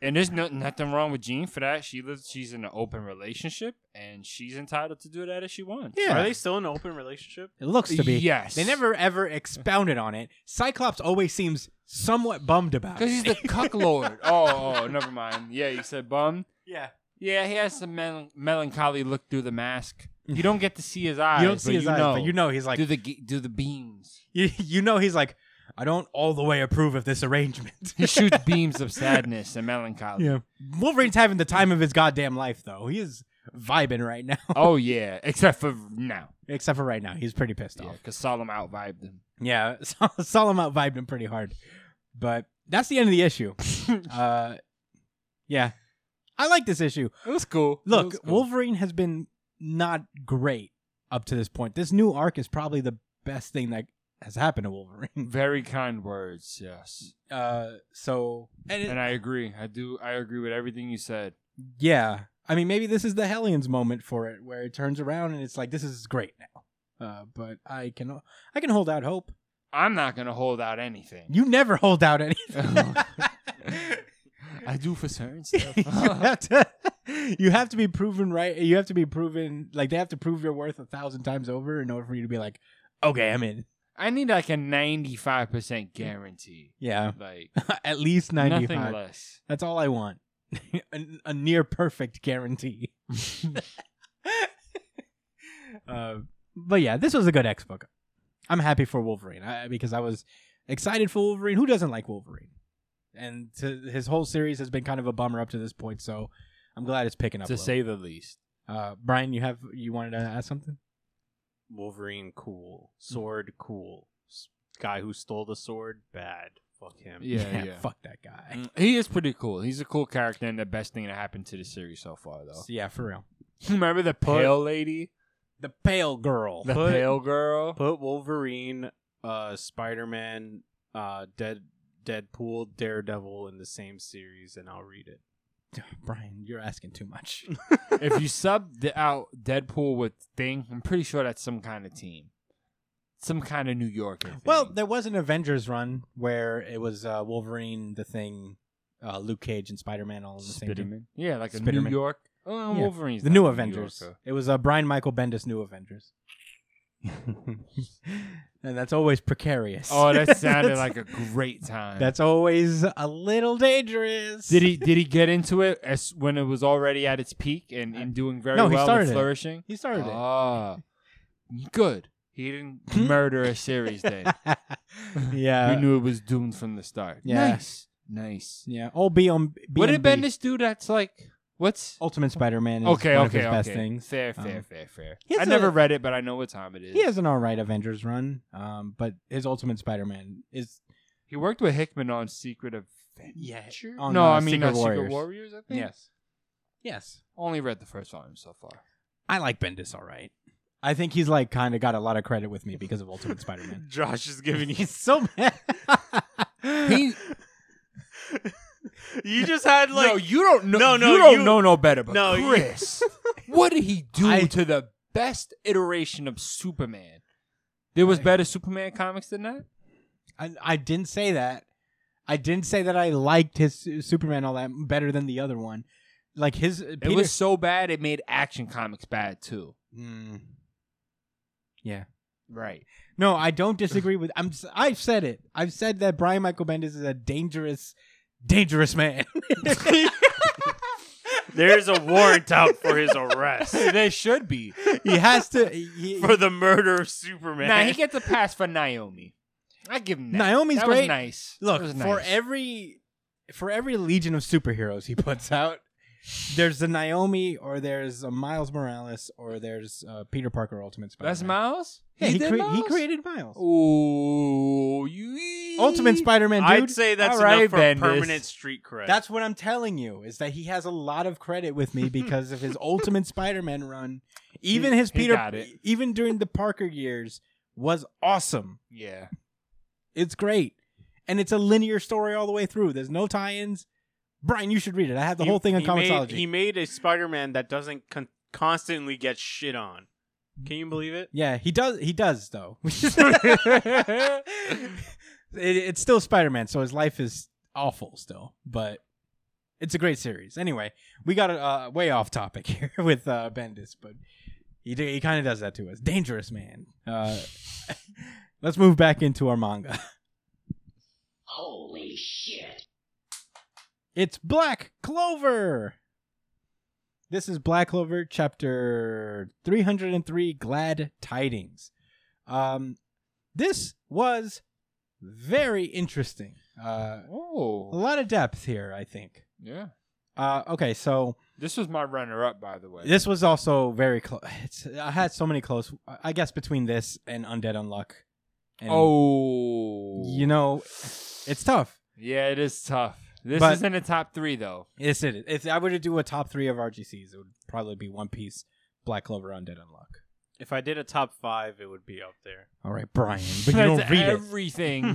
[SPEAKER 2] And there's no, nothing wrong with Jean for that. She lives. She's in an open relationship, and she's entitled to do that if she wants.
[SPEAKER 1] Yeah.
[SPEAKER 4] Are they still in an open relationship?
[SPEAKER 1] It looks to be.
[SPEAKER 2] Yes.
[SPEAKER 1] They never ever expounded on it. Cyclops always seems somewhat bummed about it.
[SPEAKER 2] Because he's the cuck lord. Oh, oh, never mind. Yeah, you said bum.
[SPEAKER 1] yeah.
[SPEAKER 2] Yeah, he has some mel- melancholy look through the mask. You don't get to see his eyes.
[SPEAKER 1] you don't see
[SPEAKER 2] but
[SPEAKER 1] his
[SPEAKER 2] you
[SPEAKER 1] eyes,
[SPEAKER 2] know,
[SPEAKER 1] but you know he's like
[SPEAKER 2] do the ge- do the beams.
[SPEAKER 1] you, you know he's like i don't all the way approve of this arrangement
[SPEAKER 2] He shoots beams of sadness and melancholy.
[SPEAKER 1] wolverine's having the time of his goddamn life though he is vibing right now
[SPEAKER 2] Oh yeah, except for now.
[SPEAKER 1] except for right now he's pretty pissed
[SPEAKER 2] Yeah,
[SPEAKER 1] off
[SPEAKER 2] because Solomon out vibed him.
[SPEAKER 1] yeah Sol- solemn out vibed him pretty hard but that's the end of the issue uh yeah i like this issue
[SPEAKER 2] It was cool. It
[SPEAKER 1] look
[SPEAKER 2] was cool.
[SPEAKER 1] wolverine has been not great up to this point this new arc is probably the best thing that has happened to wolverine
[SPEAKER 2] Very kind words. Yes,
[SPEAKER 1] uh so and, it,
[SPEAKER 2] and I agree. I do. I agree with everything you said.
[SPEAKER 1] Yeah. I mean, maybe this is the Hellions moment for it, where it turns around and it's like, this is great now. Uh, but I can I can hold out hope.
[SPEAKER 2] I'm not gonna hold out anything.
[SPEAKER 1] You never hold out anything.
[SPEAKER 2] I do for certain
[SPEAKER 1] you,
[SPEAKER 2] stuff.
[SPEAKER 1] have to, you have to be proven right. You have to be proven like they have to prove your worth a thousand times over in order for you to be like, okay, I'm in.
[SPEAKER 2] I need like a 95 percent guarantee.
[SPEAKER 1] Yeah,
[SPEAKER 2] Like
[SPEAKER 1] at least ninety
[SPEAKER 2] nothing
[SPEAKER 1] five.
[SPEAKER 2] less.
[SPEAKER 1] That's all I want. a, a near perfect guarantee. uh, but yeah, this was a good X book. I'm happy for Wolverine I, because I was excited for Wolverine. Who doesn't like Wolverine? And to, his whole series has been kind of a bummer up to this point, so I'm glad it's picking up. a
[SPEAKER 2] to
[SPEAKER 1] little.
[SPEAKER 2] say the least.
[SPEAKER 1] uh, Brian, you have you wanted to ask something?
[SPEAKER 4] Wolverine, cool.
[SPEAKER 1] Mm.
[SPEAKER 4] Sword, cool. S- Guy who stole the sword, bad. Fuck him.
[SPEAKER 2] Yeah, yeah.
[SPEAKER 1] Fuck that guy.
[SPEAKER 2] Mm, He is pretty cool. He's a cool character and the best thing that happened to the series so far, though.
[SPEAKER 1] So, yeah, for real.
[SPEAKER 2] Remember the pale lady,
[SPEAKER 1] The pale girl.
[SPEAKER 2] the
[SPEAKER 4] Put-
[SPEAKER 2] pale girl.
[SPEAKER 4] Put Wolverine, uh, Spider Man, uh, Dead, Deadpool, Daredevil in the same series, and I'll read it.
[SPEAKER 1] Brian, you're asking too much.
[SPEAKER 2] if you sub the, out Deadpool with Thing, I'm pretty sure that's some kind of team, some kind of New Yorker. Thing.
[SPEAKER 1] Well, there was an Avengers run where it was uh, Wolverine, the Thing, uh, Luke Cage, and Spider Man all in the same. team.
[SPEAKER 2] Spiderman. Yeah, like a New
[SPEAKER 1] Spiderman.
[SPEAKER 2] York Oh,
[SPEAKER 1] Yeah.
[SPEAKER 2] Wolverine's
[SPEAKER 1] The
[SPEAKER 2] not
[SPEAKER 1] new
[SPEAKER 2] New
[SPEAKER 1] Avengers.
[SPEAKER 2] Yorker.
[SPEAKER 1] It was uh, Brian Michael Bendis' new Avengers. and that's always precarious.
[SPEAKER 2] Oh, that sounded
[SPEAKER 1] That's-
[SPEAKER 2] like a great time.
[SPEAKER 1] That's always a little dangerous.
[SPEAKER 2] did he did he get into it as when it was already at its peak and, and doing very
[SPEAKER 1] No, he
[SPEAKER 2] well
[SPEAKER 1] started
[SPEAKER 2] and
[SPEAKER 1] it.
[SPEAKER 2] flourishing?
[SPEAKER 1] He started it. Hmm?
[SPEAKER 2] Ah, good. He didn't murder a series day.
[SPEAKER 1] yeah.
[SPEAKER 2] you knew it was doomed from the start.
[SPEAKER 1] Yeah.
[SPEAKER 2] Nice, nice.
[SPEAKER 1] yeah. All B on B.
[SPEAKER 2] What
[SPEAKER 1] and
[SPEAKER 2] did
[SPEAKER 1] B.
[SPEAKER 2] Bendis do? That's like what's
[SPEAKER 1] Ultimate Spider-Man is
[SPEAKER 2] okay,
[SPEAKER 1] one
[SPEAKER 2] okay,
[SPEAKER 1] of his
[SPEAKER 2] okay.
[SPEAKER 1] best things.
[SPEAKER 2] Fair,
[SPEAKER 1] Um,
[SPEAKER 2] fair, fair, fair.
[SPEAKER 1] he
[SPEAKER 2] I
[SPEAKER 1] has
[SPEAKER 2] never
[SPEAKER 1] a-
[SPEAKER 2] read it, but I know what time it is.
[SPEAKER 1] He has an all right Avengers run, um, but his Ultimate Spider-Man is
[SPEAKER 2] He worked with Hickman on Secret of
[SPEAKER 1] Yeah,
[SPEAKER 2] Adventure.
[SPEAKER 1] on,
[SPEAKER 2] no,
[SPEAKER 1] uh,
[SPEAKER 2] I mean
[SPEAKER 1] Secret
[SPEAKER 2] not
[SPEAKER 1] Warriors.
[SPEAKER 2] Secret Warriors. I think.
[SPEAKER 1] yes.
[SPEAKER 2] Only read the first volume so far.
[SPEAKER 1] I like Bendis all right. I think he's like kind of got a lot of credit with me because of Ultimate Spider-Man.
[SPEAKER 4] Josh is giving you.
[SPEAKER 1] He's so mad.
[SPEAKER 2] He,
[SPEAKER 4] You just had like
[SPEAKER 2] no, you don't know. No,
[SPEAKER 4] No, no,
[SPEAKER 2] you don't
[SPEAKER 4] you-
[SPEAKER 2] know no better. But
[SPEAKER 4] No, you-
[SPEAKER 2] Chris, what did he do
[SPEAKER 1] I-
[SPEAKER 2] to the best iteration of Superman? There was better Superman comics than that.
[SPEAKER 1] I, I didn't say that. I didn't say that I liked his Su- Superman all that better than the other one. Like his uh, Peter,
[SPEAKER 2] It was so bad it made Action Comics bad too.
[SPEAKER 1] Mm. Yeah.
[SPEAKER 2] Right.
[SPEAKER 1] No, I don't disagree with. I'm. s- I've said it. I've said that Brian Michael Bendis is a dangerous, dangerous man.
[SPEAKER 4] there's a warrant out for his arrest
[SPEAKER 2] there should be.
[SPEAKER 1] he has to. He,
[SPEAKER 4] for the murder of Superman.
[SPEAKER 2] Nah, he gets a pass for Naomi. I give him that.
[SPEAKER 1] Naomi's
[SPEAKER 2] that
[SPEAKER 1] great.
[SPEAKER 2] Was nice.
[SPEAKER 1] look
[SPEAKER 2] That was
[SPEAKER 1] for
[SPEAKER 2] nice.
[SPEAKER 1] every for every legion of superheroes he puts out there's a naomi or there's a miles morales or there's uh, peter parker ultimate spider
[SPEAKER 2] That's Miles.
[SPEAKER 1] yeah, he,
[SPEAKER 2] did
[SPEAKER 1] crea- he
[SPEAKER 2] Miles?
[SPEAKER 1] created miles
[SPEAKER 2] Ooh, you
[SPEAKER 1] ultimate spider-man dude
[SPEAKER 4] I'd say that's
[SPEAKER 2] All right,
[SPEAKER 4] enough for
[SPEAKER 2] Bendis.
[SPEAKER 4] permanent street cred.
[SPEAKER 1] that's what i'm telling you is that he has a lot of credit with me because of his ultimate spider-man run even
[SPEAKER 2] He-
[SPEAKER 1] his
[SPEAKER 2] he
[SPEAKER 1] peter
[SPEAKER 2] got it.
[SPEAKER 1] even during the parker years was awesome
[SPEAKER 2] Yeah.
[SPEAKER 1] It's great. And it's a linear story all the way through. There's no tie-ins. Brian, you should read it. I have the
[SPEAKER 4] He-
[SPEAKER 1] whole thing on
[SPEAKER 4] he made-
[SPEAKER 1] comicsology.
[SPEAKER 4] He made a Spider-Man that doesn't con- constantly get shit on. Can you believe it?
[SPEAKER 1] yeah, he does he does though. it, it's still Spider-Man, so his life is awful still, but it's a great series. Anyway, we got uh, way off topic here with uh, Bendis, but he do, he kind of does that to us. Dangerous man. Uh, let's move back into our manga.
[SPEAKER 5] Holy shit.
[SPEAKER 1] It's Black Clover. This is Black Clover chapter 303 Glad Tidings. Um this was very interesting. Uh a
[SPEAKER 2] Oh.
[SPEAKER 1] lot of depth here, I think.
[SPEAKER 2] Yeah.
[SPEAKER 1] Uh okay, so
[SPEAKER 2] This was my runner-up, by the way.
[SPEAKER 1] this was also very close. I had so many close I guess between this and Undead Unluck. And,
[SPEAKER 2] oh.
[SPEAKER 1] you know, it's tough.
[SPEAKER 2] Yeah, it is tough. This
[SPEAKER 1] But-
[SPEAKER 2] isn't a top three though.
[SPEAKER 1] Yes, it is. If I were to do a top three of RGCs, it would probably be One Piece, Black Clover, Undead Unlock.
[SPEAKER 4] If I did a top five, it would be up there.
[SPEAKER 1] All right, Brian, but you don't
[SPEAKER 2] That's
[SPEAKER 1] read it.
[SPEAKER 2] everything.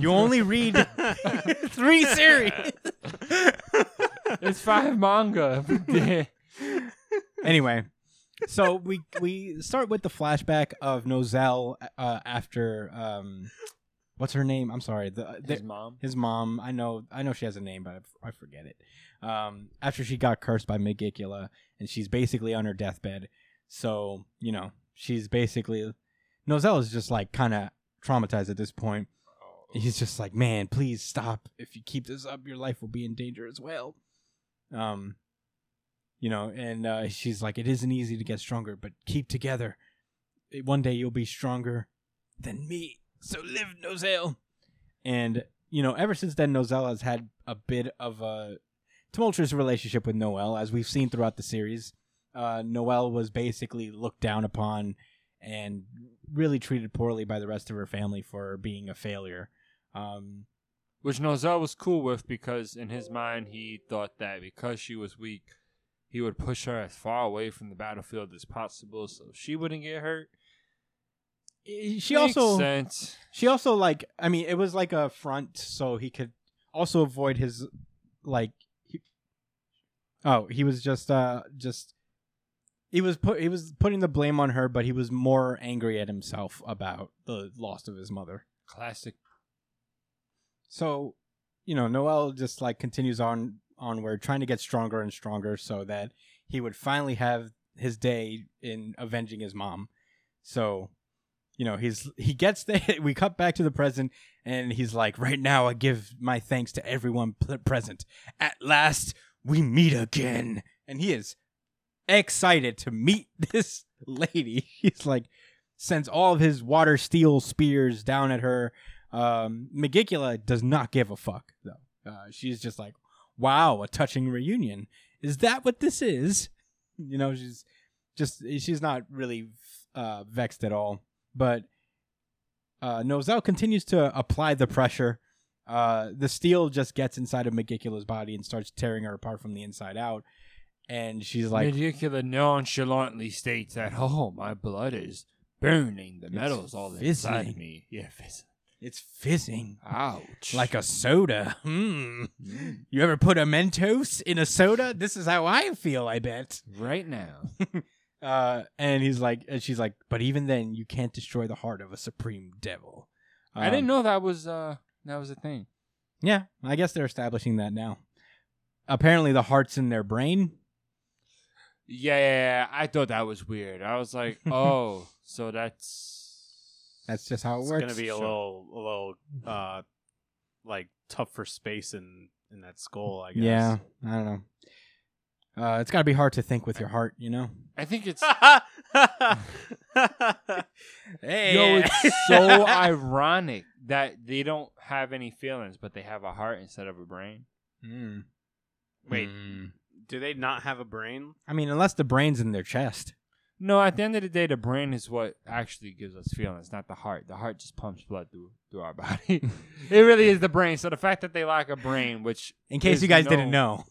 [SPEAKER 1] You only read three series.
[SPEAKER 2] It's five manga.
[SPEAKER 1] Anyway, so we we start with the flashback of Nozel uh, after um, what's her name? I'm sorry, the, the
[SPEAKER 2] His mom.
[SPEAKER 1] his mom. I know, I know she has a name, but I, I forget it. Um, after she got cursed by Megicula, and she's basically on her deathbed. So you know, she's basically Nozel is just like kind of traumatized at this point. He's just like, man, please stop. If you keep this up, your life will be in danger as well. Um, you know, and uh, she's like, it isn't easy to get stronger, but keep together. One day you'll be stronger than me. So live, Nozel. And you know, ever since then, Nozel has had a bit of a tumultuous relationship with Noel, as we've seen throughout the series. Uh, Noel was basically looked down upon and really treated poorly by the rest of her family for being a failure. Um,
[SPEAKER 2] Which Nozal was cool with because in his mind he thought that because she was weak, he would push her as far away from the battlefield as possible so she wouldn't get hurt.
[SPEAKER 1] she
[SPEAKER 2] Makes
[SPEAKER 1] also
[SPEAKER 2] sense.
[SPEAKER 1] She also like I mean it was like a front so he could also avoid his like he, Oh, he was just uh just he was put he was putting the blame on her but he was more angry at himself about the loss of his mother.
[SPEAKER 2] classic.
[SPEAKER 1] So, you know, Noel just like continues on onward trying to get stronger and stronger so that he would finally have his day in avenging his mom. So, you know, he's he gets there. We cut back to the present, and he's like, "Right now, I give my thanks to everyone pl- present. At last, we meet again." And he is excited to meet this lady. He's like, sends all of his water steel spears down at her. Um, Megicula does not give a fuck though. Uh, she's just like, "Wow, a touching reunion. Is that what this is?" You know, she's just she's not really uh, vexed at all. But uh, Nozel continues to apply the pressure. Uh, the steel just gets inside of Megicula's body and starts tearing her apart from the inside out. And she's like,
[SPEAKER 2] Medicula nonchalantly states that, "Oh, my blood is burning. The metal's all inside
[SPEAKER 1] fizzling.
[SPEAKER 2] me. Yeah, fizz-
[SPEAKER 1] "It's fizzing."
[SPEAKER 2] ouch.
[SPEAKER 1] like a soda. Hmm.
[SPEAKER 4] Mm.
[SPEAKER 1] You ever put a Mentos in a soda? This is how I feel, I bet.
[SPEAKER 2] right now.
[SPEAKER 1] Uh, and he's like, and she's like, but even then, you can't destroy the heart of a supreme devil.
[SPEAKER 2] I didn't
[SPEAKER 1] Um,
[SPEAKER 2] know that was uh that was a thing.
[SPEAKER 1] Yeah, I guess they're establishing that now. Apparently, the heart's in their brain.
[SPEAKER 2] Yeah, yeah, yeah, I thought that was weird. I was like, oh, so that's
[SPEAKER 1] That's just how it
[SPEAKER 4] It's
[SPEAKER 1] works.
[SPEAKER 4] gonna be a little, a little, uh, like tough for space in in that skull. I guess.
[SPEAKER 1] Yeah, I don't know. Uh, it's got to be hard to think with your heart, you know.
[SPEAKER 2] I think it's
[SPEAKER 1] Hey,
[SPEAKER 2] yo, it's so ironic that they don't have any feelings, but they have a heart instead of a brain.
[SPEAKER 1] Mm.
[SPEAKER 4] Wait,
[SPEAKER 1] Mm.
[SPEAKER 4] do they not have a brain?
[SPEAKER 1] I mean, unless the brain's in their chest.
[SPEAKER 2] No, at the end of the day, the brain is what actually gives us feelings, not the heart. The heart just pumps blood through through our body. it really is the brain. So the fact that they lack a brain, which
[SPEAKER 1] In case
[SPEAKER 2] is
[SPEAKER 1] you guys
[SPEAKER 2] no-
[SPEAKER 1] didn't know.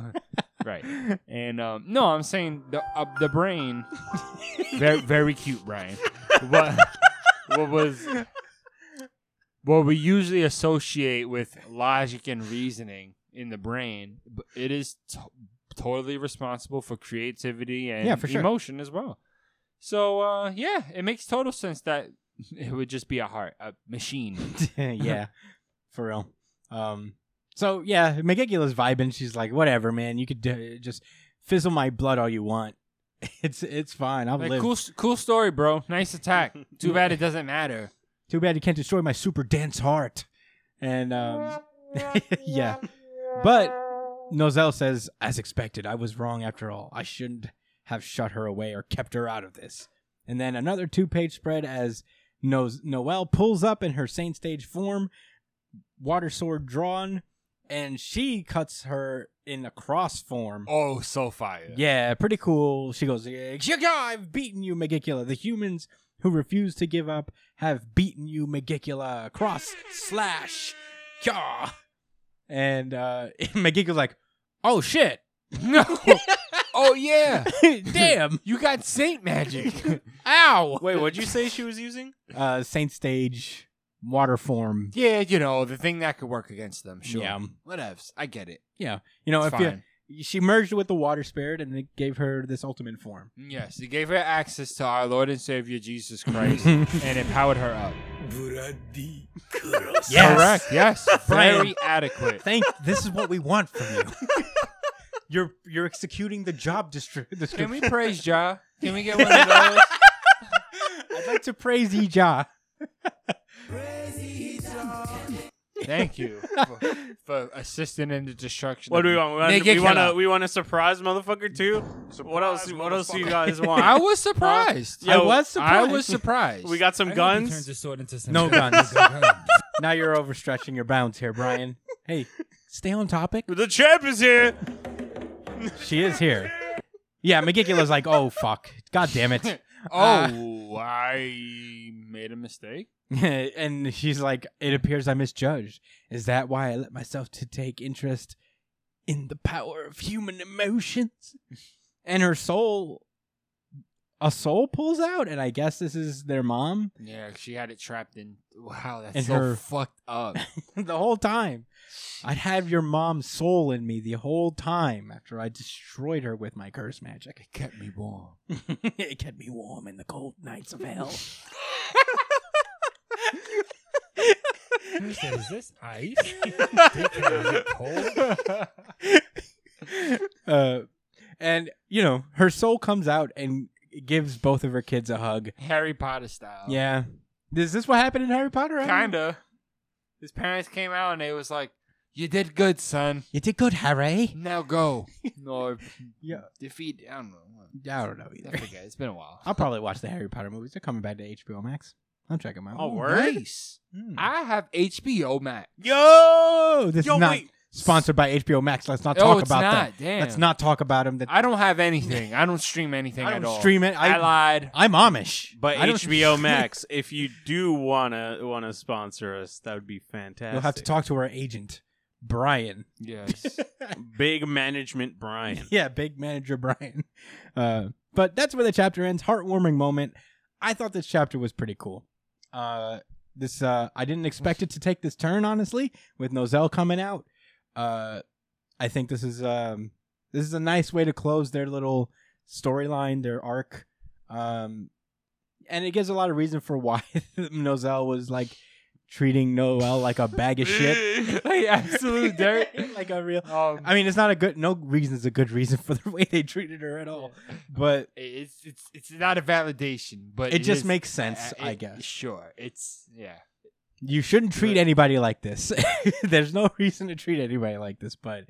[SPEAKER 2] right? And um, no, I'm saying the uh, the brain, very very cute, Brian. What what was what we usually associate with logic and reasoning in the brain, but it is t- totally responsible for creativity and
[SPEAKER 1] Yeah, for sure.
[SPEAKER 2] emotion as well. So uh, yeah, it makes total sense that it would just be a heart, a machine.
[SPEAKER 1] yeah, for real. Um, so yeah, Megicula's vibing. She's like, whatever, man. You could do, just fizzle my blood all you want. It's it's fine. I'll
[SPEAKER 2] Like,
[SPEAKER 1] live.
[SPEAKER 2] cool, s- cool story, bro. Nice attack. Too bad it doesn't matter.
[SPEAKER 1] Too bad you can't destroy my super dense heart. And um, yeah, but Nozel says, as expected, I was wrong after all. I shouldn't have shut her away or kept her out of this. And then another two-page spread as no- Noelle pulls up in her saint stage form, water sword drawn, and she cuts her in a cross form.
[SPEAKER 2] Oh, so fire.
[SPEAKER 1] Yeah, pretty cool. She goes, "Yeah, I've beaten you, Megicula. The humans who refuse to give up have beaten you, Megicula. Cross slash. Yah. And uh, Megicula's like, oh shit.
[SPEAKER 2] No. oh yeah.
[SPEAKER 1] Damn.
[SPEAKER 2] You got saint magic.
[SPEAKER 1] Ow.
[SPEAKER 4] Wait, what'd you say she was using?
[SPEAKER 1] Uh, Saint Stage water form.
[SPEAKER 2] yeah, you know, the thing that could work against them, sure.
[SPEAKER 1] Yeah.
[SPEAKER 2] Whatevs. I get it.
[SPEAKER 1] You know,
[SPEAKER 2] It's
[SPEAKER 1] if
[SPEAKER 2] fine.
[SPEAKER 1] you, she merged with the water spirit and it gave her this ultimate form.
[SPEAKER 2] Yes, it gave her access to our Lord and Savior Jesus Christ and it powered her up. Correct, yes. Very adequate.
[SPEAKER 1] Thank. This is what we want from you. You're you're executing the job distri- description.
[SPEAKER 2] Can we praise Jah? Can we get one of those?
[SPEAKER 1] I'd like to praise Ija.
[SPEAKER 2] Thank you for, for assisting in the destruction.
[SPEAKER 4] What
[SPEAKER 2] of
[SPEAKER 4] do we
[SPEAKER 2] the-
[SPEAKER 4] want? We want, we
[SPEAKER 2] Naked
[SPEAKER 4] want a
[SPEAKER 2] killer.
[SPEAKER 4] we want a surprise, motherfucker, too. what else? What else do you guys want?
[SPEAKER 2] I was surprised.
[SPEAKER 4] Yo,
[SPEAKER 1] I was surprised.
[SPEAKER 2] I was surprised.
[SPEAKER 4] we got some
[SPEAKER 3] I think He turns
[SPEAKER 4] guns.
[SPEAKER 3] his sword into some
[SPEAKER 1] No
[SPEAKER 3] kind
[SPEAKER 1] guns.
[SPEAKER 3] of gun.
[SPEAKER 1] now you're overstretching your bounds here, Brian. Hey, stay on topic.
[SPEAKER 4] The champ is here.
[SPEAKER 1] She is here. Yeah, Megicula's like, oh fuck, god damn it,
[SPEAKER 2] Oh, I made a mistake.
[SPEAKER 1] and she's like, it appears I misjudged. Is that why I let myself to take interest in the power of human emotions? And her soul, a soul pulls out, and I guess this is their mom
[SPEAKER 2] Yeah, she had it trapped in. Wow, that's
[SPEAKER 1] In
[SPEAKER 2] so
[SPEAKER 1] her-
[SPEAKER 2] fucked up.
[SPEAKER 1] the whole time. I'd have your mom's soul in me the whole time after I destroyed her with my curse magic.
[SPEAKER 2] it kept me warm.
[SPEAKER 1] it kept me warm in the cold nights of hell.
[SPEAKER 3] He said, Is this ice? Is it cold?
[SPEAKER 1] uh, and you her soul comes out and gives both of her kids a hug.
[SPEAKER 2] Harry Potter style.
[SPEAKER 1] Yeah. Is this what happened in Harry Potter? I don't-
[SPEAKER 2] Oh. Kinda. His parents came out and they was like, "You did good, son.
[SPEAKER 1] You did good, Harry.
[SPEAKER 2] Now go." or
[SPEAKER 1] Yeah.
[SPEAKER 2] defeat. I don't know.
[SPEAKER 1] I don't know
[SPEAKER 2] I
[SPEAKER 1] either.
[SPEAKER 2] forget. It's been a while.
[SPEAKER 1] I'll probably watch the Harry Potter movies. They're coming back to HBO Max. I'll check them out.
[SPEAKER 4] Oh, word?
[SPEAKER 2] Nice.
[SPEAKER 1] Mm.
[SPEAKER 2] I have HBO Max.
[SPEAKER 1] Yo, Oh, this
[SPEAKER 4] Yo,
[SPEAKER 1] is not
[SPEAKER 4] wait.
[SPEAKER 1] sponsored by HBO Max. Let's not
[SPEAKER 2] Oh,
[SPEAKER 1] talk
[SPEAKER 2] it's
[SPEAKER 1] about
[SPEAKER 2] not.
[SPEAKER 1] that.
[SPEAKER 2] Damn.
[SPEAKER 1] Let's not talk about them. That
[SPEAKER 2] I don't have anything. I don't stream anything
[SPEAKER 1] I
[SPEAKER 2] at
[SPEAKER 1] don't
[SPEAKER 2] all.
[SPEAKER 1] stream it.
[SPEAKER 2] I,
[SPEAKER 1] I-
[SPEAKER 2] lied.
[SPEAKER 1] I'm Amish,
[SPEAKER 4] But
[SPEAKER 1] I don't-
[SPEAKER 4] HBO Max, if you do wanna wanna sponsor us, that would be fantastic.
[SPEAKER 1] You'll have to talk to our agent, Brian.
[SPEAKER 2] Yes.
[SPEAKER 4] Big management Brian.
[SPEAKER 1] Yeah, big manager Brian. Uh, but that's where the chapter ends. Heartwarming moment. I thought this chapter was pretty cool. Uh, this uh, I didn't expect it to take this turn, honestly, with Nozell coming out. Uh, I think this is um, this is a nice way to close their little storyline, their arc. Um, and it gives a lot of reason for why Nozell was like treating Noel like a bag of shit,
[SPEAKER 2] like absolute dirt.
[SPEAKER 1] like a real.
[SPEAKER 2] Um,
[SPEAKER 1] I mean, it's not a good. No reason is a good reason for the way they treated her at all. But
[SPEAKER 2] it's it's it's not a validation, but
[SPEAKER 1] It just
[SPEAKER 2] is-
[SPEAKER 1] makes sense, I
[SPEAKER 2] it-
[SPEAKER 1] guess.
[SPEAKER 2] Sure. It's yeah.
[SPEAKER 1] you shouldn't treat anybody like this. There's no reason to treat anybody like this. But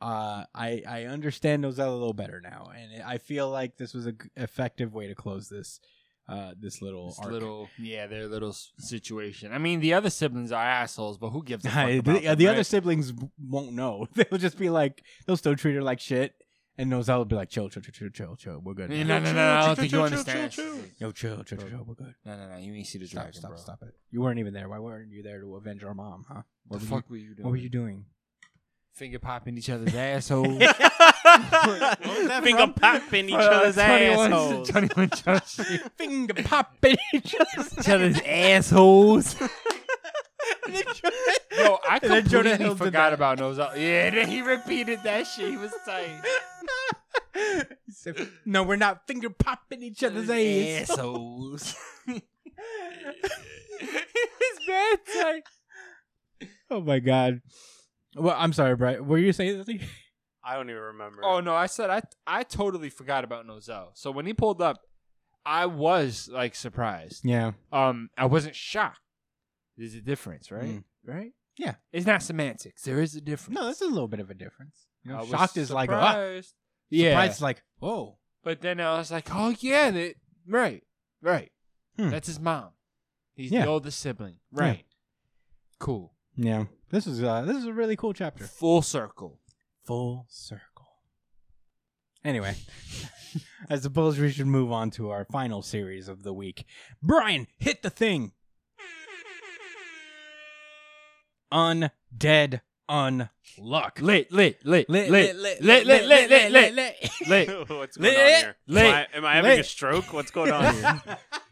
[SPEAKER 1] uh, I I understand Nozella a little better now, and I feel like this was a g- effective way to close this uh this little
[SPEAKER 2] This
[SPEAKER 1] arc.
[SPEAKER 2] little yeah, their little s- situation. I mean, the other siblings are assholes, but who gives a fuck
[SPEAKER 1] the,
[SPEAKER 2] about them,
[SPEAKER 1] the other
[SPEAKER 2] right?
[SPEAKER 1] siblings w- won't know. They'll just be like, they'll still treat her like shit, and Nozella will be like, chill, chill, chill, chill, chill, chill. We're good.
[SPEAKER 2] I mean,
[SPEAKER 1] now."
[SPEAKER 2] No, no, no, no, I don't think you understand.
[SPEAKER 1] Yo, chill, chill, chill, chill. We're good.
[SPEAKER 2] No, no, no. You ain't see the dragon,
[SPEAKER 1] Stop, stop,
[SPEAKER 2] bro.
[SPEAKER 1] stop it. You weren't even there. Why weren't you there to avenge our mom, huh?
[SPEAKER 2] What
[SPEAKER 1] What,
[SPEAKER 2] the
[SPEAKER 1] were,
[SPEAKER 2] fuck
[SPEAKER 1] you,
[SPEAKER 2] were you doing?
[SPEAKER 1] what were you doing?
[SPEAKER 2] Finger popping each other's assholes.
[SPEAKER 4] Finger popping each
[SPEAKER 1] Uh,
[SPEAKER 4] other's assholes.
[SPEAKER 2] Twenty-one Jump Street.
[SPEAKER 1] Finger popping each
[SPEAKER 2] Each other's assholes. Yo, I
[SPEAKER 1] And then Jonah
[SPEAKER 2] completely
[SPEAKER 1] Hill did
[SPEAKER 2] forgot
[SPEAKER 1] that.
[SPEAKER 2] about Nozell. Yeah, then he repeated that shit. He was tight.
[SPEAKER 1] He said, no, we're not finger popping each other's ass.
[SPEAKER 2] assholes. It's bad tight.
[SPEAKER 1] Oh my god. Well, I'm sorry, Brian. Were you saying something?
[SPEAKER 4] I don't even remember.
[SPEAKER 2] Oh no, I said I I totally forgot about Nozell. So when he pulled up, I was like surprised.
[SPEAKER 1] Yeah.
[SPEAKER 2] Um, I wasn't shocked. There's a difference, right?
[SPEAKER 1] Mm.
[SPEAKER 2] Right?
[SPEAKER 1] Yeah.
[SPEAKER 2] It's not semantics. There is a difference.
[SPEAKER 1] No, that's a little bit of a difference. You
[SPEAKER 2] I
[SPEAKER 1] know,
[SPEAKER 2] was
[SPEAKER 1] shocked is like, ah.
[SPEAKER 2] surprised. yeah.
[SPEAKER 1] Surprised is like, whoa.
[SPEAKER 2] But then I was like, oh yeah, that, right, right.
[SPEAKER 1] Hmm.
[SPEAKER 2] That's his mom. He's
[SPEAKER 1] Yeah.
[SPEAKER 2] the oldest sibling. Right. Cool.
[SPEAKER 1] Yeah. This is uh this is a really cool chapter.
[SPEAKER 2] Full circle.
[SPEAKER 1] Full circle. Anyway, I suppose we should move on to our final series of the week. Brian, hit the thing. Undead unluck.
[SPEAKER 2] Lit, lit, lit,
[SPEAKER 1] Lit,
[SPEAKER 2] lit,
[SPEAKER 1] lit, lit, lit, lit, lit, lit, lit,
[SPEAKER 2] lit.
[SPEAKER 4] What's
[SPEAKER 1] Lit.
[SPEAKER 4] going on here?
[SPEAKER 2] Lit.
[SPEAKER 4] Am I, am I having a
[SPEAKER 1] Lit.
[SPEAKER 4] stroke? What's going on here?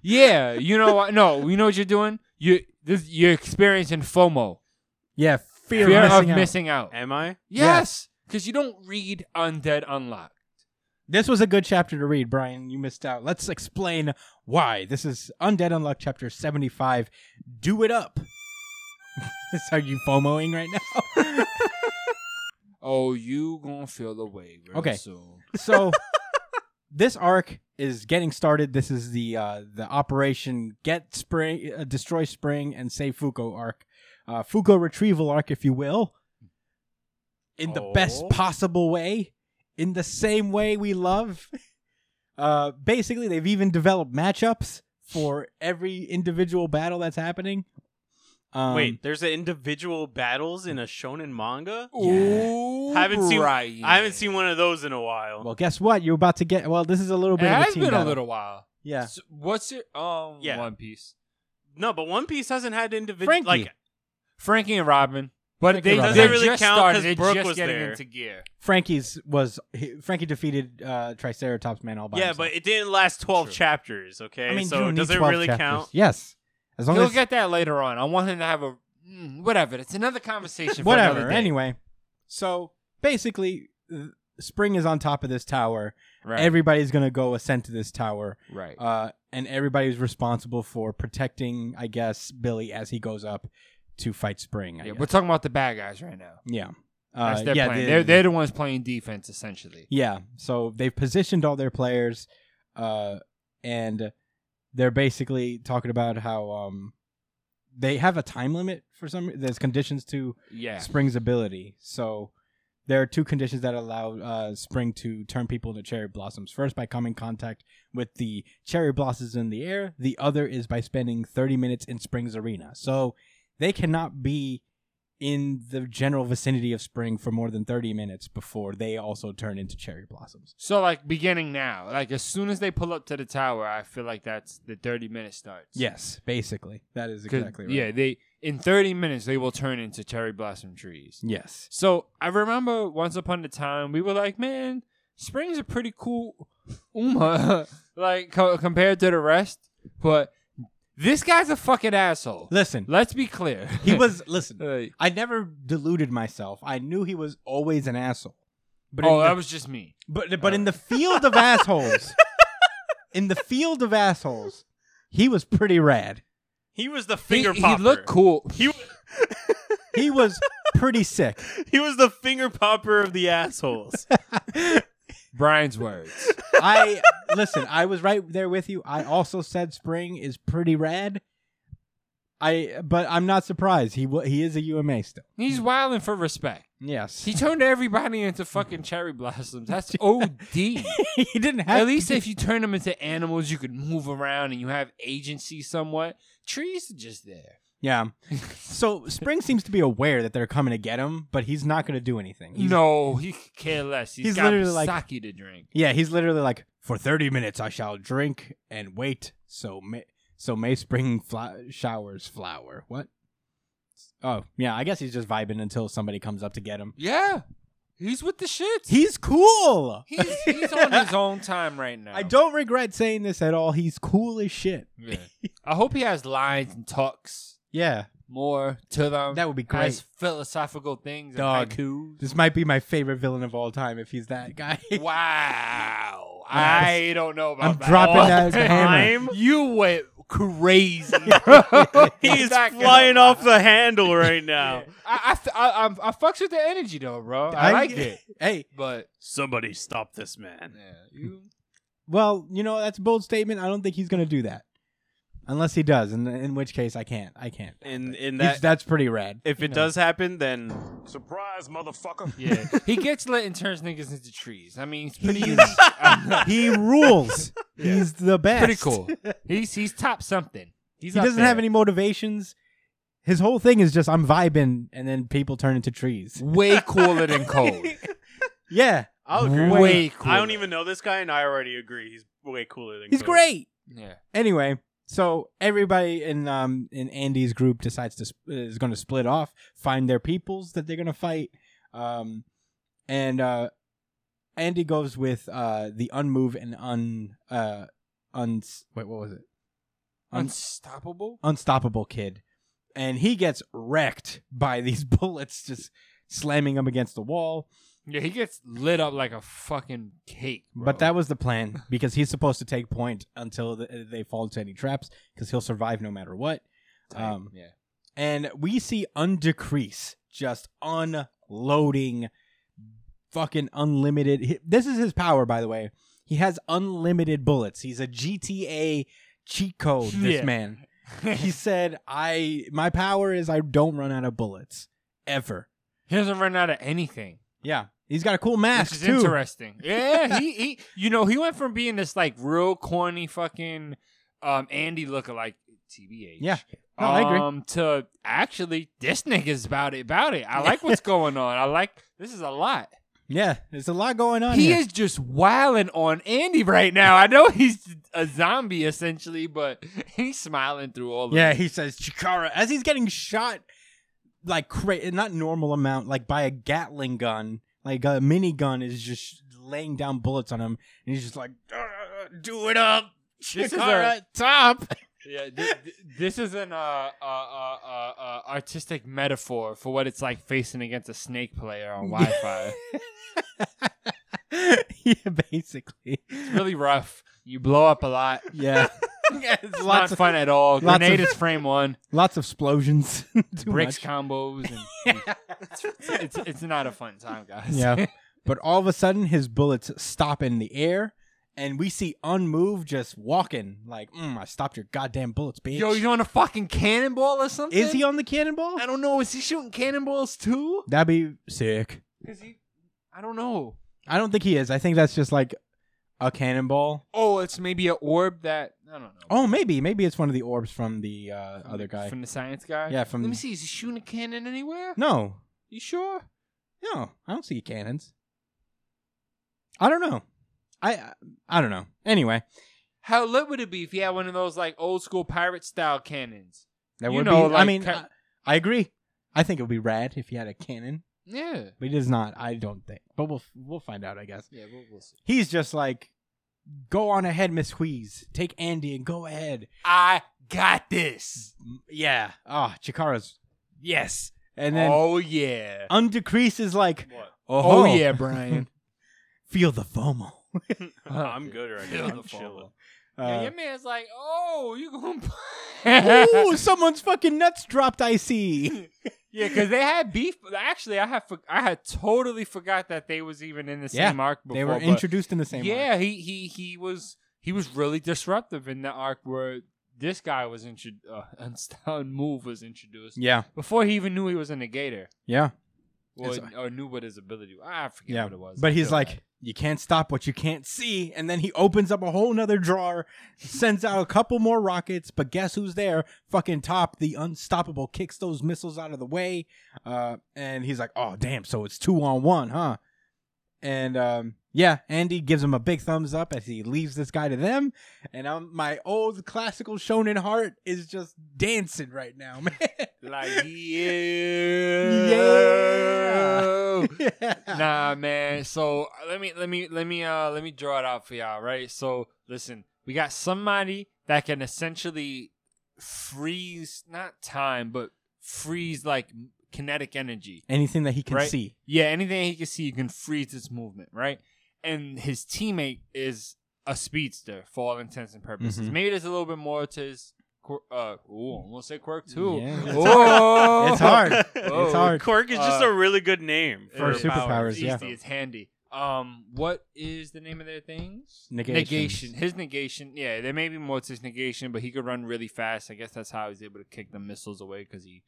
[SPEAKER 2] Yeah, you know what? No, you know what you're doing. You this you're experiencing FOMO,
[SPEAKER 1] Yeah, fear,
[SPEAKER 2] fear,
[SPEAKER 1] of
[SPEAKER 2] of
[SPEAKER 1] missing out.
[SPEAKER 2] missing out.
[SPEAKER 4] Am I?
[SPEAKER 2] Yes, because you don't read Undead Unlocked.
[SPEAKER 1] This was a good chapter to read, Brian. You missed out. Let's explain why. This is Undead Unluck chapter 75. Do it up. this are you FOMOing right now?
[SPEAKER 2] Oh, you gonna feel the way real
[SPEAKER 1] Okay.
[SPEAKER 2] soon.
[SPEAKER 1] so this arc is getting started. This is the uh, the Operation Get Spring, uh, Destroy Spring, and Save Fuko arc, uh, Fuko retrieval arc, if you will, in the best
[SPEAKER 4] Oh.
[SPEAKER 1] possible way, in the same way we love. Uh, basically, they've even developed matchups for every individual battle that's happening. Um,
[SPEAKER 4] Wait, there's a individual battles in a shonen manga?
[SPEAKER 2] Ooh,
[SPEAKER 4] Haven't seen-
[SPEAKER 2] Brian.
[SPEAKER 4] I haven't seen one of those in a while.
[SPEAKER 1] Well, guess what? You're about to get. Well, this is a little
[SPEAKER 2] It
[SPEAKER 1] bit. of a
[SPEAKER 2] has
[SPEAKER 1] team
[SPEAKER 2] been a
[SPEAKER 1] battle.
[SPEAKER 2] little while.
[SPEAKER 1] Yeah.
[SPEAKER 2] So what's your um
[SPEAKER 4] Yeah.
[SPEAKER 2] One Piece?
[SPEAKER 4] no, but One Piece hasn't had individual
[SPEAKER 1] Frankie.
[SPEAKER 4] like
[SPEAKER 2] Frankie and Robin, but
[SPEAKER 1] Frankie
[SPEAKER 2] they
[SPEAKER 1] and Robin.
[SPEAKER 2] they
[SPEAKER 1] Doesn't
[SPEAKER 4] really
[SPEAKER 2] just
[SPEAKER 4] count
[SPEAKER 2] started.
[SPEAKER 4] 'cause
[SPEAKER 2] They're
[SPEAKER 4] Brooke
[SPEAKER 2] just
[SPEAKER 4] was
[SPEAKER 2] getting
[SPEAKER 4] there.
[SPEAKER 2] into gear.
[SPEAKER 1] Frankie's was he, Frankie defeated uh, Triceratops man all by
[SPEAKER 4] Yeah,
[SPEAKER 1] himself.
[SPEAKER 4] but it didn't last 12
[SPEAKER 2] True.
[SPEAKER 4] chapters, okay?
[SPEAKER 1] I mean, you
[SPEAKER 4] so
[SPEAKER 1] don't
[SPEAKER 4] does
[SPEAKER 1] need
[SPEAKER 4] it
[SPEAKER 1] 12
[SPEAKER 4] really
[SPEAKER 1] chapters.
[SPEAKER 4] count?
[SPEAKER 1] Yes, as long
[SPEAKER 2] You'll
[SPEAKER 1] as
[SPEAKER 2] get that later on. I want him to have a mm, whatever. It's another conversation. for another
[SPEAKER 1] whatever.
[SPEAKER 2] day.
[SPEAKER 1] Anyway, so basically, uh, Spring is on top of this tower.
[SPEAKER 2] right,
[SPEAKER 1] Everybody's gonna go ascend to this tower,
[SPEAKER 2] right.
[SPEAKER 1] uh, and everybody's responsible for protecting, I guess, Billy as he goes up to fight Spring. I
[SPEAKER 2] yeah,
[SPEAKER 1] guess.
[SPEAKER 2] we're talking about the bad guys right now.
[SPEAKER 1] yeah. Uh,
[SPEAKER 2] That's their
[SPEAKER 1] yeah,
[SPEAKER 2] plan.
[SPEAKER 1] the-
[SPEAKER 2] they're they're the ones playing defense essentially.
[SPEAKER 1] Yeah. So they've positioned all their players, uh, and they're basically talking about how um, they have a time limit for some. There's conditions to
[SPEAKER 2] Yeah.
[SPEAKER 1] Spring's ability. So there are two conditions that allow uh, Spring to turn people into cherry blossoms. First, by coming in contact with the cherry blossoms in the air. The other is by spending 30 minutes in Spring's arena. So they cannot be in the general vicinity of Spring for more than 30 minutes before they also turn into cherry blossoms.
[SPEAKER 2] So like beginning now, like as soon as they pull up to the tower, I feel like that's the thirty minute starts.
[SPEAKER 1] Yes, basically. That is
[SPEAKER 2] 'Cause-
[SPEAKER 1] exactly right.
[SPEAKER 2] Yeah, they in thirty minutes they will turn into cherry blossom trees.
[SPEAKER 1] Yes.
[SPEAKER 2] So I remember once upon a time we were like, man, spring's a pretty cool Uma, like co- compared to the rest. But this guy's a fucking asshole.
[SPEAKER 1] Listen,
[SPEAKER 2] Let's be clear.
[SPEAKER 1] he was, listen,
[SPEAKER 2] Like,
[SPEAKER 1] I never deluded myself. I knew he was always an asshole. But
[SPEAKER 2] oh,
[SPEAKER 1] in the-
[SPEAKER 2] that was just me.
[SPEAKER 1] But but
[SPEAKER 2] Oh.
[SPEAKER 1] in the field of assholes, in the field of assholes, he was pretty rad.
[SPEAKER 4] He was the
[SPEAKER 2] He,
[SPEAKER 4] finger
[SPEAKER 2] he
[SPEAKER 4] popper.
[SPEAKER 2] looked cool.
[SPEAKER 4] He
[SPEAKER 1] He was pretty sick.
[SPEAKER 4] he was the finger popper of the assholes.
[SPEAKER 2] Brian's words.
[SPEAKER 1] I listen. I was right there with you. I also said spring is pretty rad. I but I'm not surprised. He wa- he is a UMA still.
[SPEAKER 2] He's wilding for respect.
[SPEAKER 1] Yes,
[SPEAKER 2] He turned everybody into fucking cherry blossoms. That's OD.
[SPEAKER 1] he didn't have
[SPEAKER 2] At least if you turn them into animals, you can move around and you have agency somewhat. Trees are just there.
[SPEAKER 1] yeah. So spring seems to be aware that they're coming to get him, but he's not going to do anything. He's-
[SPEAKER 2] no, he could care less.
[SPEAKER 1] he's
[SPEAKER 2] he's got
[SPEAKER 1] literally
[SPEAKER 2] literally
[SPEAKER 1] like-
[SPEAKER 2] sake to drink.
[SPEAKER 1] Yeah, he's literally like, for thirty minutes I shall drink and wait, so may so may spring fla- showers flower. What? Oh yeah, I guess he's just vibing until somebody comes up to get him.
[SPEAKER 2] Yeah, he's with the shits.
[SPEAKER 1] He's cool.
[SPEAKER 2] he's, he's on his own time right now.
[SPEAKER 1] I don't regret saying this at all. He's cool as shit.
[SPEAKER 2] Yeah. I hope he has lines and talks
[SPEAKER 1] Yeah,
[SPEAKER 2] more to them.
[SPEAKER 1] That would be
[SPEAKER 2] Has
[SPEAKER 1] great.
[SPEAKER 2] philosophical things.
[SPEAKER 1] Dog.
[SPEAKER 2] And haikus.
[SPEAKER 1] this might be my favorite villain of all time if he's that guy.
[SPEAKER 2] Wow. I don't know about
[SPEAKER 1] I'm
[SPEAKER 2] that.
[SPEAKER 1] dropping
[SPEAKER 2] All
[SPEAKER 1] that
[SPEAKER 4] hammer.
[SPEAKER 2] You went crazy.
[SPEAKER 4] He's
[SPEAKER 2] He's
[SPEAKER 4] flying off the handle right now.
[SPEAKER 2] I, I, f- I, I'm- I fucks with the energy though, bro. I, like it.
[SPEAKER 1] Hey,
[SPEAKER 2] But
[SPEAKER 4] Somebody stop this man.
[SPEAKER 2] yeah, you,
[SPEAKER 1] well, you know that's a bold statement. I don't think he's gonna do that, unless he does, and in, which case I can't. I can't.
[SPEAKER 4] In in
[SPEAKER 1] He's-
[SPEAKER 4] that
[SPEAKER 1] that's pretty rad.
[SPEAKER 4] if it
[SPEAKER 1] No.
[SPEAKER 4] does happen, then
[SPEAKER 6] Surprise, motherfucker.
[SPEAKER 2] yeah. he gets lit and turns niggas into trees. I mean, it's pretty
[SPEAKER 1] He's-
[SPEAKER 2] unique. I'm not-
[SPEAKER 1] he rules. He's the best.
[SPEAKER 2] pretty cool. He's he's top something. He's
[SPEAKER 1] He
[SPEAKER 2] up
[SPEAKER 1] doesn't
[SPEAKER 2] there.
[SPEAKER 1] have any motivations. His whole thing is just I'm vibing, and then people turn into trees.
[SPEAKER 2] way cooler than Cole.
[SPEAKER 1] Yeah,
[SPEAKER 4] I'll
[SPEAKER 2] agree.
[SPEAKER 1] Way-
[SPEAKER 2] Way cooler.
[SPEAKER 4] I don't even know this guy, and I already agree. He's way cooler than
[SPEAKER 1] He's
[SPEAKER 4] Cody.
[SPEAKER 1] great.
[SPEAKER 2] Yeah,
[SPEAKER 1] Anyway, so everybody in um in Andy's group decides to sp- is going to split off, find their peoples that they're going to fight, um, and uh, Andy goes with uh the unmove and un uh uns wait what was it Un-
[SPEAKER 2] unstoppable.
[SPEAKER 1] unstoppable kid and he gets wrecked by these bullets just slamming him against the wall
[SPEAKER 2] Yeah, he gets lit up like a fucking cake. Bro.
[SPEAKER 1] but that was the plan because he's supposed to take point until th they fall into any traps because he'll survive no matter what um,
[SPEAKER 2] yeah.
[SPEAKER 1] and we see undecrease just unloading fucking unlimited he- this is his power by the way he has unlimited bullets he's a gta cheat code this
[SPEAKER 2] Yeah.
[SPEAKER 1] man he said, "I my power is I don't run out of bullets ever."
[SPEAKER 2] He doesn't run out of anything.
[SPEAKER 1] Yeah, he's got a cool mask
[SPEAKER 2] which is
[SPEAKER 1] too.
[SPEAKER 2] interesting. Yeah, he, he you know, he went from being this like real corny fucking um Andy lookalike TBH.
[SPEAKER 1] Yeah. No, I agree.
[SPEAKER 2] Um to actually this nigga's about it about it. I like what's going on. I like this is a lot.
[SPEAKER 1] Yeah, there's a lot going on.
[SPEAKER 2] He
[SPEAKER 1] here.
[SPEAKER 2] is just wilding on Andy right now. I know he's a zombie essentially, but he's smiling through all of
[SPEAKER 1] Yeah,
[SPEAKER 2] it.
[SPEAKER 1] he says Chikara as he's getting shot like cra- not normal amount, like by a Gatling gun, like a minigun is just laying down bullets on him, and he's just like, "Uh, "Do it up,
[SPEAKER 2] This is a-
[SPEAKER 1] Chikara, top."
[SPEAKER 2] Yeah, th- th- this is an uh, uh, uh, uh, uh, artistic metaphor for what it's like facing against a snake player on Wi-Fi.
[SPEAKER 1] yeah, basically.
[SPEAKER 2] really rough. You blow up a lot.
[SPEAKER 1] Yeah. Yes,
[SPEAKER 2] It's
[SPEAKER 1] lots
[SPEAKER 2] not
[SPEAKER 1] of
[SPEAKER 2] fun at all.
[SPEAKER 1] lots of-
[SPEAKER 2] Grenade is frame one.
[SPEAKER 1] lots of explosions. Too
[SPEAKER 2] bricks
[SPEAKER 1] much.
[SPEAKER 2] combos. And it's, it's not a fun time, guys.
[SPEAKER 1] Yeah. But all of a sudden, his bullets stop in the air, and we see Unmove just walking like, mm, "I stopped your goddamn bullets, bitch."
[SPEAKER 2] Yo, you on a fucking cannonball or something?
[SPEAKER 1] is he on the cannonball?
[SPEAKER 2] I don't know. Is he shooting cannonballs too?
[SPEAKER 1] That'd be sick.
[SPEAKER 2] Is he? I don't know.
[SPEAKER 1] I don't think he is. I think that's just like a cannonball.
[SPEAKER 2] Oh, it's maybe an orb that I don't know.
[SPEAKER 1] Oh, maybe, maybe it's one of the orbs from the uh,
[SPEAKER 2] From
[SPEAKER 1] other
[SPEAKER 2] the-
[SPEAKER 1] guy.
[SPEAKER 2] from the science guy.
[SPEAKER 1] Yeah, from-
[SPEAKER 2] Let me see. Is he shooting a cannon anywhere?
[SPEAKER 1] No,
[SPEAKER 2] You sure?
[SPEAKER 1] no, I don't see cannons. I don't know. I I don't know. Anyway,
[SPEAKER 2] How lit would it be if he had one of those like old school pirate style cannons?
[SPEAKER 1] that
[SPEAKER 2] You
[SPEAKER 1] would
[SPEAKER 2] know,
[SPEAKER 1] be. I
[SPEAKER 2] like,
[SPEAKER 1] mean,
[SPEAKER 2] ca-
[SPEAKER 1] I, I agree. I think it would be rad if he had a cannon,
[SPEAKER 2] Yeah.
[SPEAKER 1] but he does not. I don't think. But we'll we'll find out, I guess.
[SPEAKER 2] Yeah, we'll, we'll see.
[SPEAKER 1] He's just like, go on ahead, Miss Wheeze. Take Andy and go ahead.
[SPEAKER 2] I got this.
[SPEAKER 1] M- Yeah. Ah, Chikara's yes. And then
[SPEAKER 2] oh yeah.
[SPEAKER 1] Undecrease is like,
[SPEAKER 4] What?
[SPEAKER 1] oh,
[SPEAKER 2] Oh yeah, Brian.
[SPEAKER 1] feel the FOMO.
[SPEAKER 4] I'm good right now. I'm chilling.
[SPEAKER 2] Yeah,
[SPEAKER 1] Uh,
[SPEAKER 2] your man's like, oh, you going
[SPEAKER 1] Ooh, someone's fucking nuts dropped. I see.
[SPEAKER 2] yeah, because they had beef. Actually, I had for- I had totally forgot that they was even in the
[SPEAKER 1] Yeah,
[SPEAKER 2] same arc before.
[SPEAKER 1] they were
[SPEAKER 2] but-
[SPEAKER 1] introduced in the same.
[SPEAKER 2] yeah,
[SPEAKER 1] arc.
[SPEAKER 2] he he he was he was really disruptive in the arc where this guy was introduced. Uh, Unstown Move was introduced
[SPEAKER 1] yeah,
[SPEAKER 2] before he even knew he was a negator
[SPEAKER 1] yeah,
[SPEAKER 2] or,
[SPEAKER 1] It's-
[SPEAKER 2] or knew what his ability. Was. I forget
[SPEAKER 1] yeah.
[SPEAKER 2] what it was.
[SPEAKER 1] But
[SPEAKER 2] I
[SPEAKER 1] he's
[SPEAKER 2] feel
[SPEAKER 1] like,
[SPEAKER 2] bad.
[SPEAKER 1] you can't stop what you can't see, and then he opens up a whole nother drawer, sends out a couple more rockets. But guess who's there? Fucking top, the unstoppable, kicks those missiles out of the way, uh, and he's like, oh damn, so it's two on one, huh? And um, yeah, Andy gives him a big thumbs up as he leaves this guy to them. And i my old classical shonen heart is just dancing right now, man.
[SPEAKER 2] like yeah.
[SPEAKER 1] Yeah.
[SPEAKER 2] nah man so uh, let me let me let me uh let me draw it out for y'all right so listen we got somebody that can essentially freeze not time but freeze like m- kinetic energy
[SPEAKER 1] Anything that he can
[SPEAKER 2] Right.
[SPEAKER 1] see.
[SPEAKER 2] yeah anything he can see you can freeze its movement right and his teammate is a speedster for all intents and purposes
[SPEAKER 1] Mhm.
[SPEAKER 2] maybe there's a little bit more to his quir- uh ooh, almost say quirk too
[SPEAKER 1] Yeah. It's
[SPEAKER 2] Oh!
[SPEAKER 1] It's hard.
[SPEAKER 2] Whoa.
[SPEAKER 1] It's hard.
[SPEAKER 4] Quirk is just
[SPEAKER 2] Uh,
[SPEAKER 4] a really good name
[SPEAKER 1] For
[SPEAKER 4] for
[SPEAKER 1] super-
[SPEAKER 4] power.
[SPEAKER 1] superpowers,
[SPEAKER 2] It's
[SPEAKER 1] yeah.
[SPEAKER 2] Easy, it's handy. Um, what is the name of their things?
[SPEAKER 1] Negations.
[SPEAKER 2] Negation. His negation. Yeah, there may be more to his negation, but he could run really fast. I guess that's how he's able to kick the missiles away because he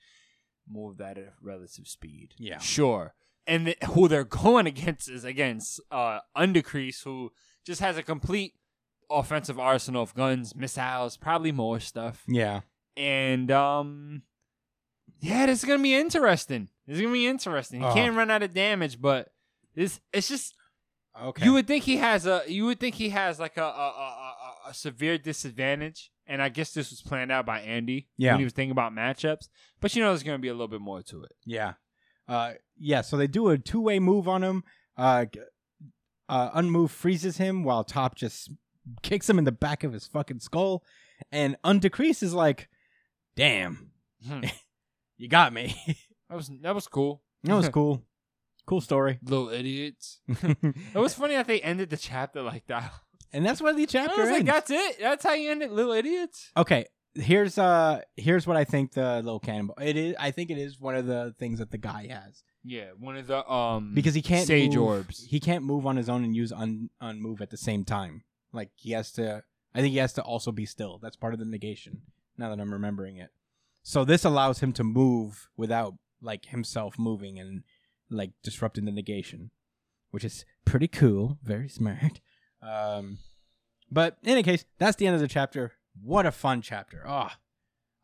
[SPEAKER 2] moved at a relative speed.
[SPEAKER 1] Yeah.
[SPEAKER 2] Sure. And th- who they're going against is against uh, Undercrease, who just has a complete offensive arsenal of guns, missiles, probably more stuff
[SPEAKER 1] Yeah.
[SPEAKER 2] and um, yeah, this is gonna be interesting. This is gonna be interesting. He
[SPEAKER 1] Oh.
[SPEAKER 2] can't run out of damage, but this it's just
[SPEAKER 1] Okay.
[SPEAKER 2] you would think he has a you would think he has like a a, a, a a severe disadvantage, and I guess this was planned out by Andy
[SPEAKER 1] Yeah.
[SPEAKER 2] when he was thinking about matchups. But you know, there's gonna be a little bit more to it.
[SPEAKER 1] Yeah. Uh, yeah, so they do a two way move on him. Uh, g- uh, Unmove freezes him while Top just kicks him in the back of his fucking skull. And Undecrease is like, damn,
[SPEAKER 2] Hmm.
[SPEAKER 1] you got me.
[SPEAKER 2] that was that was cool.
[SPEAKER 1] that was cool. Cool story.
[SPEAKER 2] Little idiots. It
[SPEAKER 1] and
[SPEAKER 2] was funny that they ended the chapter like that.
[SPEAKER 1] that's where the
[SPEAKER 2] I
[SPEAKER 1] chapter
[SPEAKER 2] was like,
[SPEAKER 1] ends.
[SPEAKER 2] that's it. That's how you end it, little idiots.
[SPEAKER 1] okay, here's uh here's what I think the little cannonball. It is I think it is one of the things that the guy has
[SPEAKER 2] Yeah, one of the um
[SPEAKER 1] because he can't
[SPEAKER 2] sage
[SPEAKER 1] move-
[SPEAKER 2] orbs.
[SPEAKER 1] He can't move on his own and use un unmove at the same time. Like he has to. I think he has to also be still. That's part of the negation. Now that I'm remembering it, so this allows him to move without like himself moving and like disrupting the negation, which is pretty cool. Very smart. Um, but in any case, that's the end of the chapter. What a fun chapter!
[SPEAKER 2] oh,
[SPEAKER 1] Ah,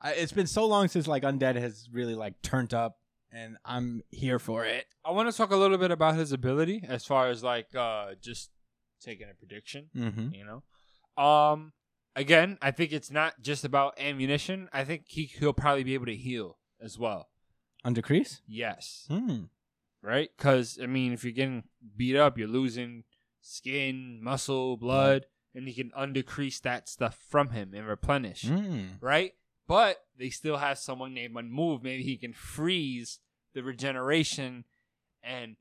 [SPEAKER 1] I it's been so long since like Undead has really like turned up, and I'm here for it.
[SPEAKER 2] I want to talk a little bit about his ability as far as like uh just taking a prediction,
[SPEAKER 1] Mm-hmm.
[SPEAKER 2] you know. Um again, I think it's not just about ammunition. I think he he'll probably be able to heal as well.
[SPEAKER 1] Undercrease.
[SPEAKER 2] Yes.
[SPEAKER 1] Hmm.
[SPEAKER 2] Right? Cuz I mean, if you're getting beat up, you're losing skin, muscle, blood, and he can undercrease that stuff from him and replenish.
[SPEAKER 1] Mm.
[SPEAKER 2] right? But they still have someone named Unmove. Maybe he can freeze the regeneration, and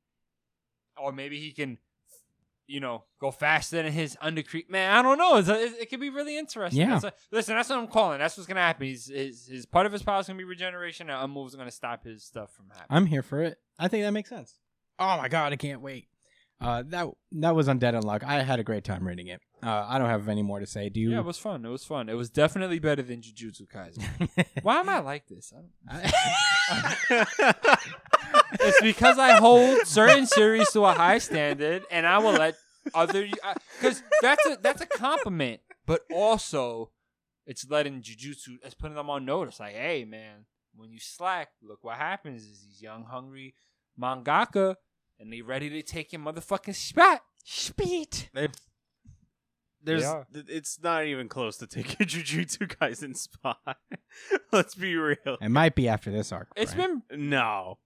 [SPEAKER 2] or maybe he can you know, go faster than his undercre Man, I don't know. It's a, it, it could be really interesting.
[SPEAKER 1] Yeah.
[SPEAKER 2] It's a- listen, that's what I'm calling. That's what's gonna happen. He's, his his part of his power is gonna be regeneration, and Unmove's gonna stop his stuff from happening.
[SPEAKER 1] I'm here for it. I think that makes sense. Oh my god, I can't wait. Uh, that that was Undead Unlock. I had a great time reading it. Uh, I don't have any more to say. Do you?
[SPEAKER 2] yeah, it was fun. It was fun. It was definitely better than Jujutsu Kaisen. Why am I like this? I don't- it's because I hold certain series to a high standard, and I will let other because that's a that's a compliment, but also it's letting jujutsu, it's putting them on notice. Like, hey, man, when you slack, look what happens is these young hungry mangaka, and they ready to take your motherfucking spot. Spit.
[SPEAKER 4] There's,
[SPEAKER 2] They are.
[SPEAKER 4] th- it's not even close to taking Jujutsu Kaisen spot. Let's be real.
[SPEAKER 1] it might be after this arc.
[SPEAKER 2] It's
[SPEAKER 1] Brian.
[SPEAKER 2] been
[SPEAKER 4] No,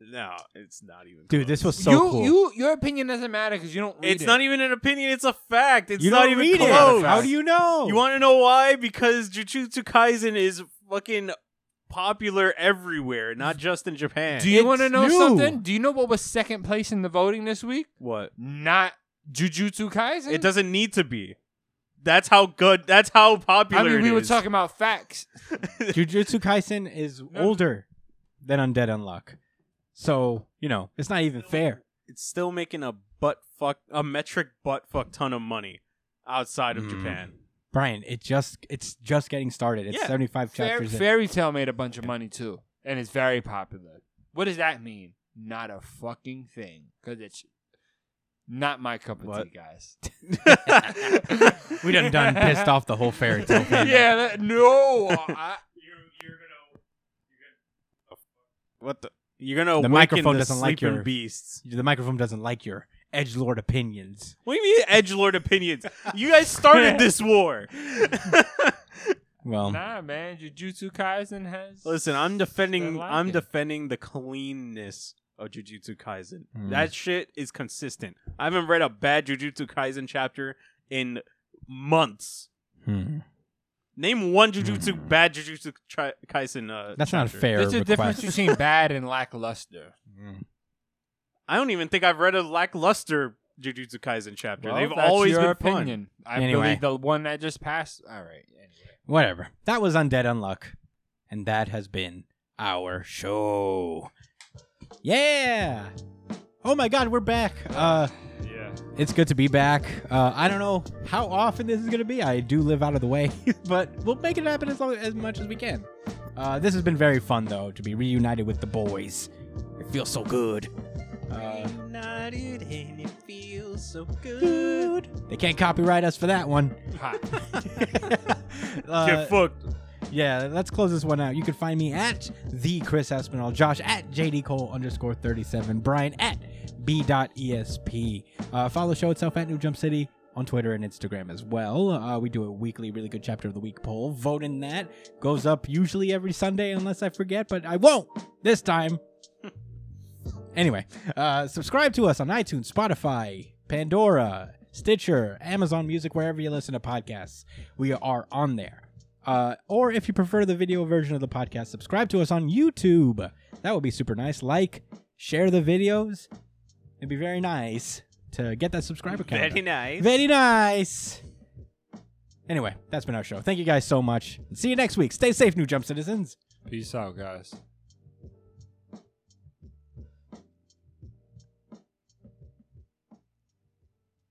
[SPEAKER 4] no, it's not even.
[SPEAKER 1] dude. This was so
[SPEAKER 2] you,
[SPEAKER 1] cool.
[SPEAKER 2] you your opinion doesn't matter because you don't. Read
[SPEAKER 4] It's
[SPEAKER 2] it.
[SPEAKER 4] not e-, even an opinion. It's a fact. It's
[SPEAKER 1] You
[SPEAKER 4] not
[SPEAKER 1] don't
[SPEAKER 4] even
[SPEAKER 1] read
[SPEAKER 4] close.
[SPEAKER 1] it. How do you know?
[SPEAKER 4] You want to know why? Because Jujutsu Kaisen is fucking popular everywhere, not just in Japan.
[SPEAKER 2] Do you want to
[SPEAKER 1] It's
[SPEAKER 2] know
[SPEAKER 1] new.
[SPEAKER 2] something? Do you know what was second place in the voting this week?
[SPEAKER 4] what?
[SPEAKER 2] Not Jujutsu Kaisen.
[SPEAKER 4] It doesn't need to be. That's how good. That's how
[SPEAKER 2] I
[SPEAKER 4] popular.
[SPEAKER 2] mean,
[SPEAKER 4] it
[SPEAKER 2] we were
[SPEAKER 4] is.
[SPEAKER 2] talking about facts.
[SPEAKER 1] Jujutsu Kaisen is older than Undead Unlock, so you know it's not even fair.
[SPEAKER 4] It's still making a butt fuck, a metric butt fuck ton of money outside of
[SPEAKER 1] Mm.
[SPEAKER 4] Japan.
[SPEAKER 1] Brian, it just it's just getting started. It's
[SPEAKER 4] Yeah.
[SPEAKER 1] seventy five
[SPEAKER 2] Fair,
[SPEAKER 1] chapters. in.
[SPEAKER 2] fairy Tale made a bunch of money too, and it's very popular. What does that mean? Not a fucking thing, because it's not my cup of
[SPEAKER 4] What?
[SPEAKER 2] tea, guys.
[SPEAKER 1] We done done pissed off the whole fairy tale. fandom.
[SPEAKER 2] yeah, that, no. I,
[SPEAKER 4] What the? You're gonna awaken
[SPEAKER 1] microphone
[SPEAKER 4] the
[SPEAKER 1] doesn't like
[SPEAKER 4] sleeping
[SPEAKER 1] your-
[SPEAKER 4] beasts.
[SPEAKER 1] The microphone doesnge like your edge lord opinions.
[SPEAKER 4] What do you mean, edge lord opinions? You guys started this war.
[SPEAKER 1] Well,
[SPEAKER 2] nah, man. Jujutsu Kaisen has.
[SPEAKER 4] Listen, I'm defending.
[SPEAKER 2] They're lacking.
[SPEAKER 4] I'm defending the cleanness of Jujutsu Kaisen.
[SPEAKER 1] Mm.
[SPEAKER 4] That shit is consistent. I haven't read a bad Jujutsu Kaisen chapter in months.
[SPEAKER 1] hmm.
[SPEAKER 4] Name one Jujutsu
[SPEAKER 1] Mm.
[SPEAKER 4] bad Jujutsu tri- Kaisen. Uh,
[SPEAKER 1] that's not a
[SPEAKER 4] chapter.
[SPEAKER 1] fair.
[SPEAKER 2] There's a difference
[SPEAKER 1] request.
[SPEAKER 2] between bad and lackluster.
[SPEAKER 1] Mm.
[SPEAKER 4] I don't even think I've read a lackluster Jujutsu Kaisen chapter.
[SPEAKER 2] Well,
[SPEAKER 4] They've
[SPEAKER 2] that's
[SPEAKER 4] always
[SPEAKER 2] your
[SPEAKER 4] been fun.
[SPEAKER 2] opinion. I
[SPEAKER 1] Anyway.
[SPEAKER 2] believe the one that just passed. All right. Anyway.
[SPEAKER 1] Whatever. That was Undead Unluck. And that has been our show. Yeah. Oh my god, we're back. Uh
[SPEAKER 2] Yeah.
[SPEAKER 1] it's good to be back. Uh I don't know how often this is gonna be. I do live out of the way, but we'll make it happen as long as much as we can. Uh this has been very fun though, to be reunited with the boys. It feels so good. Uh,
[SPEAKER 4] United and it feels so good.
[SPEAKER 1] they can't copyright us for that one.
[SPEAKER 2] Hot.
[SPEAKER 1] Uh,
[SPEAKER 4] Get fucked.
[SPEAKER 1] Yeah, let's close this one out. You can find me at the Chris Aspinall, Josh at JD Cole underscore 37, Brian at B.ESP. Uh, follow the show itself at New Jump City on Twitter and Instagram as well. Uh, we do a weekly really good chapter of the week poll. Vote in that. Goes up usually every Sunday unless I forget, but I won't this time. anyway, uh, subscribe to us on iTunes, Spotify, Pandora, Stitcher, Amazon Music, wherever you listen to podcasts. We are on there. Uh, or if you prefer the video version of the podcast, subscribe to us on YouTube. That would be super nice. Like, share the videos. It'd be very nice to get that subscriber count. up.
[SPEAKER 4] Very nice.
[SPEAKER 1] Very nice. Anyway, that's been our show. Thank you guys so much. See you next week. Stay safe, New Jump Citizens.
[SPEAKER 2] Peace out, guys.